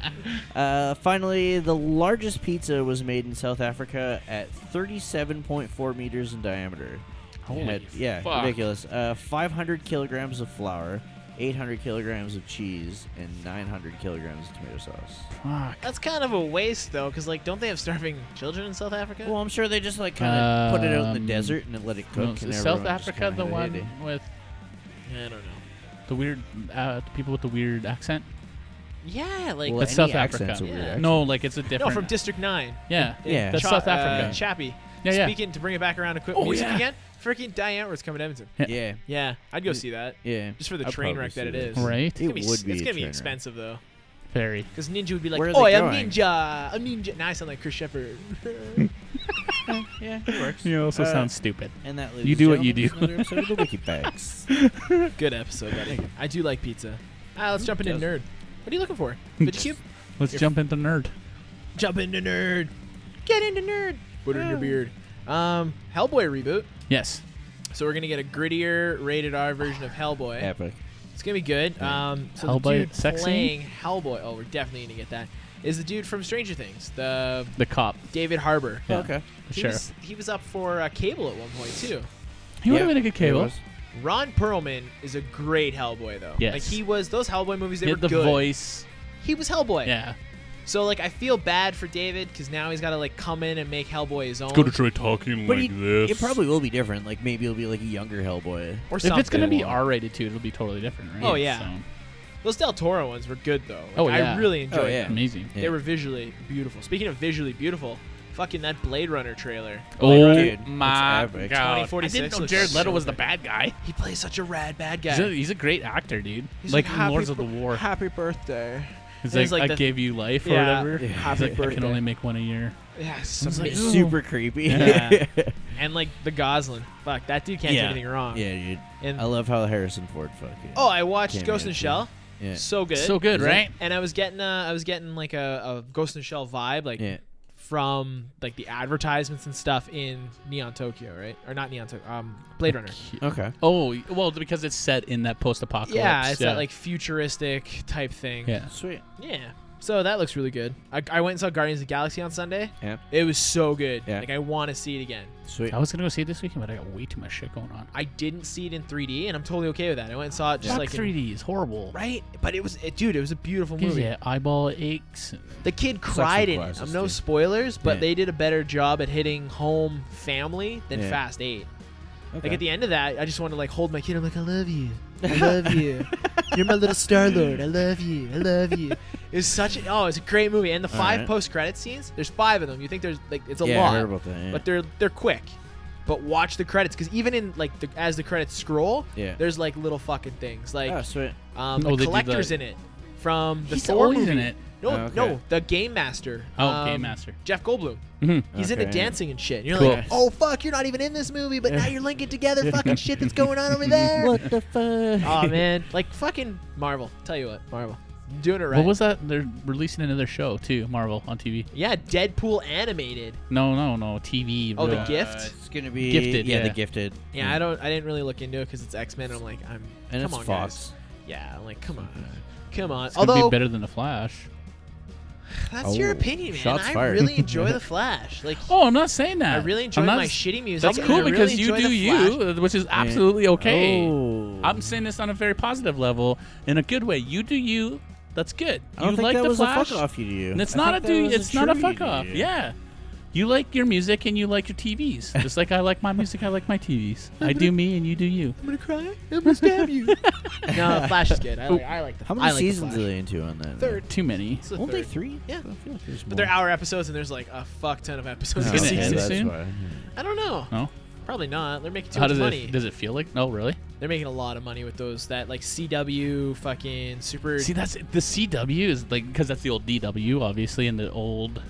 [SPEAKER 2] uh, finally, the largest pizza was made in South Africa at 37.4 meters in diameter. It
[SPEAKER 1] Holy
[SPEAKER 2] had- yeah,
[SPEAKER 1] fuck.
[SPEAKER 2] ridiculous. Uh, 500 kilograms of flour, 800 kilograms of cheese, and 900 kilograms of tomato sauce.
[SPEAKER 1] Fuck.
[SPEAKER 3] That's kind of a waste though, because like, don't they have starving children in South Africa?
[SPEAKER 2] Well, I'm sure they just like kind of put it out in
[SPEAKER 1] Um,
[SPEAKER 2] the desert and then let it cook.
[SPEAKER 1] No,
[SPEAKER 2] and
[SPEAKER 1] is
[SPEAKER 2] everyone
[SPEAKER 1] South
[SPEAKER 2] just
[SPEAKER 1] Africa
[SPEAKER 2] kinda
[SPEAKER 1] the
[SPEAKER 2] had
[SPEAKER 1] one
[SPEAKER 2] it.
[SPEAKER 1] with
[SPEAKER 3] I don't know.
[SPEAKER 1] the weird uh, the people with the weird accent?
[SPEAKER 3] Yeah, like
[SPEAKER 2] Well,
[SPEAKER 1] That's
[SPEAKER 2] any
[SPEAKER 1] South
[SPEAKER 2] accent's
[SPEAKER 1] Africa.
[SPEAKER 2] a weird
[SPEAKER 3] Yeah.
[SPEAKER 2] accent.
[SPEAKER 1] No, like it's a different.
[SPEAKER 3] no, from District Nine.
[SPEAKER 1] Yeah,
[SPEAKER 2] Yeah.
[SPEAKER 1] That's
[SPEAKER 3] Cha-
[SPEAKER 1] South
[SPEAKER 3] uh,
[SPEAKER 1] Africa.
[SPEAKER 3] Chappie.
[SPEAKER 1] Yeah, yeah.
[SPEAKER 3] Speaking to bring it back around to quick
[SPEAKER 1] Oh,
[SPEAKER 3] music
[SPEAKER 1] yeah.
[SPEAKER 3] again. Freaking Diane Edwards coming to Edmonton.
[SPEAKER 2] Yeah,
[SPEAKER 3] Yeah, I'd go see that.
[SPEAKER 2] yeah.
[SPEAKER 3] Just for the
[SPEAKER 2] I'd
[SPEAKER 3] train
[SPEAKER 2] probably
[SPEAKER 3] wreck that
[SPEAKER 2] see
[SPEAKER 3] it is.
[SPEAKER 1] right?
[SPEAKER 2] It
[SPEAKER 3] It's gonna be,
[SPEAKER 2] would be.
[SPEAKER 3] it's
[SPEAKER 2] a
[SPEAKER 3] gonna be
[SPEAKER 2] train wreck.
[SPEAKER 3] expensive though,
[SPEAKER 1] Very.
[SPEAKER 3] because Ninja would be
[SPEAKER 2] Where are
[SPEAKER 3] like,
[SPEAKER 2] they
[SPEAKER 3] "Oi, I'm
[SPEAKER 2] going?"
[SPEAKER 3] Ninja, I'm Ninja." Now I sound like Chris Shepard.
[SPEAKER 2] Yeah, it works.
[SPEAKER 1] You also
[SPEAKER 2] Uh,
[SPEAKER 1] sound stupid.
[SPEAKER 2] And that
[SPEAKER 1] You do what you do.
[SPEAKER 3] Good episode, buddy. I do like pizza. Ah, let's jump into
[SPEAKER 2] doesn't?
[SPEAKER 3] nerd. What are you looking for? Cube?
[SPEAKER 1] Let's
[SPEAKER 3] You're-
[SPEAKER 1] jump into nerd.
[SPEAKER 3] jump into nerd. Get into nerd. Put it in your beard. Um, Hellboy reboot.
[SPEAKER 1] Yes.
[SPEAKER 3] So we're gonna get a grittier, rated R version of Hellboy.
[SPEAKER 2] Epic.
[SPEAKER 3] It's gonna be good. Um, so
[SPEAKER 1] Hellboy
[SPEAKER 3] the dude
[SPEAKER 1] sex
[SPEAKER 3] playing Hellboy. Oh, we're definitely gonna get that. Is the dude from Stranger Things, the
[SPEAKER 1] The cop.
[SPEAKER 3] David Harbour?
[SPEAKER 1] Yeah.
[SPEAKER 2] Okay.
[SPEAKER 1] The
[SPEAKER 3] He
[SPEAKER 1] sheriff.
[SPEAKER 3] was, he was up for uh, Cable at one point too.
[SPEAKER 1] He would have
[SPEAKER 2] Yeah,
[SPEAKER 1] been a good
[SPEAKER 2] it
[SPEAKER 1] cable.
[SPEAKER 2] was.
[SPEAKER 3] Ron Perlman is a great Hellboy though.
[SPEAKER 1] Yes.
[SPEAKER 3] Like he was those Hellboy movies they
[SPEAKER 1] He
[SPEAKER 3] were
[SPEAKER 1] had the
[SPEAKER 3] good.
[SPEAKER 1] voice.
[SPEAKER 3] He was Hellboy.
[SPEAKER 1] Yeah.
[SPEAKER 3] So like I feel bad for David because now he's got to like come in and make Hellboy his own.
[SPEAKER 1] try talking
[SPEAKER 2] But it, it probably will be different. Like maybe it'll be like a younger Hellboy.
[SPEAKER 3] or
[SPEAKER 1] If
[SPEAKER 3] something.
[SPEAKER 1] it's gonna be R-rated too, it'll be totally different, right?
[SPEAKER 3] Oh, yeah.
[SPEAKER 1] So,
[SPEAKER 3] those Del Toro ones were good though. Like,
[SPEAKER 1] Oh, yeah.
[SPEAKER 3] I really enjoyed
[SPEAKER 2] Oh, yeah.
[SPEAKER 3] them.
[SPEAKER 1] amazing.
[SPEAKER 2] Yeah.
[SPEAKER 3] They were visually beautiful. Speaking of visually beautiful, fucking that Blade Runner trailer.
[SPEAKER 1] Oh
[SPEAKER 2] Dude, it's
[SPEAKER 1] my
[SPEAKER 2] epic.
[SPEAKER 1] god! I
[SPEAKER 3] 2046
[SPEAKER 1] didn't know
[SPEAKER 3] looks
[SPEAKER 1] Jared Leto
[SPEAKER 3] so
[SPEAKER 1] was the
[SPEAKER 3] good.
[SPEAKER 1] bad guy.
[SPEAKER 3] He plays such a rad bad guy.
[SPEAKER 1] He's a, he's a great actor, dude.
[SPEAKER 3] He's
[SPEAKER 1] like,
[SPEAKER 3] like,
[SPEAKER 1] in
[SPEAKER 3] happy
[SPEAKER 1] Lords of the
[SPEAKER 3] bir-
[SPEAKER 1] War.
[SPEAKER 3] Happy birthday.
[SPEAKER 1] He's
[SPEAKER 3] And
[SPEAKER 1] like,
[SPEAKER 3] it's like
[SPEAKER 1] I
[SPEAKER 3] the-
[SPEAKER 1] gave you life or
[SPEAKER 3] Yeah.
[SPEAKER 1] whatever.
[SPEAKER 3] Yeah.
[SPEAKER 1] He's
[SPEAKER 3] Happy
[SPEAKER 1] like, I can
[SPEAKER 3] birthday.
[SPEAKER 1] only make one a year.
[SPEAKER 3] Yeah,
[SPEAKER 2] It's
[SPEAKER 3] some-
[SPEAKER 2] like super creepy.
[SPEAKER 3] Yeah. and like the Goslin. Fuck, that dude can't
[SPEAKER 2] Yeah.
[SPEAKER 3] do anything wrong.
[SPEAKER 2] Yeah, dude.
[SPEAKER 3] And
[SPEAKER 2] I love how Harrison Ford fucking.
[SPEAKER 3] oh, I watched
[SPEAKER 2] Cameo,
[SPEAKER 3] Ghost in the
[SPEAKER 2] too.
[SPEAKER 3] Shell.
[SPEAKER 2] yeah.
[SPEAKER 3] So good.
[SPEAKER 1] So good,
[SPEAKER 2] Is it?
[SPEAKER 1] right?
[SPEAKER 3] And I was getting uh, I was getting like a, a Ghost in the Shell vibe, like
[SPEAKER 2] yeah.
[SPEAKER 3] from like the advertisements and stuff in Neon Tokyo, right? Or not Neon Tokyo, um, Blade Runner.
[SPEAKER 2] Okay.
[SPEAKER 1] Oh, well, because it's set in that post-apocalypse.
[SPEAKER 3] Yeah, it's that like futuristic type thing.
[SPEAKER 1] Yeah.
[SPEAKER 2] Sweet.
[SPEAKER 3] Yeah. So that looks really good. I, I went and saw Guardians of the Galaxy on Sunday.
[SPEAKER 2] Yeah.
[SPEAKER 3] It was so good.
[SPEAKER 2] Yeah.
[SPEAKER 3] Like I want to see it again.
[SPEAKER 2] Sweet.
[SPEAKER 1] I was gonna go see it this weekend, but I got way too much shit going on.
[SPEAKER 3] I didn't see it in 3D, and I'm totally okay with that. I went and saw it just
[SPEAKER 1] Fuck
[SPEAKER 3] like in-
[SPEAKER 1] 3D is horrible.
[SPEAKER 3] right, but it was it, dude, it was a beautiful
[SPEAKER 1] Gives
[SPEAKER 3] movie.
[SPEAKER 1] you eyeball aches. and-
[SPEAKER 3] The kid cried in it.
[SPEAKER 2] classes,
[SPEAKER 3] I'm no
[SPEAKER 2] dude.
[SPEAKER 3] spoilers, but
[SPEAKER 2] Yeah.
[SPEAKER 3] they did a better job at hitting home family than
[SPEAKER 2] Yeah.
[SPEAKER 3] Fast Eight.
[SPEAKER 2] Okay.
[SPEAKER 3] Like at the end of that, I just want to like hold my kid. I'm like, I love you.
[SPEAKER 7] I love you. You're my little Star Lord. I love you. I love you.
[SPEAKER 3] It was such a, oh, it's a great movie. And the
[SPEAKER 2] All
[SPEAKER 3] five
[SPEAKER 2] right.
[SPEAKER 3] post credit scenes, there's five of them. You think there's like it's a
[SPEAKER 2] yeah,
[SPEAKER 3] lot,
[SPEAKER 2] I heard about that. Yeah.
[SPEAKER 3] but they're they're quick. But watch the credits because even in like the, as the credits scroll,
[SPEAKER 2] Yeah.
[SPEAKER 3] there's like little fucking things like
[SPEAKER 2] oh, sweet.
[SPEAKER 3] um,
[SPEAKER 1] Oh, they
[SPEAKER 3] the
[SPEAKER 1] did
[SPEAKER 3] collectors
[SPEAKER 1] the-
[SPEAKER 3] in it from the
[SPEAKER 1] He's
[SPEAKER 3] Thor
[SPEAKER 1] always
[SPEAKER 3] movie.
[SPEAKER 1] in it.
[SPEAKER 3] No,
[SPEAKER 2] Oh, okay.
[SPEAKER 3] no, the Game Master. Um,
[SPEAKER 1] Oh, Game Master.
[SPEAKER 3] Jeff Goldblum.
[SPEAKER 1] Mhm.
[SPEAKER 3] He's in the
[SPEAKER 2] Okay.
[SPEAKER 3] dancing and shit. And you're
[SPEAKER 1] Cool.
[SPEAKER 3] like, oh fuck, you're not even in this movie, but now you're linking together fucking shit that's going on over there.
[SPEAKER 2] What the fuck?
[SPEAKER 3] oh man, like fucking Marvel. Tell you what, Marvel, doing it right.
[SPEAKER 1] What was that? They're releasing another show too, Marvel on TV.
[SPEAKER 3] Yeah, Deadpool animated.
[SPEAKER 1] No, no, no, TV.
[SPEAKER 3] Oh, the
[SPEAKER 1] uh,
[SPEAKER 3] gift.
[SPEAKER 2] It's gonna be
[SPEAKER 1] Gifted,
[SPEAKER 2] Yeah, the
[SPEAKER 1] yeah.
[SPEAKER 2] gifted.
[SPEAKER 1] Mm.
[SPEAKER 3] Yeah, I don't. I didn't really look into it because it's X Men. I'm like, I'm.
[SPEAKER 2] And
[SPEAKER 3] come
[SPEAKER 2] it's
[SPEAKER 3] on, guys.
[SPEAKER 2] Fox.
[SPEAKER 3] Yeah, I'm like, come on, come on.
[SPEAKER 1] It's gonna
[SPEAKER 3] Although
[SPEAKER 1] be better than the Flash.
[SPEAKER 3] that's your
[SPEAKER 2] Oh,
[SPEAKER 3] opinion, man.
[SPEAKER 2] shots
[SPEAKER 3] I
[SPEAKER 2] fired.
[SPEAKER 3] really enjoy the Flash. Like,
[SPEAKER 1] Oh, I'm not saying that.
[SPEAKER 3] I really
[SPEAKER 1] I'm
[SPEAKER 3] enjoy
[SPEAKER 1] not
[SPEAKER 3] my
[SPEAKER 1] s-
[SPEAKER 3] shitty music.
[SPEAKER 1] That's
[SPEAKER 3] and
[SPEAKER 1] cool
[SPEAKER 3] I really
[SPEAKER 1] because you
[SPEAKER 3] enjoy
[SPEAKER 1] do
[SPEAKER 3] the Flash.
[SPEAKER 1] you, uh, which is absolutely okay.
[SPEAKER 2] Oh.
[SPEAKER 1] I'm saying this on a very positive level, in a good way. You do you. That's good.
[SPEAKER 2] I don't
[SPEAKER 1] you
[SPEAKER 2] think
[SPEAKER 1] like
[SPEAKER 2] that
[SPEAKER 1] the
[SPEAKER 2] was
[SPEAKER 1] Flash.
[SPEAKER 2] a fuck off you do.
[SPEAKER 1] And it's
[SPEAKER 2] I
[SPEAKER 1] not a
[SPEAKER 2] think that
[SPEAKER 1] do.
[SPEAKER 2] was
[SPEAKER 1] It's not a
[SPEAKER 2] true
[SPEAKER 1] fuck
[SPEAKER 2] you
[SPEAKER 1] off.
[SPEAKER 2] do.
[SPEAKER 1] Yeah. You like your music and you like your TVs. Just like I like my music, I like my TVs. I do me and you do you.
[SPEAKER 7] I'm gonna cry. I'm gonna stab you.
[SPEAKER 3] No, the Flash is good. I like, I like the.
[SPEAKER 2] How many
[SPEAKER 3] I like the
[SPEAKER 2] seasons
[SPEAKER 3] Flash.
[SPEAKER 2] are they into on that?
[SPEAKER 3] Third.
[SPEAKER 1] Too many.
[SPEAKER 3] It's the
[SPEAKER 2] Only
[SPEAKER 3] third.
[SPEAKER 2] three? I
[SPEAKER 3] Yeah.
[SPEAKER 2] feel like there's
[SPEAKER 3] But
[SPEAKER 2] more.
[SPEAKER 3] they're hour episodes, and there's like a fuck ton of episodes.
[SPEAKER 1] Oh,
[SPEAKER 3] in
[SPEAKER 1] okay.
[SPEAKER 3] season.
[SPEAKER 1] end soon?
[SPEAKER 3] I don't know.
[SPEAKER 1] No.
[SPEAKER 3] Probably not. They're making too
[SPEAKER 1] How
[SPEAKER 3] much
[SPEAKER 1] does
[SPEAKER 3] money.
[SPEAKER 1] it? Does it feel like? No, really.
[SPEAKER 3] They're making a lot of money with those that like CW fucking super.
[SPEAKER 1] See, that's the CW is like because that's the old DW, obviously, and the old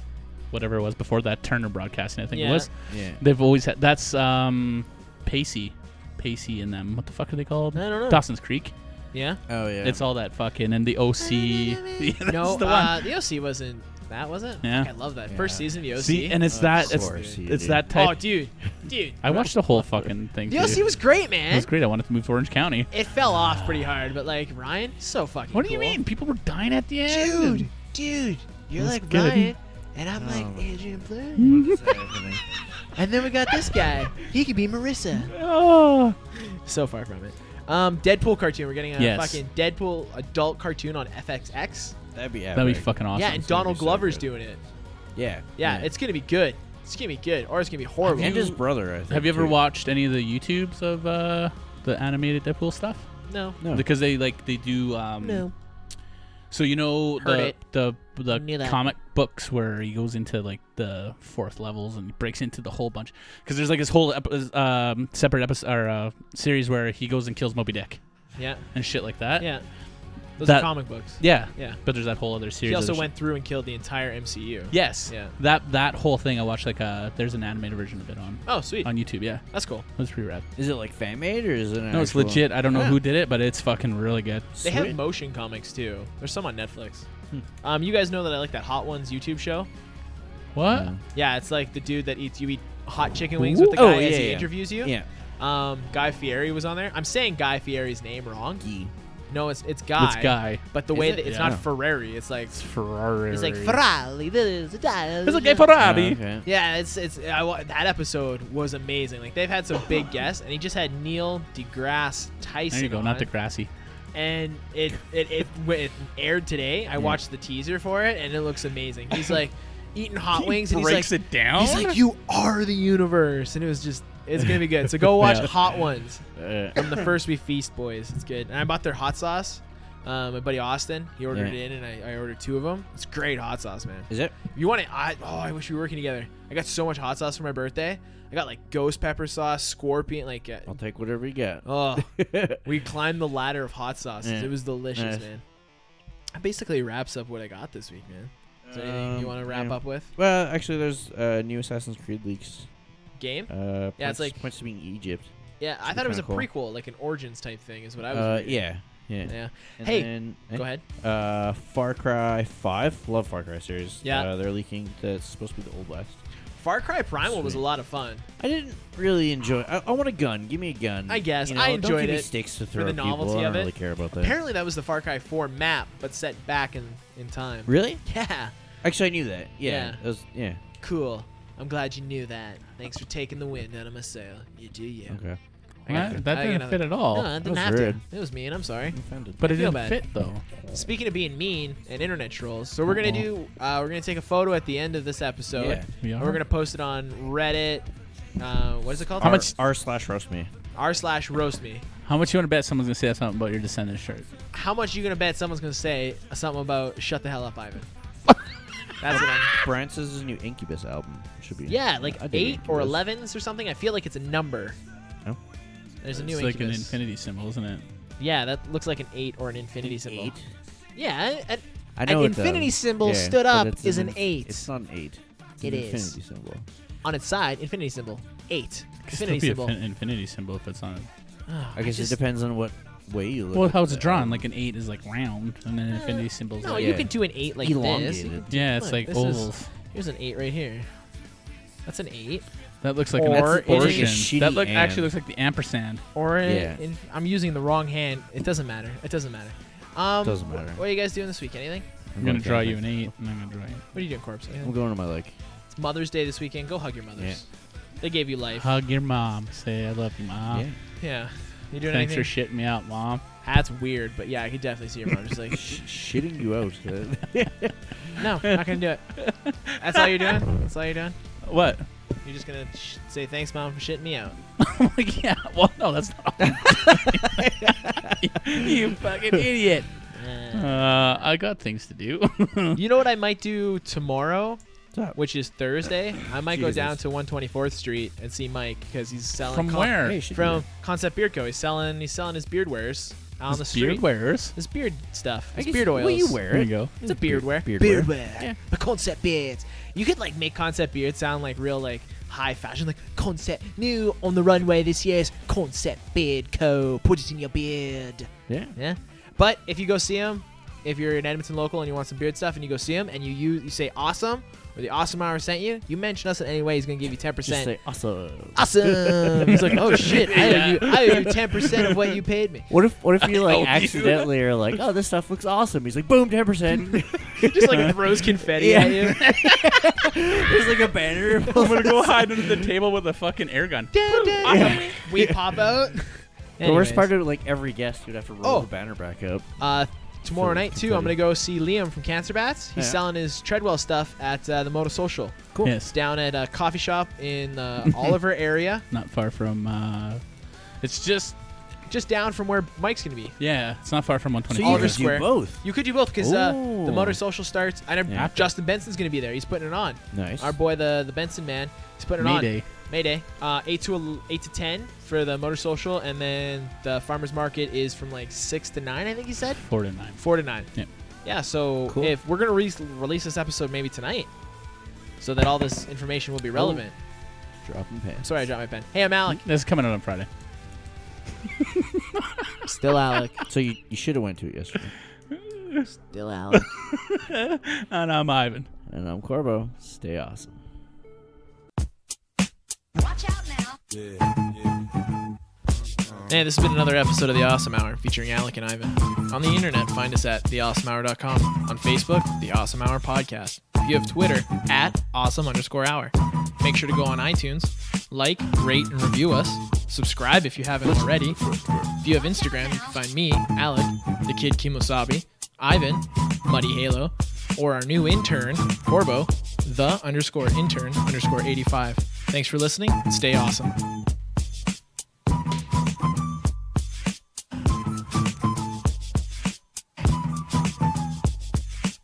[SPEAKER 1] whatever it was before that Turner Broadcasting, I think
[SPEAKER 3] Yeah.
[SPEAKER 1] it was.
[SPEAKER 2] Yeah.
[SPEAKER 1] They've always had that's um Pacey, Pacey in them. What the fuck are they called?
[SPEAKER 3] I don't know.
[SPEAKER 1] Dawson's Creek.
[SPEAKER 3] yeah.
[SPEAKER 2] Oh yeah.
[SPEAKER 1] It's all that fucking and the OC. Yeah, that's
[SPEAKER 3] no,
[SPEAKER 1] the one.
[SPEAKER 3] uh, the OC wasn't. That wasn't.
[SPEAKER 1] Yeah.
[SPEAKER 3] I love that first
[SPEAKER 2] Yeah.
[SPEAKER 3] season. of The OC.
[SPEAKER 1] See, and it's that it's,
[SPEAKER 2] course you
[SPEAKER 1] it's
[SPEAKER 2] do.
[SPEAKER 1] that type.
[SPEAKER 3] oh, dude, dude.
[SPEAKER 1] I watched the whole fucking thing.
[SPEAKER 3] The
[SPEAKER 1] too.
[SPEAKER 3] OC was great, man.
[SPEAKER 1] It was great. I wanted to move to Orange County.
[SPEAKER 3] It fell off pretty hard, but like Ryan, so fucking.
[SPEAKER 1] What do you
[SPEAKER 3] cool.
[SPEAKER 1] mean? People were dying at the end.
[SPEAKER 3] dude?
[SPEAKER 1] and-
[SPEAKER 3] Dude, you're
[SPEAKER 1] That's
[SPEAKER 3] like
[SPEAKER 1] good.
[SPEAKER 3] Ryan, and I'm like Adrian Blair. and then we got this guy. He could be Marissa.
[SPEAKER 1] Oh.
[SPEAKER 3] So far from it. Um, Deadpool cartoon. We're getting a
[SPEAKER 1] Yes.
[SPEAKER 3] fucking Deadpool adult cartoon on FXX.
[SPEAKER 2] That'd be
[SPEAKER 1] That'd be fucking awesome.
[SPEAKER 3] yeah, and
[SPEAKER 2] it's gonna
[SPEAKER 3] Donald
[SPEAKER 2] be so
[SPEAKER 3] Glover's
[SPEAKER 2] good.
[SPEAKER 3] doing it.
[SPEAKER 2] Yeah.
[SPEAKER 3] Yeah, it's gonna be good. It's gonna be good, or it's gonna be horrible.
[SPEAKER 2] and his brother. I think.
[SPEAKER 1] Have you ever
[SPEAKER 2] too.
[SPEAKER 1] watched any of the YouTubes of uh, the animated Deadpool stuff?
[SPEAKER 3] no.
[SPEAKER 2] No.
[SPEAKER 1] Because they like they do. Um,
[SPEAKER 3] No.
[SPEAKER 1] So you know
[SPEAKER 3] Heard
[SPEAKER 1] the,
[SPEAKER 3] it.
[SPEAKER 1] the
[SPEAKER 3] Knew
[SPEAKER 1] the
[SPEAKER 3] that.
[SPEAKER 1] comic books where he goes into like the fourth levels and breaks into the whole bunch because there's like this whole ep- um, separate episode or uh, series where he goes and kills Moby Dick
[SPEAKER 3] Yeah.
[SPEAKER 1] and shit like that.
[SPEAKER 3] Yeah. Those
[SPEAKER 1] That-
[SPEAKER 3] are comic books.
[SPEAKER 1] Yeah.
[SPEAKER 3] Yeah.
[SPEAKER 1] But there's that whole other series.
[SPEAKER 3] He
[SPEAKER 1] of
[SPEAKER 3] also
[SPEAKER 1] shit.
[SPEAKER 3] went through and killed the entire MCU.
[SPEAKER 1] Yes.
[SPEAKER 3] Yeah.
[SPEAKER 1] That that whole thing I watched like uh there's an animated version of it on
[SPEAKER 3] Oh, sweet.
[SPEAKER 1] on YouTube. Yeah.
[SPEAKER 3] That's cool.
[SPEAKER 1] It was pretty rad.
[SPEAKER 2] Is it like fan made or is it? An
[SPEAKER 1] No, it's
[SPEAKER 2] actual-
[SPEAKER 1] legit. I don't know
[SPEAKER 3] Yeah.
[SPEAKER 1] who did it, but it's fucking really good.
[SPEAKER 3] They
[SPEAKER 2] Sweet. Hmm.
[SPEAKER 3] have motion comics too. There's some on Netflix. Um, you guys know that I like that Hot Ones YouTube show.
[SPEAKER 1] What?
[SPEAKER 2] Yeah.
[SPEAKER 3] Yeah, it's like the dude that eats you eat hot chicken wings
[SPEAKER 2] Ooh.
[SPEAKER 3] with the guy
[SPEAKER 2] Oh,
[SPEAKER 3] as
[SPEAKER 2] yeah,
[SPEAKER 3] he
[SPEAKER 2] yeah.
[SPEAKER 3] interviews you.
[SPEAKER 2] Yeah.
[SPEAKER 3] Um, Guy Fieri was on there. I'm saying Guy Fieri's name wrong.
[SPEAKER 2] Gee.
[SPEAKER 3] No, it's it's Guy.
[SPEAKER 1] It's Guy.
[SPEAKER 3] But the
[SPEAKER 1] Is
[SPEAKER 3] way
[SPEAKER 1] it?
[SPEAKER 3] that it's
[SPEAKER 1] Yeah.
[SPEAKER 3] not Ferrari, it's like
[SPEAKER 1] It's Ferrari.
[SPEAKER 3] it's like Ferrari. This
[SPEAKER 1] It's like a Ferrari.
[SPEAKER 2] Okay.
[SPEAKER 3] Yeah, it's it's I, wa- that episode was amazing. Like they've had some big guests, and he just had Neil deGrasse Tyson.
[SPEAKER 1] There you go.
[SPEAKER 3] on,
[SPEAKER 1] Not the grassy.
[SPEAKER 3] And it it, it w- it aired today. I watched the teaser for it, and it looks amazing. He's like eating hot wings, and he's like
[SPEAKER 1] it down.
[SPEAKER 3] he's like you are the universe, and it was just it's gonna be good. So go watch
[SPEAKER 1] Yeah.
[SPEAKER 3] Hot Ones
[SPEAKER 2] Uh,
[SPEAKER 3] from the First We Feast boys. It's good. And I bought their hot sauce. Um, my buddy Austin, he ordered
[SPEAKER 2] Yeah.
[SPEAKER 3] it in, and I, I ordered two of them. It's great hot sauce, man.
[SPEAKER 2] is it?
[SPEAKER 3] You want it? I, oh, I wish we were working together. I got so much hot sauce for my birthday. I got like ghost pepper sauce, scorpion, like. Uh,
[SPEAKER 2] I'll take whatever you get.
[SPEAKER 3] oh, we climbed the ladder of hot sauces.
[SPEAKER 2] Yeah.
[SPEAKER 3] It was delicious,
[SPEAKER 2] Nice.
[SPEAKER 3] man. That basically wraps up what I got this week, man. Is there anything you
[SPEAKER 2] Um,
[SPEAKER 3] want to wrap
[SPEAKER 2] yeah.
[SPEAKER 3] up with?
[SPEAKER 2] Well, actually, there's uh, new Assassin's Creed leaks.
[SPEAKER 3] Game?
[SPEAKER 2] Uh, points,
[SPEAKER 3] Yeah, it's like-
[SPEAKER 2] points to being Egypt.
[SPEAKER 3] Yeah,
[SPEAKER 2] Should
[SPEAKER 3] I
[SPEAKER 2] be
[SPEAKER 3] thought it was a
[SPEAKER 2] kinda
[SPEAKER 3] prequel, like an Origins type thing, is what I was.
[SPEAKER 2] Uh,
[SPEAKER 3] reading.
[SPEAKER 2] yeah, yeah.
[SPEAKER 3] Yeah.
[SPEAKER 2] And
[SPEAKER 3] Hey,
[SPEAKER 2] then-
[SPEAKER 3] Go ahead.
[SPEAKER 2] Uh, Far Cry Five. Love Far Cry series.
[SPEAKER 3] Yeah.
[SPEAKER 2] Uh, they're leaking that it's supposed to be the Old West.
[SPEAKER 3] Far Cry Primal was a
[SPEAKER 2] Sweet.
[SPEAKER 3] lot of fun.
[SPEAKER 2] I didn't really enjoy. I, I want a gun. Give me a gun.
[SPEAKER 3] I guess.
[SPEAKER 2] You know,
[SPEAKER 3] I
[SPEAKER 2] don't
[SPEAKER 3] enjoyed
[SPEAKER 2] give me
[SPEAKER 3] it
[SPEAKER 2] sticks to throw
[SPEAKER 3] the
[SPEAKER 2] at people.
[SPEAKER 3] novelty
[SPEAKER 2] I don't
[SPEAKER 3] of it.
[SPEAKER 2] really care about that.
[SPEAKER 3] Apparently, that was the Far Cry 4 map, but set back in in time.
[SPEAKER 2] really?
[SPEAKER 3] Yeah.
[SPEAKER 2] Actually, I knew that. Yeah.
[SPEAKER 3] Yeah.
[SPEAKER 2] That was, yeah.
[SPEAKER 3] Cool. I'm glad you knew that. Thanks for taking the wind out of my sail. You do you.
[SPEAKER 2] Okay.
[SPEAKER 3] I got-
[SPEAKER 1] That, that
[SPEAKER 3] I got
[SPEAKER 1] didn't
[SPEAKER 3] another-
[SPEAKER 1] fit at all.
[SPEAKER 3] no, I didn't
[SPEAKER 2] was
[SPEAKER 3] have
[SPEAKER 2] rude.
[SPEAKER 3] to. It was mean. I'm sorry.
[SPEAKER 2] Offended.
[SPEAKER 1] but
[SPEAKER 3] I
[SPEAKER 1] it
[SPEAKER 3] feel
[SPEAKER 1] didn't
[SPEAKER 3] bad.
[SPEAKER 1] fit though.
[SPEAKER 3] Speaking of being mean and internet trolls, so we're gonna do. Uh, we're gonna take a photo at the end of this episode.
[SPEAKER 2] Yeah,
[SPEAKER 1] we
[SPEAKER 3] and
[SPEAKER 1] are.
[SPEAKER 3] We're gonna post it on Reddit. Uh, what is it called?
[SPEAKER 1] How much-
[SPEAKER 2] R slash roast me.
[SPEAKER 3] R slash roast me.
[SPEAKER 1] How much you want to bet someone's gonna say something about your Descendants shirt?
[SPEAKER 3] How much you gonna bet someone's gonna say something about shut the hell up, Ivan? That's what I'm.
[SPEAKER 2] Brian says his new Incubus album should be.
[SPEAKER 3] Yeah, like
[SPEAKER 2] I dig
[SPEAKER 3] eight or
[SPEAKER 2] Incubus.
[SPEAKER 3] elevens or something. I feel like it's a number.
[SPEAKER 2] Oh.
[SPEAKER 3] There's a new
[SPEAKER 1] It's like an
[SPEAKER 3] Incubus.
[SPEAKER 1] infinity symbol, isn't it?
[SPEAKER 3] Yeah, that looks like an eight or an infinity symbol.
[SPEAKER 2] Eight.
[SPEAKER 3] Yeah, an,
[SPEAKER 2] I
[SPEAKER 3] An
[SPEAKER 2] know it
[SPEAKER 3] infinity
[SPEAKER 2] does.
[SPEAKER 3] symbol
[SPEAKER 2] Yeah,
[SPEAKER 3] stood
[SPEAKER 2] but
[SPEAKER 3] up
[SPEAKER 2] it's
[SPEAKER 3] is an eight.
[SPEAKER 2] It's not an eight. It's
[SPEAKER 3] It
[SPEAKER 2] an
[SPEAKER 3] is.
[SPEAKER 2] Infinity symbol.
[SPEAKER 3] on its side, infinity symbol. Eight.
[SPEAKER 1] Could still
[SPEAKER 3] Infinity
[SPEAKER 1] be a
[SPEAKER 3] symbol.
[SPEAKER 1] fin- infinity symbol if it's on.
[SPEAKER 3] Ah,
[SPEAKER 2] I guess
[SPEAKER 3] just-
[SPEAKER 2] it depends on what way you look.
[SPEAKER 1] Well,
[SPEAKER 2] at
[SPEAKER 1] how it's
[SPEAKER 2] that.
[SPEAKER 1] drawn, like an eight is like round, and then infinity symbols.
[SPEAKER 3] No,
[SPEAKER 1] like,
[SPEAKER 3] you
[SPEAKER 2] Yeah.
[SPEAKER 3] could do an eight like this. You
[SPEAKER 2] elongated.
[SPEAKER 3] could do-
[SPEAKER 1] yeah, it's
[SPEAKER 3] look,
[SPEAKER 1] like
[SPEAKER 3] this is-
[SPEAKER 1] ovals.
[SPEAKER 3] Here's an eight right here. That's an eight.
[SPEAKER 1] That looks like
[SPEAKER 3] Or
[SPEAKER 1] an
[SPEAKER 3] it is a
[SPEAKER 1] abortion. That
[SPEAKER 2] shitty
[SPEAKER 1] look actually
[SPEAKER 2] and.
[SPEAKER 1] looks like the ampersand.
[SPEAKER 3] Or a-
[SPEAKER 2] Yeah.
[SPEAKER 3] in- I'm using the wrong hand. It doesn't matter. It doesn't matter. Um,
[SPEAKER 2] Doesn't
[SPEAKER 3] wh-
[SPEAKER 2] matter.
[SPEAKER 3] What are you guys doing this week? Anything?
[SPEAKER 1] I'm gonna
[SPEAKER 2] to
[SPEAKER 1] draw you an
[SPEAKER 2] Catholic.
[SPEAKER 1] eight, and I'm gonna draw you.
[SPEAKER 3] What are you doing, Corpse? Anything?
[SPEAKER 2] I'm going to my like.
[SPEAKER 3] It's Mother's Day this weekend. Go hug your mothers. They gave you life.
[SPEAKER 1] Hug your mom. Say I love you, mom.
[SPEAKER 2] Yeah.
[SPEAKER 3] Yeah. You doing
[SPEAKER 1] Thanks
[SPEAKER 3] anything?
[SPEAKER 1] for shitting me out, mom.
[SPEAKER 3] That's weird, but yeah, I could definitely see your mother just like,
[SPEAKER 2] Sh- shitting you out.
[SPEAKER 3] no, not gonna do it. That's all you're doing. That's all you're doing.
[SPEAKER 1] What?
[SPEAKER 3] You're just gonna sh- say thanks, mom, for shitting me out.
[SPEAKER 1] I'm like, yeah. Well, no, that's not. you fucking idiot.
[SPEAKER 3] Uh,
[SPEAKER 1] Uh, I got things to do.
[SPEAKER 3] you know what I might do tomorrow,
[SPEAKER 2] What's up?
[SPEAKER 3] which is Thursday. I might
[SPEAKER 2] Jesus.
[SPEAKER 3] go down to 124th Street and see Mike because he's selling
[SPEAKER 1] From
[SPEAKER 3] con-
[SPEAKER 1] where?
[SPEAKER 2] Hey, shit,
[SPEAKER 3] From
[SPEAKER 2] dude.
[SPEAKER 3] Concept Beard Co. He's selling he's selling his beard wares out on the
[SPEAKER 1] His
[SPEAKER 3] street.
[SPEAKER 1] beard wearers.
[SPEAKER 3] His beard stuff. His
[SPEAKER 2] guess-
[SPEAKER 3] beard oils.
[SPEAKER 2] Well, you wear
[SPEAKER 1] There you
[SPEAKER 2] it.
[SPEAKER 1] go.
[SPEAKER 3] It's a beard wear.
[SPEAKER 2] Mm. Beard
[SPEAKER 7] Beard
[SPEAKER 2] wear.
[SPEAKER 7] wear.
[SPEAKER 3] Yeah. But concept beards. You could like make concept beards sound like real like high fashion, like concept new on the runway this year's concept beard co. Put it in your beard.
[SPEAKER 2] Yeah.
[SPEAKER 3] Yeah. But if you go see him, if you're an Edmonton local and you want some beard stuff and you go see him and you use, you say awesome or the awesome hour sent you, you mention us in any way, he's gonna give you ten
[SPEAKER 2] Just
[SPEAKER 3] percent.
[SPEAKER 2] say awesome.
[SPEAKER 3] Awesome. He's like, oh shit, I owe you, I owe you ten percent of what you paid me.
[SPEAKER 2] What if what if you
[SPEAKER 1] owe you.
[SPEAKER 2] like accidentally are like, oh, this stuff looks awesome? He's like, boom, ten percent.
[SPEAKER 3] Just like throws confetti
[SPEAKER 2] Yeah.
[SPEAKER 3] at you.
[SPEAKER 2] There's like a banner.
[SPEAKER 1] I'm gonna go hide under the table with a fucking air gun.
[SPEAKER 3] We pop out.
[SPEAKER 2] The worst
[SPEAKER 3] Anyways.
[SPEAKER 2] part of like every guest, you'd have to roll
[SPEAKER 3] Oh.
[SPEAKER 2] the banner back up.
[SPEAKER 3] Uh, tomorrow
[SPEAKER 2] Sure,
[SPEAKER 3] night too,
[SPEAKER 2] competitive.
[SPEAKER 3] I'm gonna go see Liam from Cancer Bats. He's
[SPEAKER 2] Yeah.
[SPEAKER 3] selling his Treadwell stuff at uh, the Moto Social.
[SPEAKER 2] Cool.
[SPEAKER 1] Yes.
[SPEAKER 3] It's down at a coffee shop in the Oliver area,
[SPEAKER 1] Not far from. uh It's just.
[SPEAKER 3] just down from where Mike's gonna be.
[SPEAKER 1] Yeah, it's not far from
[SPEAKER 2] So
[SPEAKER 1] 120.
[SPEAKER 2] you
[SPEAKER 3] Oliver
[SPEAKER 2] could
[SPEAKER 3] Square.
[SPEAKER 2] do both.
[SPEAKER 3] You could do both because uh, the
[SPEAKER 2] Ooh.
[SPEAKER 3] Motor Social starts. I know
[SPEAKER 2] Yeah.
[SPEAKER 3] Justin Benson's gonna be there. He's putting it on.
[SPEAKER 2] Nice.
[SPEAKER 3] Our boy, the the Benson man, he's putting it on.
[SPEAKER 1] Mayday.
[SPEAKER 3] Mayday. Uh, eight to el- eight to ten for the Motor Social, and then the farmers market is from like six to nine. I think he said
[SPEAKER 1] Four to nine.
[SPEAKER 3] four to nine.
[SPEAKER 1] Yeah.
[SPEAKER 3] Yeah. So
[SPEAKER 2] Cool.
[SPEAKER 3] if we're gonna re- release this episode maybe tonight, so that all this information will be relevant.
[SPEAKER 2] Drop and
[SPEAKER 3] I'm
[SPEAKER 2] pass.
[SPEAKER 3] sorry, I dropped my pen. Hey, I'm Alec.
[SPEAKER 1] This is coming out on Friday.
[SPEAKER 3] Still Alec.
[SPEAKER 2] So you, you should have went to it yesterday.
[SPEAKER 8] Still out.
[SPEAKER 1] And I'm Ivan.
[SPEAKER 2] And I'm Corbo. Stay awesome.
[SPEAKER 4] Watch out now.
[SPEAKER 3] Hey, this has been another episode of The Awesome Hour featuring Alec and Ivan. On the internet, find us at theawesomehour.com. On Facebook, The Awesome Hour Podcast. If you have Twitter, at awesome underscore hour. Make sure to go on iTunes, like, rate, and review us. Subscribe if you haven't already. If you have Instagram, you can find me, Alec, the kid Kimosabi, Ivan, Muddy Halo, or our new intern, Corbo, the underscore intern underscore 85. Thanks for listening. and Stay awesome.